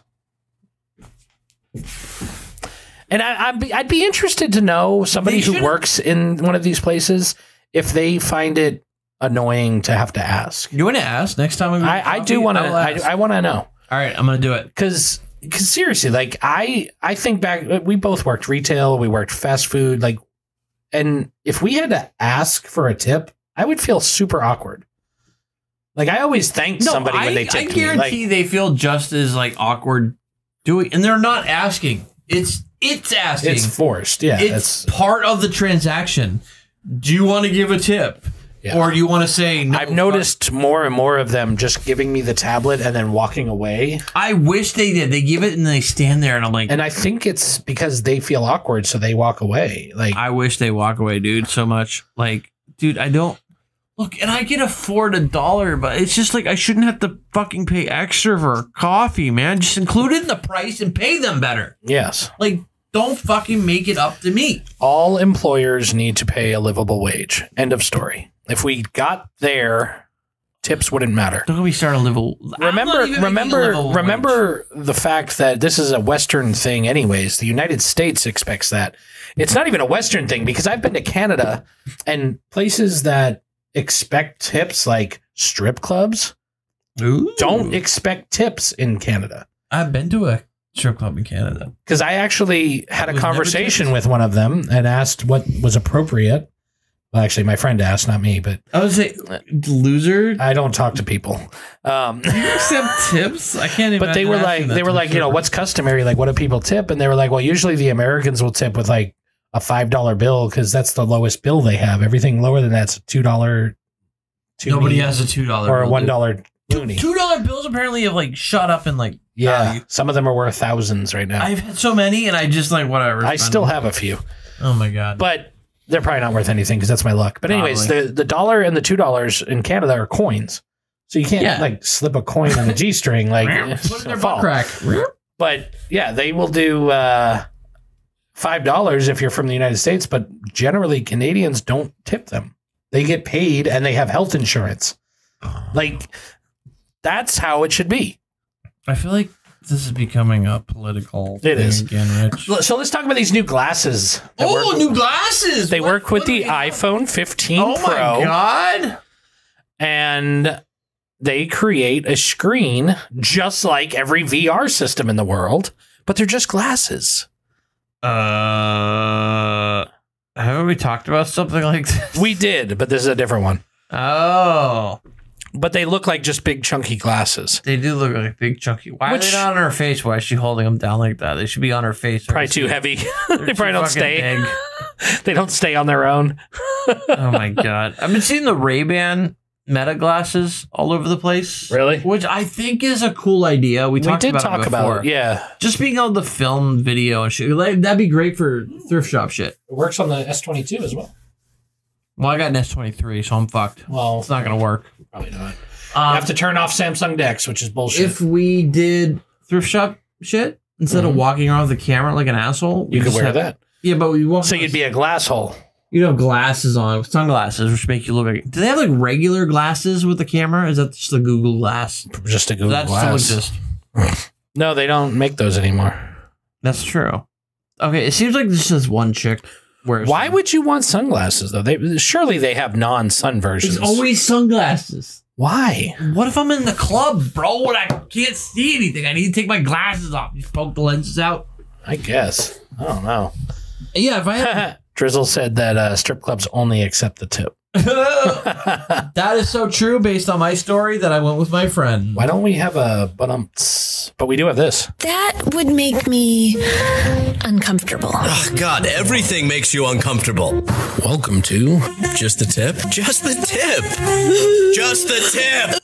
[SPEAKER 1] And I, I'd, be, I'd be interested to know somebody
[SPEAKER 2] They
[SPEAKER 1] who
[SPEAKER 2] should've-
[SPEAKER 1] works in one of these places if they find it annoying to have to ask.
[SPEAKER 2] You want to ask next time? we
[SPEAKER 1] I, I do want to. I, I want to know
[SPEAKER 2] All right, I'm gonna do it.
[SPEAKER 1] because seriously like i i think back we both worked retail we worked fast food like and if we had to ask for a tip i would feel super awkward like i always thanked somebody
[SPEAKER 2] I,
[SPEAKER 1] when they
[SPEAKER 2] I
[SPEAKER 1] tipped me
[SPEAKER 2] guarantee
[SPEAKER 1] like
[SPEAKER 2] they feel just as like awkward doing, and they're not asking. It's it's asking.
[SPEAKER 1] it's forced yeah
[SPEAKER 2] it's
[SPEAKER 1] it's
[SPEAKER 2] part of the transaction. Do you want to give a tip,
[SPEAKER 1] Yeah.
[SPEAKER 2] or do you want to say no?
[SPEAKER 1] I've noticed more and more of them just giving me the tablet and then walking away.
[SPEAKER 2] fuck- I wish they did. They give it and they stand there, and I'm like,
[SPEAKER 1] And I think it's because they feel awkward, so they walk away. Like
[SPEAKER 2] I wish they walk away, dude. So much, like, dude, I don't look, and I can afford a dollar, but it's just like I shouldn't have to fucking pay extra for coffee, man. Just include it in the price and pay them better.
[SPEAKER 1] yes.
[SPEAKER 2] Like, don't fucking make it up to me.
[SPEAKER 1] all employers need to pay a livable wage. End of story. If we got there, tips wouldn't matter.
[SPEAKER 2] Don't get me started on level. I'm not
[SPEAKER 1] Remember,
[SPEAKER 2] even making a
[SPEAKER 1] remember,
[SPEAKER 2] level wage.
[SPEAKER 1] remember the fact that this is a Western thing, anyways. The United States expects that. It's not even a Western thing because I've been to Canada and places that expect tips, like strip clubs,
[SPEAKER 2] Ooh.
[SPEAKER 1] don't expect tips in Canada.
[SPEAKER 2] I've been to a strip club in Canada.
[SPEAKER 1] because I actually had a
[SPEAKER 2] Was never
[SPEAKER 1] conversation
[SPEAKER 2] tips.
[SPEAKER 1] with one of them and asked what was appropriate. Well, actually, my friend asked, not me, but
[SPEAKER 2] I was say
[SPEAKER 1] <laughs>
[SPEAKER 2] loser.
[SPEAKER 1] I don't talk to people. Um, <laughs>
[SPEAKER 2] accept tips. I can't even.
[SPEAKER 1] but they were like, they were like, you know, what's customary? Like, what do people tip? And they were like, well, usually the Americans will tip with like a five dollar bill because that's the lowest bill they have. Everything lower than that's a two dollar,
[SPEAKER 2] nobody has a two dollar
[SPEAKER 1] or a one dollar toonie.
[SPEAKER 2] Two dollar bills apparently have like shot up and like
[SPEAKER 1] Yeah,
[SPEAKER 2] value.
[SPEAKER 1] some of them are worth thousands right now.
[SPEAKER 2] I've had so many and I just like whatever.
[SPEAKER 1] I
[SPEAKER 2] spend
[SPEAKER 1] still
[SPEAKER 2] them.
[SPEAKER 1] have a few.
[SPEAKER 2] Oh my god.
[SPEAKER 1] but they're probably not worth anything because that's my luck. But anyways,
[SPEAKER 2] Probably.
[SPEAKER 1] the the dollar and the two dollars in Canada are coins, so you can't
[SPEAKER 2] Yeah.
[SPEAKER 1] like slip a coin on the g string like it's
[SPEAKER 2] <laughs> Put it in their
[SPEAKER 1] gonna
[SPEAKER 2] butt
[SPEAKER 1] fall.
[SPEAKER 2] crack.
[SPEAKER 1] But yeah, they will do uh, five dollars if you're from the United States, but generally Canadians don't tip them. They get paid and they have health insurance. Like that's how it should be.
[SPEAKER 2] I feel like this is becoming a political
[SPEAKER 1] It
[SPEAKER 2] thing
[SPEAKER 1] is.
[SPEAKER 2] again, Rich.
[SPEAKER 1] So let's talk about these new glasses. that
[SPEAKER 2] Oh,
[SPEAKER 1] work-
[SPEAKER 2] new glasses.
[SPEAKER 1] They
[SPEAKER 2] What-
[SPEAKER 1] work with
[SPEAKER 2] what are
[SPEAKER 1] the
[SPEAKER 2] they called?
[SPEAKER 1] iPhone 15
[SPEAKER 2] Oh
[SPEAKER 1] Pro.
[SPEAKER 2] my god.
[SPEAKER 1] and they create a screen just like every VR system in the world, but they're just glasses.
[SPEAKER 2] Uh, haven't we talked about something like this?
[SPEAKER 1] We did, but this is a different one.
[SPEAKER 2] Oh,
[SPEAKER 1] But they look like just big chunky glasses.
[SPEAKER 2] they do look like big chunky. Why are
[SPEAKER 1] Which-
[SPEAKER 2] they not on her face? Why is she holding them down like that? They should be on her face.
[SPEAKER 1] Probably too heavy. <laughs> they probably don't stay.
[SPEAKER 2] Big.
[SPEAKER 1] They don't stay on their own.
[SPEAKER 2] Oh my god! I've been seeing the Ray Ban Meta glasses all over the place.
[SPEAKER 1] Really?
[SPEAKER 2] Which I think is a cool idea. We,
[SPEAKER 1] We,
[SPEAKER 2] talked
[SPEAKER 1] did
[SPEAKER 2] about
[SPEAKER 1] talk
[SPEAKER 2] it before.
[SPEAKER 1] about it. Yeah.
[SPEAKER 2] Just being able to film video and shit. Like, that'd be great for thrift shop shit.
[SPEAKER 1] It works on the S22 as well.
[SPEAKER 2] Well, I got an S twenty three, so I'm fucked.
[SPEAKER 1] Well,
[SPEAKER 2] It's not gonna work.
[SPEAKER 1] probably not. You
[SPEAKER 2] Um,
[SPEAKER 1] have to turn off Samsung Dex, which is bullshit.
[SPEAKER 2] if we did thrift shop shit instead of walking around with a camera like an asshole, we
[SPEAKER 1] Mm-hmm. you could
[SPEAKER 2] just
[SPEAKER 1] wear
[SPEAKER 2] have-
[SPEAKER 1] that.
[SPEAKER 2] Yeah, but we won't.
[SPEAKER 1] So you'd be a glass hole.
[SPEAKER 2] you'd have glasses on with sunglasses, which make you look like. Do they have like regular glasses with the camera? Is that just the Google Glass?
[SPEAKER 1] Just a Google
[SPEAKER 2] that
[SPEAKER 1] Glass.
[SPEAKER 2] still exists.
[SPEAKER 1] no, they don't make those anymore.
[SPEAKER 2] That's true. Okay, it seems like this is one chick. Where
[SPEAKER 1] Why would you want sunglasses though? They surely they have non-sun versions.
[SPEAKER 2] it's always sunglasses?
[SPEAKER 1] Why?
[SPEAKER 2] What if I'm in the club, bro, and I can't see anything? I need to take my glasses off. Just poke the lenses out.
[SPEAKER 1] I guess. I don't know.
[SPEAKER 2] Yeah, if I had, <laughs>
[SPEAKER 1] Drizzle said that uh, strip clubs only accept the tip.
[SPEAKER 2] that is so true based on my story that I went with my friend.
[SPEAKER 1] Why don't we have a but um tss? but we do have this.
[SPEAKER 14] That would make me uncomfortable.
[SPEAKER 15] God, everything makes you uncomfortable.
[SPEAKER 1] Welcome to
[SPEAKER 15] Just the tip? Just the tip. Just the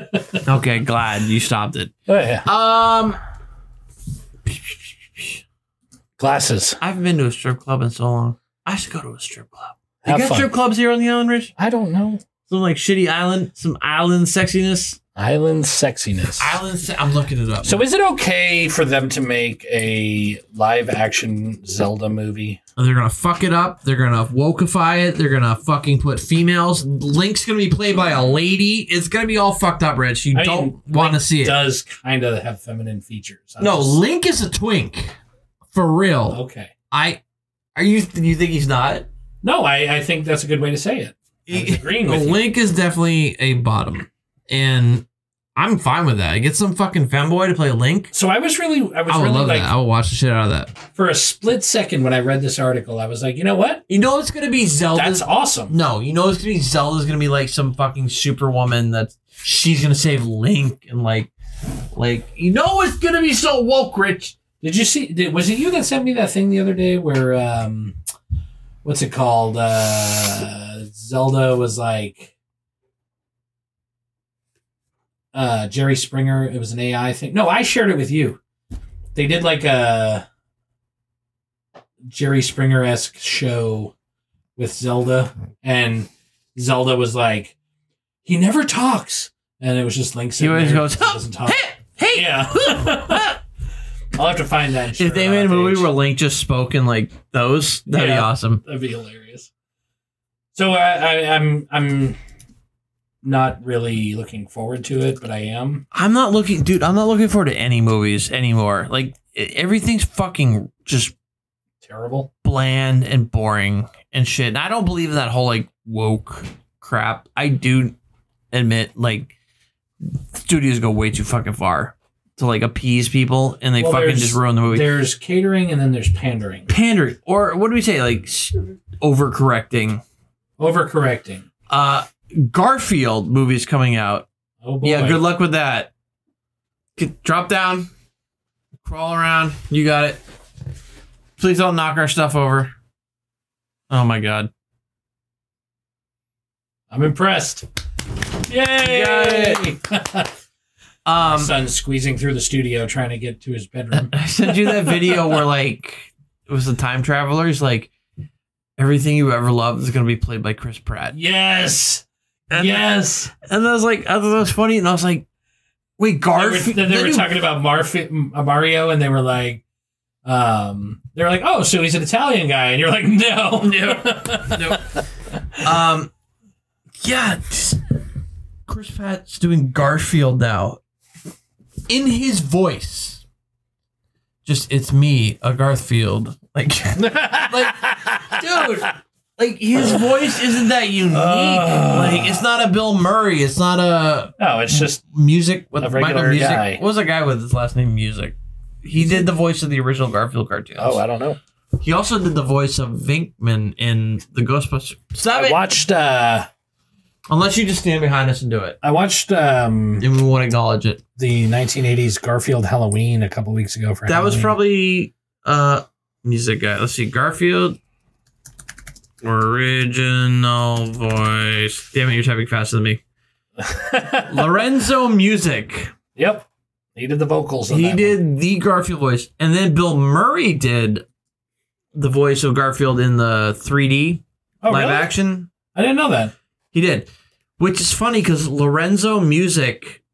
[SPEAKER 15] tip.
[SPEAKER 2] Okay, glad you stopped it.
[SPEAKER 1] oh, yeah.
[SPEAKER 2] Um,
[SPEAKER 1] glasses.
[SPEAKER 2] I haven't been to a strip club in so long. I should go to a strip club. They
[SPEAKER 1] Have
[SPEAKER 2] got
[SPEAKER 1] fun.
[SPEAKER 2] strip clubs here on the island, Rich?
[SPEAKER 1] I don't know.
[SPEAKER 2] Some like shitty island, some island sexiness.
[SPEAKER 1] Island sexiness.
[SPEAKER 2] Island. Se- I'm looking it up.
[SPEAKER 1] So is it okay for them to make a live action Zelda movie?
[SPEAKER 2] They're gonna fuck it up. They're gonna wokeify it. They're gonna fucking put females. Link's gonna be played by a lady. It's gonna be all fucked up, Rich. You
[SPEAKER 1] I mean,
[SPEAKER 2] don't want to see it.
[SPEAKER 1] does kind of have feminine features. I'm
[SPEAKER 2] No,
[SPEAKER 1] just-
[SPEAKER 2] Link is a twink, for real.
[SPEAKER 1] okay.
[SPEAKER 2] I. Are you? You think he's not?
[SPEAKER 1] No, I, I think that's a good way to say it. I was agreeing with you.
[SPEAKER 2] Link is definitely a bottom, and I'm fine with that. Get some fucking femboy to play Link.
[SPEAKER 1] So I was really, I was
[SPEAKER 2] I would
[SPEAKER 1] really
[SPEAKER 2] love
[SPEAKER 1] like,
[SPEAKER 2] that. I would watch the shit out of that.
[SPEAKER 1] for a split second when I read this article, I was like, you know what?
[SPEAKER 2] You know it's gonna be Zelda's.
[SPEAKER 1] That's awesome.
[SPEAKER 2] no, you know it's gonna be Zelda's gonna be like some fucking superwoman that she's gonna save Link and like, like you know it's gonna be so woke, Rich.
[SPEAKER 1] Did you see? Did, was it you that sent me that thing the other day where, um, what's it called? Uh, Zelda was like, uh, Jerry Springer. It was an AI thing. No, I shared it with you. They did like a Jerry Springer esque show with Zelda, and Zelda was like, he never talks. And it was just Link. sitting
[SPEAKER 2] always
[SPEAKER 1] there,
[SPEAKER 2] goes,
[SPEAKER 1] he doesn't talk.
[SPEAKER 2] Hey, <laughs>
[SPEAKER 1] Yeah. I'll have to find that. and share
[SPEAKER 2] if they
[SPEAKER 1] it
[SPEAKER 2] made a
[SPEAKER 1] on
[SPEAKER 2] movie
[SPEAKER 1] page.
[SPEAKER 2] where Link just spoke in like those, that'd be
[SPEAKER 1] Yeah.
[SPEAKER 2] awesome.
[SPEAKER 1] that'd be hilarious. So I, I, I'm I'm not really looking forward to it, but I am.
[SPEAKER 2] I'm not looking, dude. I'm not looking forward to any movies anymore. Like e- everything's fucking just
[SPEAKER 1] Terrible.
[SPEAKER 2] bland and boring and shit. And I don't believe in that whole like woke crap. I do admit like studios go way too fucking far to like appease people and they
[SPEAKER 1] Well,
[SPEAKER 2] fucking
[SPEAKER 1] there's-
[SPEAKER 2] just ruin the movie.
[SPEAKER 1] There's catering and then there's pandering,
[SPEAKER 2] Pandering or what do we say like s- overcorrecting.
[SPEAKER 1] overcorrecting.
[SPEAKER 2] Uh Garfield movies coming out.
[SPEAKER 1] Oh boy.
[SPEAKER 2] Yeah, good luck with that. Get- Drop down, crawl around. You got it. Please don't knock our stuff over. Oh my god.
[SPEAKER 1] I'm impressed. Yay! <laughs>
[SPEAKER 2] Um
[SPEAKER 1] Son squeezing through the studio trying to get to his
[SPEAKER 2] <laughs>
[SPEAKER 1] bedroom.
[SPEAKER 2] I sent you that video where like it was the time traveler. He's like, everything you ever loved is gonna be played by Chris Pratt.
[SPEAKER 1] yes.
[SPEAKER 2] And-
[SPEAKER 1] yes.
[SPEAKER 2] And I was like, I thought that was funny, and I was like, wait,
[SPEAKER 1] They were,
[SPEAKER 2] Garfield.
[SPEAKER 1] they were talking about Marf- Mario, and they were like, um, they were like, oh, so he's an Italian guy, and you're like, <laughs> no, no, no.
[SPEAKER 2] um, yeah, just- Chris Pratt's doing Garfield now, in his voice. Just it's me, a Garfield. Like, <laughs> like, dude. Like his voice isn't
[SPEAKER 1] <laughs>
[SPEAKER 2] that unique.
[SPEAKER 1] Ah.
[SPEAKER 2] like it's not a Bill Murray. It's not a
[SPEAKER 1] <laughs> no, it's just
[SPEAKER 2] music with
[SPEAKER 1] A
[SPEAKER 2] Michael
[SPEAKER 1] regular
[SPEAKER 2] Music.
[SPEAKER 1] guy.
[SPEAKER 2] What was a guy with his last name Music? He did the voice of the original Garfield cartoons.
[SPEAKER 1] oh, I don't know.
[SPEAKER 2] he also did the voice of Vinkman in the Ghostbusters. Stop
[SPEAKER 1] I
[SPEAKER 2] it!
[SPEAKER 1] watched, uh,
[SPEAKER 2] Unless you just stand behind us and do it,
[SPEAKER 1] I watched um,
[SPEAKER 2] and we won't acknowledge it.
[SPEAKER 1] the 1980s Garfield Halloween a couple weeks ago. For
[SPEAKER 2] That was
[SPEAKER 1] Halloween.
[SPEAKER 2] probably uh music guy. Let's see, Garfield original voice. Damn it, you're typing faster than me. Lorenzo Music.
[SPEAKER 1] <laughs> Yep, he did the vocals. On
[SPEAKER 2] he
[SPEAKER 1] that
[SPEAKER 2] did the Garfield voice, and then Bill Murray did the voice of Garfield in the 3D
[SPEAKER 1] one. Oh,
[SPEAKER 2] live
[SPEAKER 1] really?
[SPEAKER 2] action.
[SPEAKER 1] I didn't know that.
[SPEAKER 2] He did, which is funny because Lorenzo Music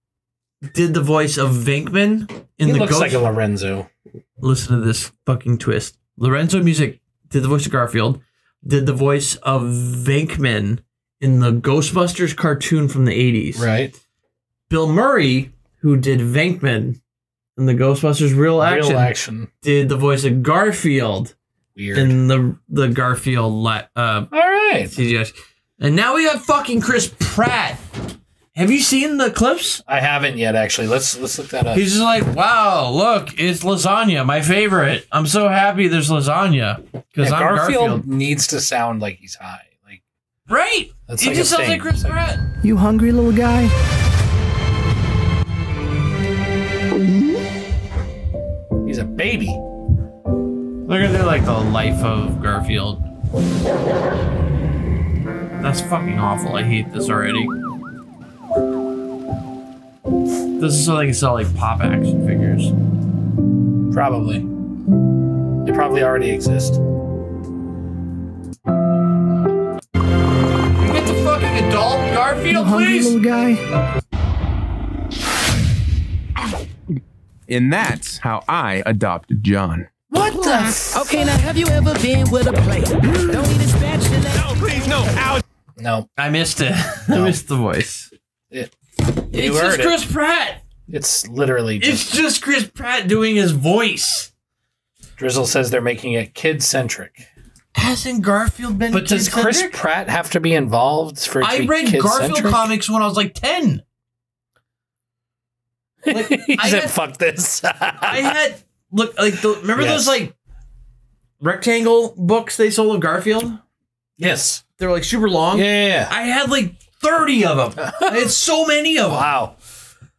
[SPEAKER 2] did the voice of Vinkman in
[SPEAKER 1] he
[SPEAKER 2] the
[SPEAKER 1] looks
[SPEAKER 2] Ghost.
[SPEAKER 1] like a Lorenzo.
[SPEAKER 2] Listen to this fucking twist. Lorenzo Music did the voice of Garfield, did the voice of Vinkman in the Ghostbusters cartoon from the 80s.
[SPEAKER 1] Right.
[SPEAKER 2] Bill Murray, who did Venkman in in the Ghostbusters real action,
[SPEAKER 1] Real action.
[SPEAKER 2] did the voice of Garfield
[SPEAKER 1] Weird.
[SPEAKER 2] in the the Garfield li- uh,
[SPEAKER 1] All right.
[SPEAKER 2] CGI. And now we got fucking Chris Pratt. Have you seen the clips?
[SPEAKER 1] I haven't yet actually. Let's let's look that up.
[SPEAKER 2] He's just like, wow, look, it's lasagna, my favorite. I'm so happy there's lasagna because
[SPEAKER 1] Yeah,
[SPEAKER 2] I'm Garfield.
[SPEAKER 1] Garfield, needs to sound like he's high. Like
[SPEAKER 2] Right?
[SPEAKER 1] that's
[SPEAKER 2] He
[SPEAKER 1] like
[SPEAKER 2] just
[SPEAKER 1] a
[SPEAKER 2] sounds
[SPEAKER 1] thing.
[SPEAKER 2] like Chris Pratt.
[SPEAKER 16] You hungry, little guy?
[SPEAKER 1] He's a baby.
[SPEAKER 2] They're gonna do like the life of Garfield. That's fucking awful. I hate this already. This is so they can sell like pop action figures.
[SPEAKER 1] Probably. They probably already exist.
[SPEAKER 2] Can we Get the fucking adult Garfield,
[SPEAKER 16] Hungry,
[SPEAKER 2] please.
[SPEAKER 16] little guy?
[SPEAKER 4] And that's how I adopted John.
[SPEAKER 1] What the? F-
[SPEAKER 16] Okay, now have you ever been with a player? Don't need a spatula.
[SPEAKER 1] no,
[SPEAKER 2] I missed it. <laughs> I missed the voice.
[SPEAKER 1] you
[SPEAKER 2] it's just
[SPEAKER 1] heard it.
[SPEAKER 2] Chris Pratt.
[SPEAKER 1] It's literally just
[SPEAKER 2] It's just Chris Pratt doing his voice.
[SPEAKER 1] Drizzle says they're making it kid centric.
[SPEAKER 2] Hasn't Garfield been?
[SPEAKER 1] But does Chris
[SPEAKER 2] kid-centric?
[SPEAKER 1] Pratt have to be involved for it to
[SPEAKER 2] I
[SPEAKER 1] be
[SPEAKER 2] read Garfield
[SPEAKER 1] kid-centric?
[SPEAKER 2] comics when I was like <laughs> ten.
[SPEAKER 1] <laughs> he
[SPEAKER 2] I
[SPEAKER 1] said,
[SPEAKER 2] had-
[SPEAKER 1] "Fuck this." <laughs>
[SPEAKER 2] I had look like the, remember
[SPEAKER 1] Yes.
[SPEAKER 2] those like rectangle books they sold of Garfield?
[SPEAKER 1] yes.
[SPEAKER 2] They were like super long.
[SPEAKER 1] Yeah, yeah, yeah.
[SPEAKER 2] I had like thirty of them. I had so many of them,
[SPEAKER 1] Wow.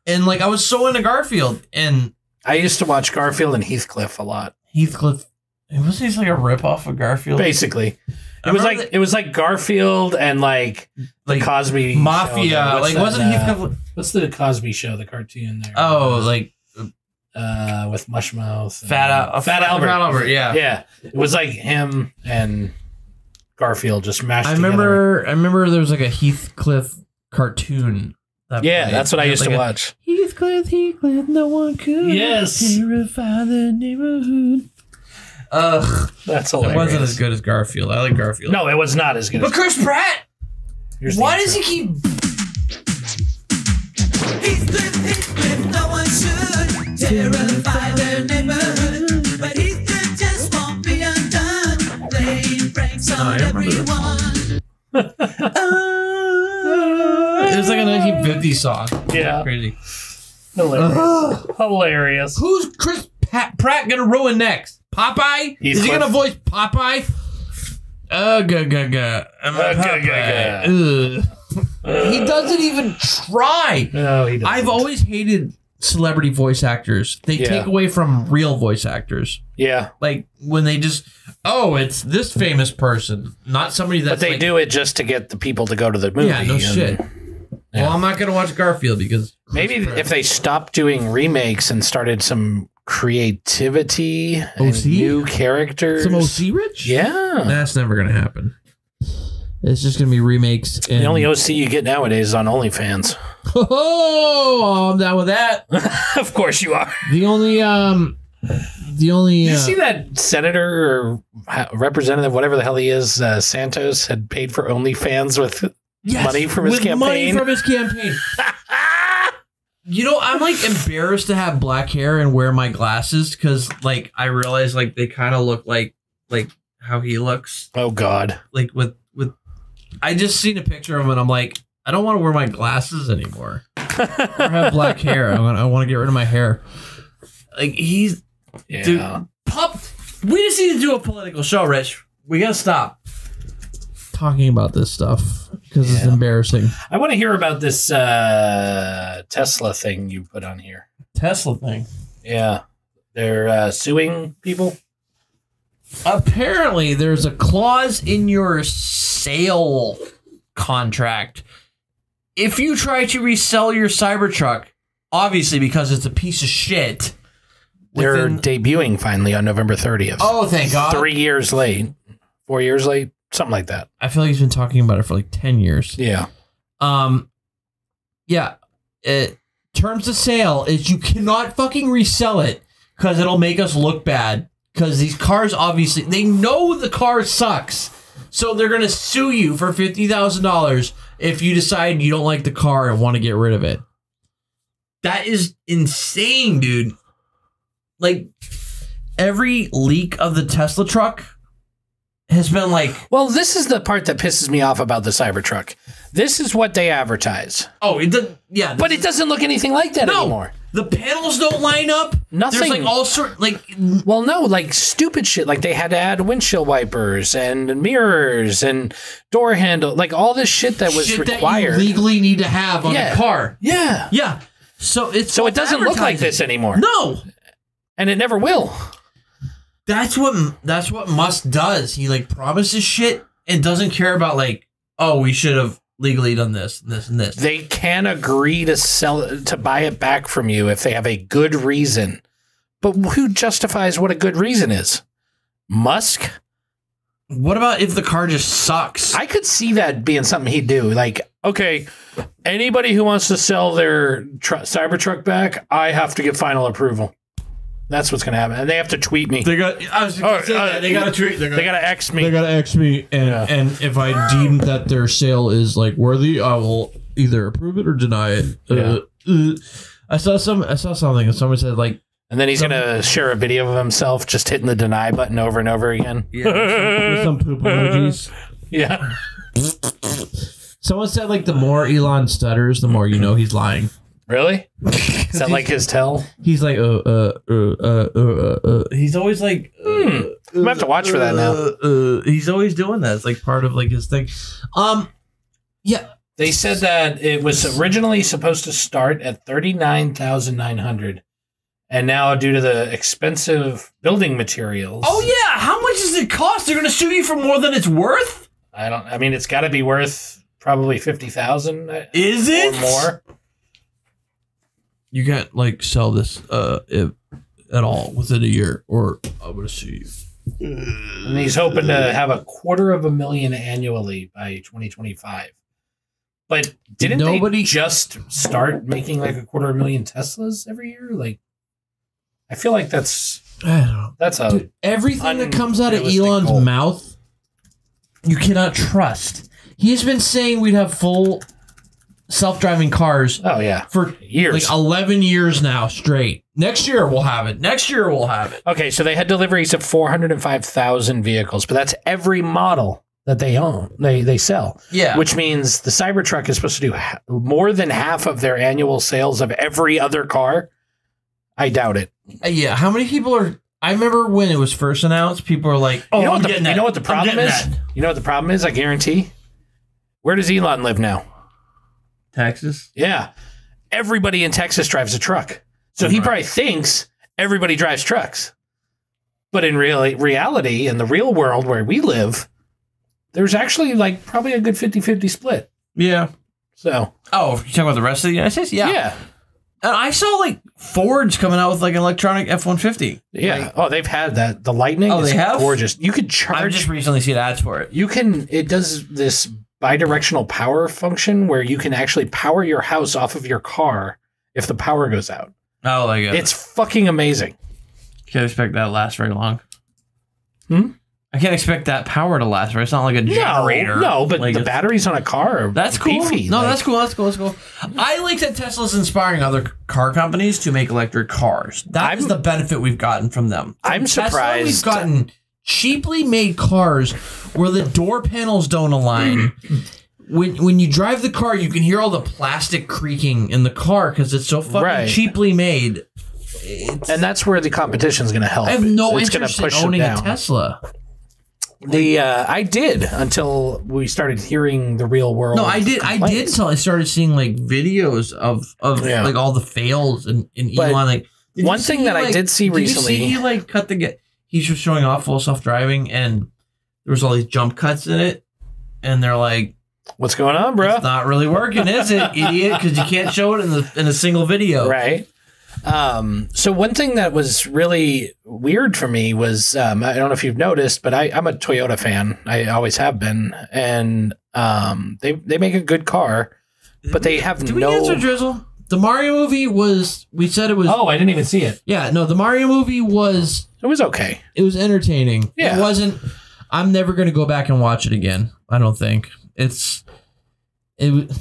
[SPEAKER 2] and like I was so into Garfield and
[SPEAKER 1] I used to watch Garfield and Heathcliff a lot.
[SPEAKER 2] Heathcliff. It wasn't just like a ripoff of Garfield.
[SPEAKER 1] Basically,
[SPEAKER 2] I
[SPEAKER 1] it was like
[SPEAKER 2] remember
[SPEAKER 1] it was like Garfield and like the
[SPEAKER 2] Like,
[SPEAKER 1] Cosby show
[SPEAKER 2] mafia.
[SPEAKER 1] there. What's
[SPEAKER 2] like
[SPEAKER 1] that,
[SPEAKER 2] wasn't
[SPEAKER 1] uh,
[SPEAKER 2] Heathcliff?
[SPEAKER 17] What's the Cosby Show, the cartoon there?
[SPEAKER 2] Oh, like
[SPEAKER 17] uh, with Mushmouth. and-
[SPEAKER 2] Fat Al- uh,
[SPEAKER 1] Fat Albert.
[SPEAKER 2] Fat Albert.
[SPEAKER 1] <laughs>
[SPEAKER 2] Yeah.
[SPEAKER 1] yeah, it was like him and Garfield just mashed.
[SPEAKER 2] I
[SPEAKER 1] together.
[SPEAKER 2] remember. I remember there was like a Heathcliff cartoon. that
[SPEAKER 1] Yeah,
[SPEAKER 2] played.
[SPEAKER 1] that's what I
[SPEAKER 2] It was
[SPEAKER 1] used to
[SPEAKER 2] like a-
[SPEAKER 1] watch.
[SPEAKER 2] Heathcliff, Heathcliff, no one could
[SPEAKER 17] Yes.
[SPEAKER 2] terrify the neighborhood. Ugh,
[SPEAKER 1] That's
[SPEAKER 2] it
[SPEAKER 1] hilarious.
[SPEAKER 2] wasn't as good as Garfield. I like Garfield.
[SPEAKER 1] No, it was not as good.
[SPEAKER 2] but <laughs>
[SPEAKER 1] As,
[SPEAKER 2] Chris Pratt.
[SPEAKER 1] here's the
[SPEAKER 2] Why
[SPEAKER 1] answer.
[SPEAKER 2] does he keep? It was like a 1950 song.
[SPEAKER 1] Yeah,
[SPEAKER 2] Crazy. <laughs>
[SPEAKER 1] hilarious. hilarious.
[SPEAKER 2] Who's Chris Pat- Pratt gonna ruin next? Popeye? Is he
[SPEAKER 1] Heathcliff.
[SPEAKER 2] gonna voice Popeye? Uh, ga ga ga. I'm a
[SPEAKER 1] Uh, ga, ga,
[SPEAKER 2] Popeye. Ugh. He doesn't even try.
[SPEAKER 1] No, he doesn't.
[SPEAKER 2] I've always hated celebrity voice actors. They
[SPEAKER 1] Yeah.
[SPEAKER 2] take away from real voice actors.
[SPEAKER 1] yeah,
[SPEAKER 2] Like when they just, oh, it's this famous person, not somebody that's
[SPEAKER 1] but they
[SPEAKER 2] like,
[SPEAKER 1] do it just to get the people to go to the movie.
[SPEAKER 2] Yeah, no
[SPEAKER 1] and
[SPEAKER 2] shit. Well, I'm not gonna watch Garfield because
[SPEAKER 1] Maybe
[SPEAKER 2] Chris Pratt-
[SPEAKER 1] if they stopped doing remakes and started some creativity and
[SPEAKER 2] OC?
[SPEAKER 1] new characters.
[SPEAKER 2] some OC Rich.
[SPEAKER 1] Yeah.
[SPEAKER 2] That's never gonna happen. It's just gonna be remakes. And
[SPEAKER 1] The only OC you get nowadays is on OnlyFans.
[SPEAKER 2] <laughs>
[SPEAKER 1] <laughs>
[SPEAKER 2] oh, I'm down with that.
[SPEAKER 1] of course you are.
[SPEAKER 2] The only um, the only
[SPEAKER 1] Did
[SPEAKER 2] uh,
[SPEAKER 1] you see that senator or ha- representative, whatever the hell he is, uh, Santos had paid for OnlyFans with
[SPEAKER 2] Yes,
[SPEAKER 1] money from his
[SPEAKER 2] with Money
[SPEAKER 1] campaign?
[SPEAKER 2] from
[SPEAKER 1] <laughs>
[SPEAKER 2] his campaign. you know, I'm like embarrassed to have black hair and wear my glasses because, like, I realize like they kind of look like like how he looks,
[SPEAKER 1] oh God,
[SPEAKER 2] like with with. I just seen a picture of him and I'm like, I don't want to wear my glasses anymore. or have black hair. I want I want to get rid of my hair. Like he's
[SPEAKER 1] yeah.
[SPEAKER 2] dude, pop. We just need to do a political show, Rich. We gotta stop talking about this stuff because it's embarrassing.
[SPEAKER 1] I want to hear about this uh, Tesla thing you put on here.
[SPEAKER 2] Tesla thing.
[SPEAKER 1] Yeah, they're uh, suing people.
[SPEAKER 2] apparently there's a clause in your sale contract if you try to resell your cybertruck obviously because it's a piece of shit
[SPEAKER 1] They're
[SPEAKER 2] within-
[SPEAKER 1] debuting finally on November 30th.
[SPEAKER 2] oh thank god
[SPEAKER 1] Three years late, four years late, something like that.
[SPEAKER 2] i feel like he's been talking about it for like 10 years
[SPEAKER 1] Yeah.
[SPEAKER 2] um yeah it, terms of sale is you cannot fucking resell it because it'll make us look bad because these cars obviously they know the car sucks so they're gonna sue you for $50000 if you decide you don't like the car and want to get rid of it that is insane dude like every leak of the Tesla truck has been like
[SPEAKER 1] Well, this is the part that pisses me off about the Cybertruck. This is what they advertise,
[SPEAKER 2] oh it did, yeah
[SPEAKER 1] but it doesn't look anything like that
[SPEAKER 2] no
[SPEAKER 1] anymore.
[SPEAKER 2] the panels don't line up
[SPEAKER 1] Nothing.
[SPEAKER 2] there's like all sort like
[SPEAKER 1] Well, no, like stupid shit. Like they had to add windshield wipers and mirrors and door handle, like all this shit that was
[SPEAKER 2] shit
[SPEAKER 1] required.
[SPEAKER 2] that you legally need to have on
[SPEAKER 1] Yeah.
[SPEAKER 2] a car
[SPEAKER 1] yeah.
[SPEAKER 2] yeah so it's
[SPEAKER 1] So it doesn't look like
[SPEAKER 2] advertising.
[SPEAKER 1] this anymore.
[SPEAKER 2] no
[SPEAKER 1] And it never will.
[SPEAKER 2] that's what that's what Musk does. He like promises shit and doesn't care about like, oh, we should have legally done this, this, and this.
[SPEAKER 1] They can agree to sell to buy it back from you if they have a good reason. But who justifies what a good reason is? Musk?
[SPEAKER 2] What about if the car just sucks?
[SPEAKER 1] I could see that being something he'd do. Like, okay, anybody who wants to sell their tr- Cybertruck back, I have to get final approval. That's what's going to happen. And they have to tweet me.
[SPEAKER 2] they got. I was
[SPEAKER 1] gonna say that. They gotta
[SPEAKER 2] tweet.
[SPEAKER 1] They got to X me.
[SPEAKER 18] They gotta X me, and
[SPEAKER 1] Yeah.
[SPEAKER 18] and if I deem that their sale is like worthy, I will either approve it or deny it. Uh, uh, I saw some. I saw something, and someone said like,
[SPEAKER 1] and then he's going to share a video of himself just hitting the deny button over and over again.
[SPEAKER 18] with some poop emojis.
[SPEAKER 1] Yeah.
[SPEAKER 18] Someone said like, the more Elon stutters, the more you know he's lying.
[SPEAKER 1] Really? Is that <laughs> like his tell?
[SPEAKER 18] He's like, uh, uh, uh, uh, uh, uh. He's always like, uh,
[SPEAKER 1] Hmm. I'm gonna have to watch for that now.
[SPEAKER 18] Uh, uh, he's always doing that. It's like part of like his thing. Um,
[SPEAKER 1] They said that it was originally supposed to start at 39,900 and now due to the expensive building materials.
[SPEAKER 2] Oh yeah, how much does it cost? They're gonna sue you for more than it's worth.
[SPEAKER 1] I don't I mean it's got to be worth probably 50,000 or
[SPEAKER 2] Is it
[SPEAKER 1] more.
[SPEAKER 18] you can't like sell this uh if, at all within a year, or I'm gonna sue you.
[SPEAKER 1] And he's hoping to have a quarter of a million annually by 2025. But didn't
[SPEAKER 18] Nobody-
[SPEAKER 1] they just start making like a quarter of a million Teslas every year? Like I feel like that's
[SPEAKER 18] I don't know.
[SPEAKER 1] that's a
[SPEAKER 18] Dude, everything that comes out of
[SPEAKER 1] unrealistic
[SPEAKER 18] Elon's
[SPEAKER 1] goal.
[SPEAKER 18] mouth, you cannot trust. He's been saying we'd have full self-driving cars
[SPEAKER 1] Oh yeah.
[SPEAKER 18] for
[SPEAKER 1] Years.
[SPEAKER 18] like 11 years now straight. Next year we'll have it. Next year we'll have it.
[SPEAKER 1] Okay, so they had deliveries of 405,000 vehicles, but that's every model that they own, they they sell,
[SPEAKER 2] Yeah.
[SPEAKER 1] which means the Cybertruck is supposed to do ha- more than half of their annual sales of every other car. I doubt it.
[SPEAKER 18] Uh, yeah, how many people are I remember when it was first announced, people are like,
[SPEAKER 1] Oh, you know,
[SPEAKER 2] I'm
[SPEAKER 1] what the,
[SPEAKER 2] getting
[SPEAKER 1] you
[SPEAKER 2] that.
[SPEAKER 1] know what the
[SPEAKER 2] I'm
[SPEAKER 1] problem
[SPEAKER 2] getting
[SPEAKER 1] is?
[SPEAKER 2] that.
[SPEAKER 1] You know what the problem is? I guarantee. Where does Elon live now?
[SPEAKER 2] Taxes.
[SPEAKER 1] Yeah. Everybody in Texas drives a truck. So he probably thinks everybody drives trucks. But in real, reality, in the real world where we live, there's actually like probably a good 50 50 split.
[SPEAKER 2] Yeah.
[SPEAKER 1] So,
[SPEAKER 2] Oh, you're talking about the rest of the United States? Yeah.
[SPEAKER 1] yeah. Yeah.
[SPEAKER 2] And I saw like Ford's coming out with like an electronic F-150.
[SPEAKER 1] oh, they've had that. The Lightning
[SPEAKER 2] Oh,
[SPEAKER 1] is
[SPEAKER 2] they have?
[SPEAKER 1] gorgeous. You could
[SPEAKER 2] I've
[SPEAKER 1] charge,
[SPEAKER 2] just recently seen ads for it.
[SPEAKER 1] you can, it does this bi directional power function where you can actually power your house off of your car if the power goes out.
[SPEAKER 2] Oh, like it.
[SPEAKER 1] It's fucking amazing.
[SPEAKER 2] Can't expect that to last very long.
[SPEAKER 1] Hmm?
[SPEAKER 2] I can't expect that power to last. Right? It's not like a
[SPEAKER 1] No,
[SPEAKER 2] generator.
[SPEAKER 1] no, but
[SPEAKER 2] Like,
[SPEAKER 1] the
[SPEAKER 2] it's-
[SPEAKER 1] batteries on a car are
[SPEAKER 2] That's cool.
[SPEAKER 1] beefy.
[SPEAKER 2] no,
[SPEAKER 1] Like,
[SPEAKER 2] that's cool. That's cool. That's cool. I like that Tesla's inspiring other c- car companies to make electric cars. That is
[SPEAKER 1] I'm-
[SPEAKER 2] the benefit we've gotten from them.
[SPEAKER 1] I'm
[SPEAKER 2] Tesla,
[SPEAKER 1] surprised.
[SPEAKER 2] we've gotten
[SPEAKER 18] cheaply made cars where the door panels don't
[SPEAKER 1] <clears throat>
[SPEAKER 18] align. When, when you drive the car, you can hear all the plastic creaking in the car because it's so fucking
[SPEAKER 1] Right.
[SPEAKER 18] cheaply made.
[SPEAKER 1] and that's where the competition's going to help.
[SPEAKER 18] I have no
[SPEAKER 1] it's gonna
[SPEAKER 18] interest in
[SPEAKER 1] push it
[SPEAKER 18] owning a
[SPEAKER 1] down.
[SPEAKER 18] Tesla.
[SPEAKER 1] The uh, I did until we started hearing the real world.
[SPEAKER 2] no. I did. I did
[SPEAKER 1] complaints.
[SPEAKER 2] until I started seeing like videos of of
[SPEAKER 1] Yeah.
[SPEAKER 2] like all the fails and and
[SPEAKER 1] But
[SPEAKER 2] Elon like. did you
[SPEAKER 1] one thing
[SPEAKER 2] see,
[SPEAKER 1] that I
[SPEAKER 2] like-
[SPEAKER 1] did see recently-
[SPEAKER 2] you see he like cut the. ga- He's just showing off full self driving, and there was all these jump cuts in it, and they're like.
[SPEAKER 1] What's going on, bro?
[SPEAKER 2] It's not really working,
[SPEAKER 1] <laughs>
[SPEAKER 2] is it, idiot? Because you can't show it in the in a single video.
[SPEAKER 1] Right. Um, so one thing that was really weird for me was um, I don't know if you've noticed, but I, I'm a Toyota fan. I always have been, and um, they they make a good car, but they have
[SPEAKER 18] Did we
[SPEAKER 1] no.
[SPEAKER 18] answer Drizzle? The Mario movie was. We said it was.
[SPEAKER 1] oh, I didn't even see it.
[SPEAKER 18] Yeah, no, the Mario movie was.
[SPEAKER 1] It was okay.
[SPEAKER 18] It was entertaining.
[SPEAKER 1] Yeah.
[SPEAKER 18] It wasn't. I'm never gonna go back and watch it again. I don't think it's. It. wa-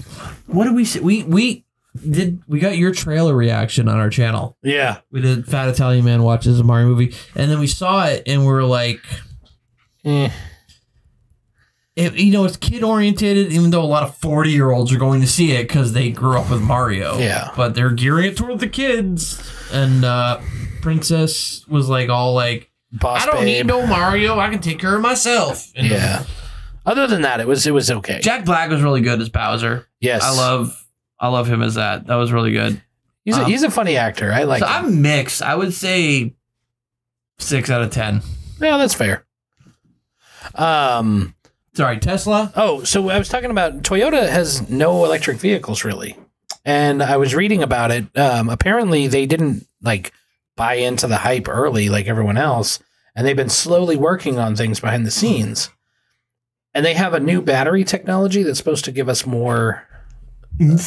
[SPEAKER 2] What did we say? We we did we got your trailer reaction on our channel?
[SPEAKER 1] Yeah,
[SPEAKER 2] we did. Fat Italian man watches a Mario movie, and then we saw it, and we were like, eh. It, you know, it's kid oriented, even though a lot of 40 year olds are going to see it because they grew up with Mario.
[SPEAKER 1] Yeah.
[SPEAKER 2] But they're gearing it toward the kids. And uh, Princess was like, all like,
[SPEAKER 1] Boss
[SPEAKER 2] I don't
[SPEAKER 1] Babe.
[SPEAKER 2] need no Mario. I can take care of myself. And
[SPEAKER 1] yeah. Other than that, it was it was okay.
[SPEAKER 19] Jack Black was really good as Bowser.
[SPEAKER 1] Yes,
[SPEAKER 19] I love I love him as that. That was really good.
[SPEAKER 1] He's a, he's a funny actor. I like.
[SPEAKER 19] So
[SPEAKER 1] him.
[SPEAKER 19] I'm mixed. I would say six out of ten.
[SPEAKER 1] yeah, that's fair. Um.
[SPEAKER 2] Sorry, Tesla.
[SPEAKER 1] Oh, so I was talking about Toyota has no electric vehicles really, and I was reading about it. Um, apparently, they didn't like buy into the hype early like everyone else, and they've been slowly working on things behind the scenes. And they have a new battery technology that's supposed to give us more, uh,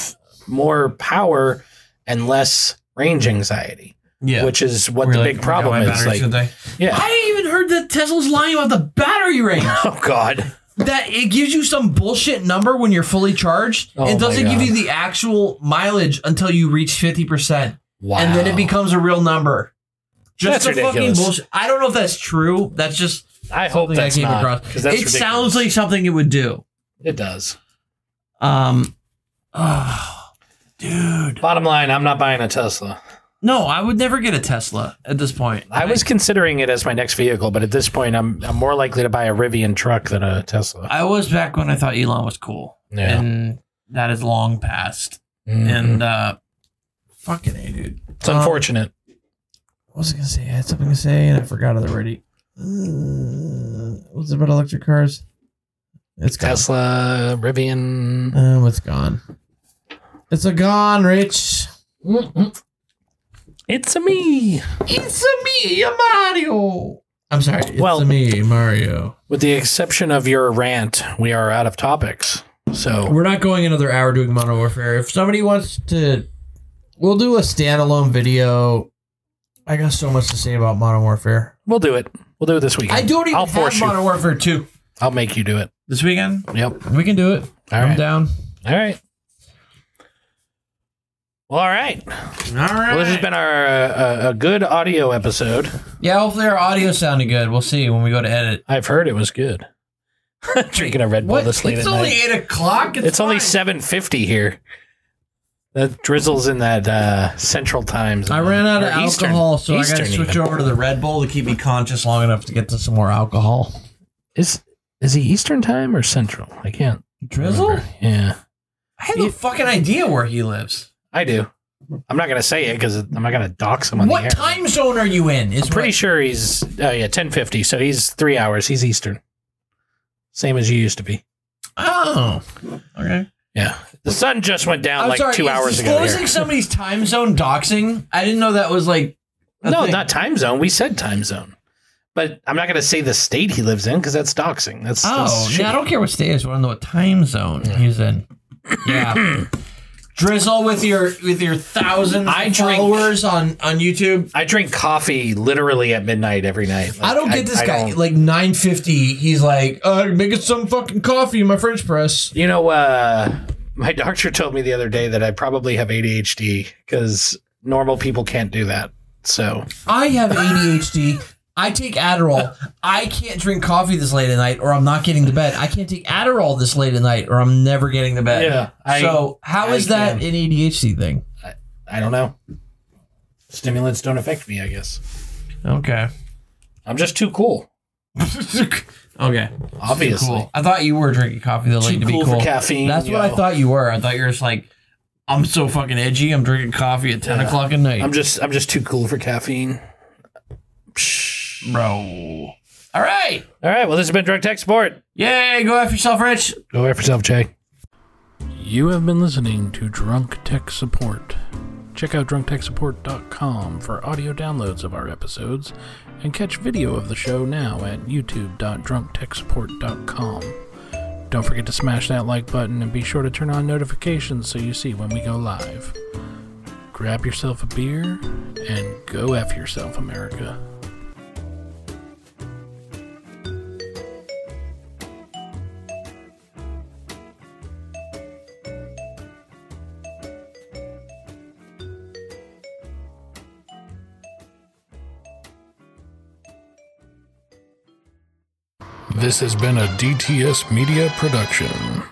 [SPEAKER 1] more power and less range anxiety,
[SPEAKER 2] Yeah.
[SPEAKER 1] which is what
[SPEAKER 2] We're
[SPEAKER 1] the big
[SPEAKER 2] like, "Oh my God,
[SPEAKER 1] problem
[SPEAKER 2] my
[SPEAKER 1] is.
[SPEAKER 2] battery's
[SPEAKER 1] Like,
[SPEAKER 2] gonna die."
[SPEAKER 1] <laughs> yeah.
[SPEAKER 19] I even heard that Tesla's lying about the battery
[SPEAKER 1] <laughs>
[SPEAKER 19] range.
[SPEAKER 1] Oh God.
[SPEAKER 2] that it gives you some bullshit number when you're fully charged.
[SPEAKER 1] Oh my
[SPEAKER 2] it doesn't give
[SPEAKER 1] God.
[SPEAKER 2] you the actual mileage until you reach 50%.
[SPEAKER 1] Wow.
[SPEAKER 2] And then it becomes a real number.
[SPEAKER 1] That's
[SPEAKER 2] Just a
[SPEAKER 1] ridiculous.
[SPEAKER 2] fucking bullshit. I don't know if that's true. That's just
[SPEAKER 1] I hope
[SPEAKER 2] something I
[SPEAKER 1] that's
[SPEAKER 2] came
[SPEAKER 1] not.
[SPEAKER 2] across.
[SPEAKER 1] 'cause that's
[SPEAKER 19] it
[SPEAKER 1] ridiculous.
[SPEAKER 19] sounds like something it would do.
[SPEAKER 1] it does.
[SPEAKER 2] <sighs>
[SPEAKER 19] Um, oh, dude,
[SPEAKER 1] Bottom line, I'm not buying a Tesla.
[SPEAKER 19] no, I would never get a Tesla at this point.
[SPEAKER 1] I was considering it as my next vehicle, but at this point, I'm I'm more likely to buy a Rivian truck than a Tesla.
[SPEAKER 19] I was back when I thought Elon was cool,
[SPEAKER 1] Yeah.
[SPEAKER 19] and that is long past.
[SPEAKER 1] Mhm.
[SPEAKER 19] And uh, fucking a dude.
[SPEAKER 1] it's unfortunate.
[SPEAKER 2] What was I gonna say? I had something to say and I forgot it already. Uh, what's it about electric cars? It's gone.
[SPEAKER 1] Tesla, Rivian.
[SPEAKER 2] Um, it's gone. It's a gone, Rich.
[SPEAKER 1] It's a me.
[SPEAKER 2] It's a me, a Mario. I'm sorry. It's
[SPEAKER 1] Well-
[SPEAKER 2] a me, Mario.
[SPEAKER 1] With the exception of your rant, we are out of topics. So
[SPEAKER 2] We're not going another hour doing Modern Warfare. If somebody wants to, we'll do a standalone video. I got so much to say about Modern Warfare.
[SPEAKER 1] we'll do it. We'll do it this weekend.
[SPEAKER 2] I don't even
[SPEAKER 1] I'll
[SPEAKER 2] have
[SPEAKER 1] force
[SPEAKER 2] Modern
[SPEAKER 1] you.
[SPEAKER 2] Warfare 2.
[SPEAKER 1] I'll make you do it.
[SPEAKER 19] This weekend,
[SPEAKER 1] Yep.
[SPEAKER 2] We can do it.
[SPEAKER 1] All
[SPEAKER 2] I'm
[SPEAKER 1] right.
[SPEAKER 2] down.
[SPEAKER 1] All right. Well, all right.
[SPEAKER 19] all right.
[SPEAKER 1] Well, this has been our uh, a, a good audio episode.
[SPEAKER 2] Yeah, hopefully our audio sounded good. We'll see when we go to edit.
[SPEAKER 1] I've heard it was good. Drinking a Red Bull
[SPEAKER 2] What?
[SPEAKER 1] this late
[SPEAKER 2] it's
[SPEAKER 1] at
[SPEAKER 2] only
[SPEAKER 1] night.
[SPEAKER 2] eight o'clock. It's,
[SPEAKER 1] It's only
[SPEAKER 2] fine.
[SPEAKER 1] seven fifty here. That drizzles in that uh, Central Time. Zone.
[SPEAKER 2] I ran out of
[SPEAKER 1] Or Eastern.
[SPEAKER 2] alcohol, so I got to
[SPEAKER 1] Eastern
[SPEAKER 2] switch
[SPEAKER 1] even.
[SPEAKER 2] over to the Red Bull to keep me conscious long enough to get to some more alcohol.
[SPEAKER 1] Is is he Eastern Time or Central? I can't.
[SPEAKER 2] Drizzle?
[SPEAKER 1] remember. Yeah,
[SPEAKER 2] I have no fucking idea where he lives.
[SPEAKER 1] I do. I'm not gonna say it because I'm not gonna dox him on the
[SPEAKER 2] What
[SPEAKER 1] air.
[SPEAKER 2] time zone are you in? Is
[SPEAKER 1] I'm pretty
[SPEAKER 2] what-
[SPEAKER 1] sure he's oh yeah ten fifty. So he's three hours. He's Eastern. Same as you used to be.
[SPEAKER 2] Oh, okay.
[SPEAKER 1] Yeah, the sun just went down
[SPEAKER 2] I'm
[SPEAKER 1] like
[SPEAKER 2] sorry,
[SPEAKER 1] two
[SPEAKER 2] is
[SPEAKER 1] hours ago.
[SPEAKER 2] disclosing
[SPEAKER 1] Here.
[SPEAKER 2] somebody's time zone doxing. I didn't know that was like a
[SPEAKER 1] No,
[SPEAKER 2] thing.
[SPEAKER 1] not time zone. We said time zone, but I'm not gonna say the state he lives in because that's doxing. That's
[SPEAKER 2] Oh,
[SPEAKER 1] that's
[SPEAKER 2] yeah, I
[SPEAKER 1] shitty.
[SPEAKER 2] don't care what state it is. I want to know what time zone he's in.
[SPEAKER 1] <coughs>
[SPEAKER 2] Yeah. Drizzle with your with your thousands
[SPEAKER 1] I
[SPEAKER 2] of
[SPEAKER 1] drink-
[SPEAKER 2] followers on on YouTube.
[SPEAKER 1] I drink coffee literally at midnight every night.
[SPEAKER 2] I don't get this
[SPEAKER 1] I
[SPEAKER 2] guy.
[SPEAKER 1] don't-
[SPEAKER 2] Like nine fifty, he's like, uh, make us some fucking coffee in my French press.
[SPEAKER 1] you know, uh, my <laughs> doctor told me the other day that I probably have ADHD because normal people can't do that. So
[SPEAKER 2] I have ADHD. I take Adderall. I can't drink coffee this late at night, or I'm not getting to bed. I can't take Adderall this late at night, or I'm never getting to bed.
[SPEAKER 1] Yeah, I-
[SPEAKER 2] so how
[SPEAKER 1] I
[SPEAKER 2] is that
[SPEAKER 1] can.
[SPEAKER 2] an ADHD
[SPEAKER 1] <laughs>
[SPEAKER 2] thing?
[SPEAKER 1] I don't know. Stimulants don't affect me, I guess.
[SPEAKER 2] Okay.
[SPEAKER 1] I'm just too cool.
[SPEAKER 2] Okay.
[SPEAKER 1] Obviously,
[SPEAKER 2] Cool. I thought you were drinking coffee that late
[SPEAKER 1] too
[SPEAKER 2] to be
[SPEAKER 1] cool,
[SPEAKER 2] cool.
[SPEAKER 1] for caffeine.
[SPEAKER 2] That's what I
[SPEAKER 1] yo.
[SPEAKER 2] thought you were. I thought you were just like, I'm so fucking edgy. I'm drinking coffee at 10 o'clock at night.
[SPEAKER 1] I'm just, I'm just too cool for caffeine.
[SPEAKER 2] Bro. All right.
[SPEAKER 1] All right. Well, this has been Drug Tech Sport.
[SPEAKER 2] Yay. Go after yourself, Rich.
[SPEAKER 1] Go after yourself, Jay. You have been listening to Drunk Tech Support. Check out drunktechsupport.com for audio downloads of our episodes and catch video of the show now at youtube.drunktechsupport.com. Don't forget to smash that like button and be sure to turn on notifications so you see when we go live. Grab yourself a beer and go F yourself, America.
[SPEAKER 20] This has been a DTS Media production.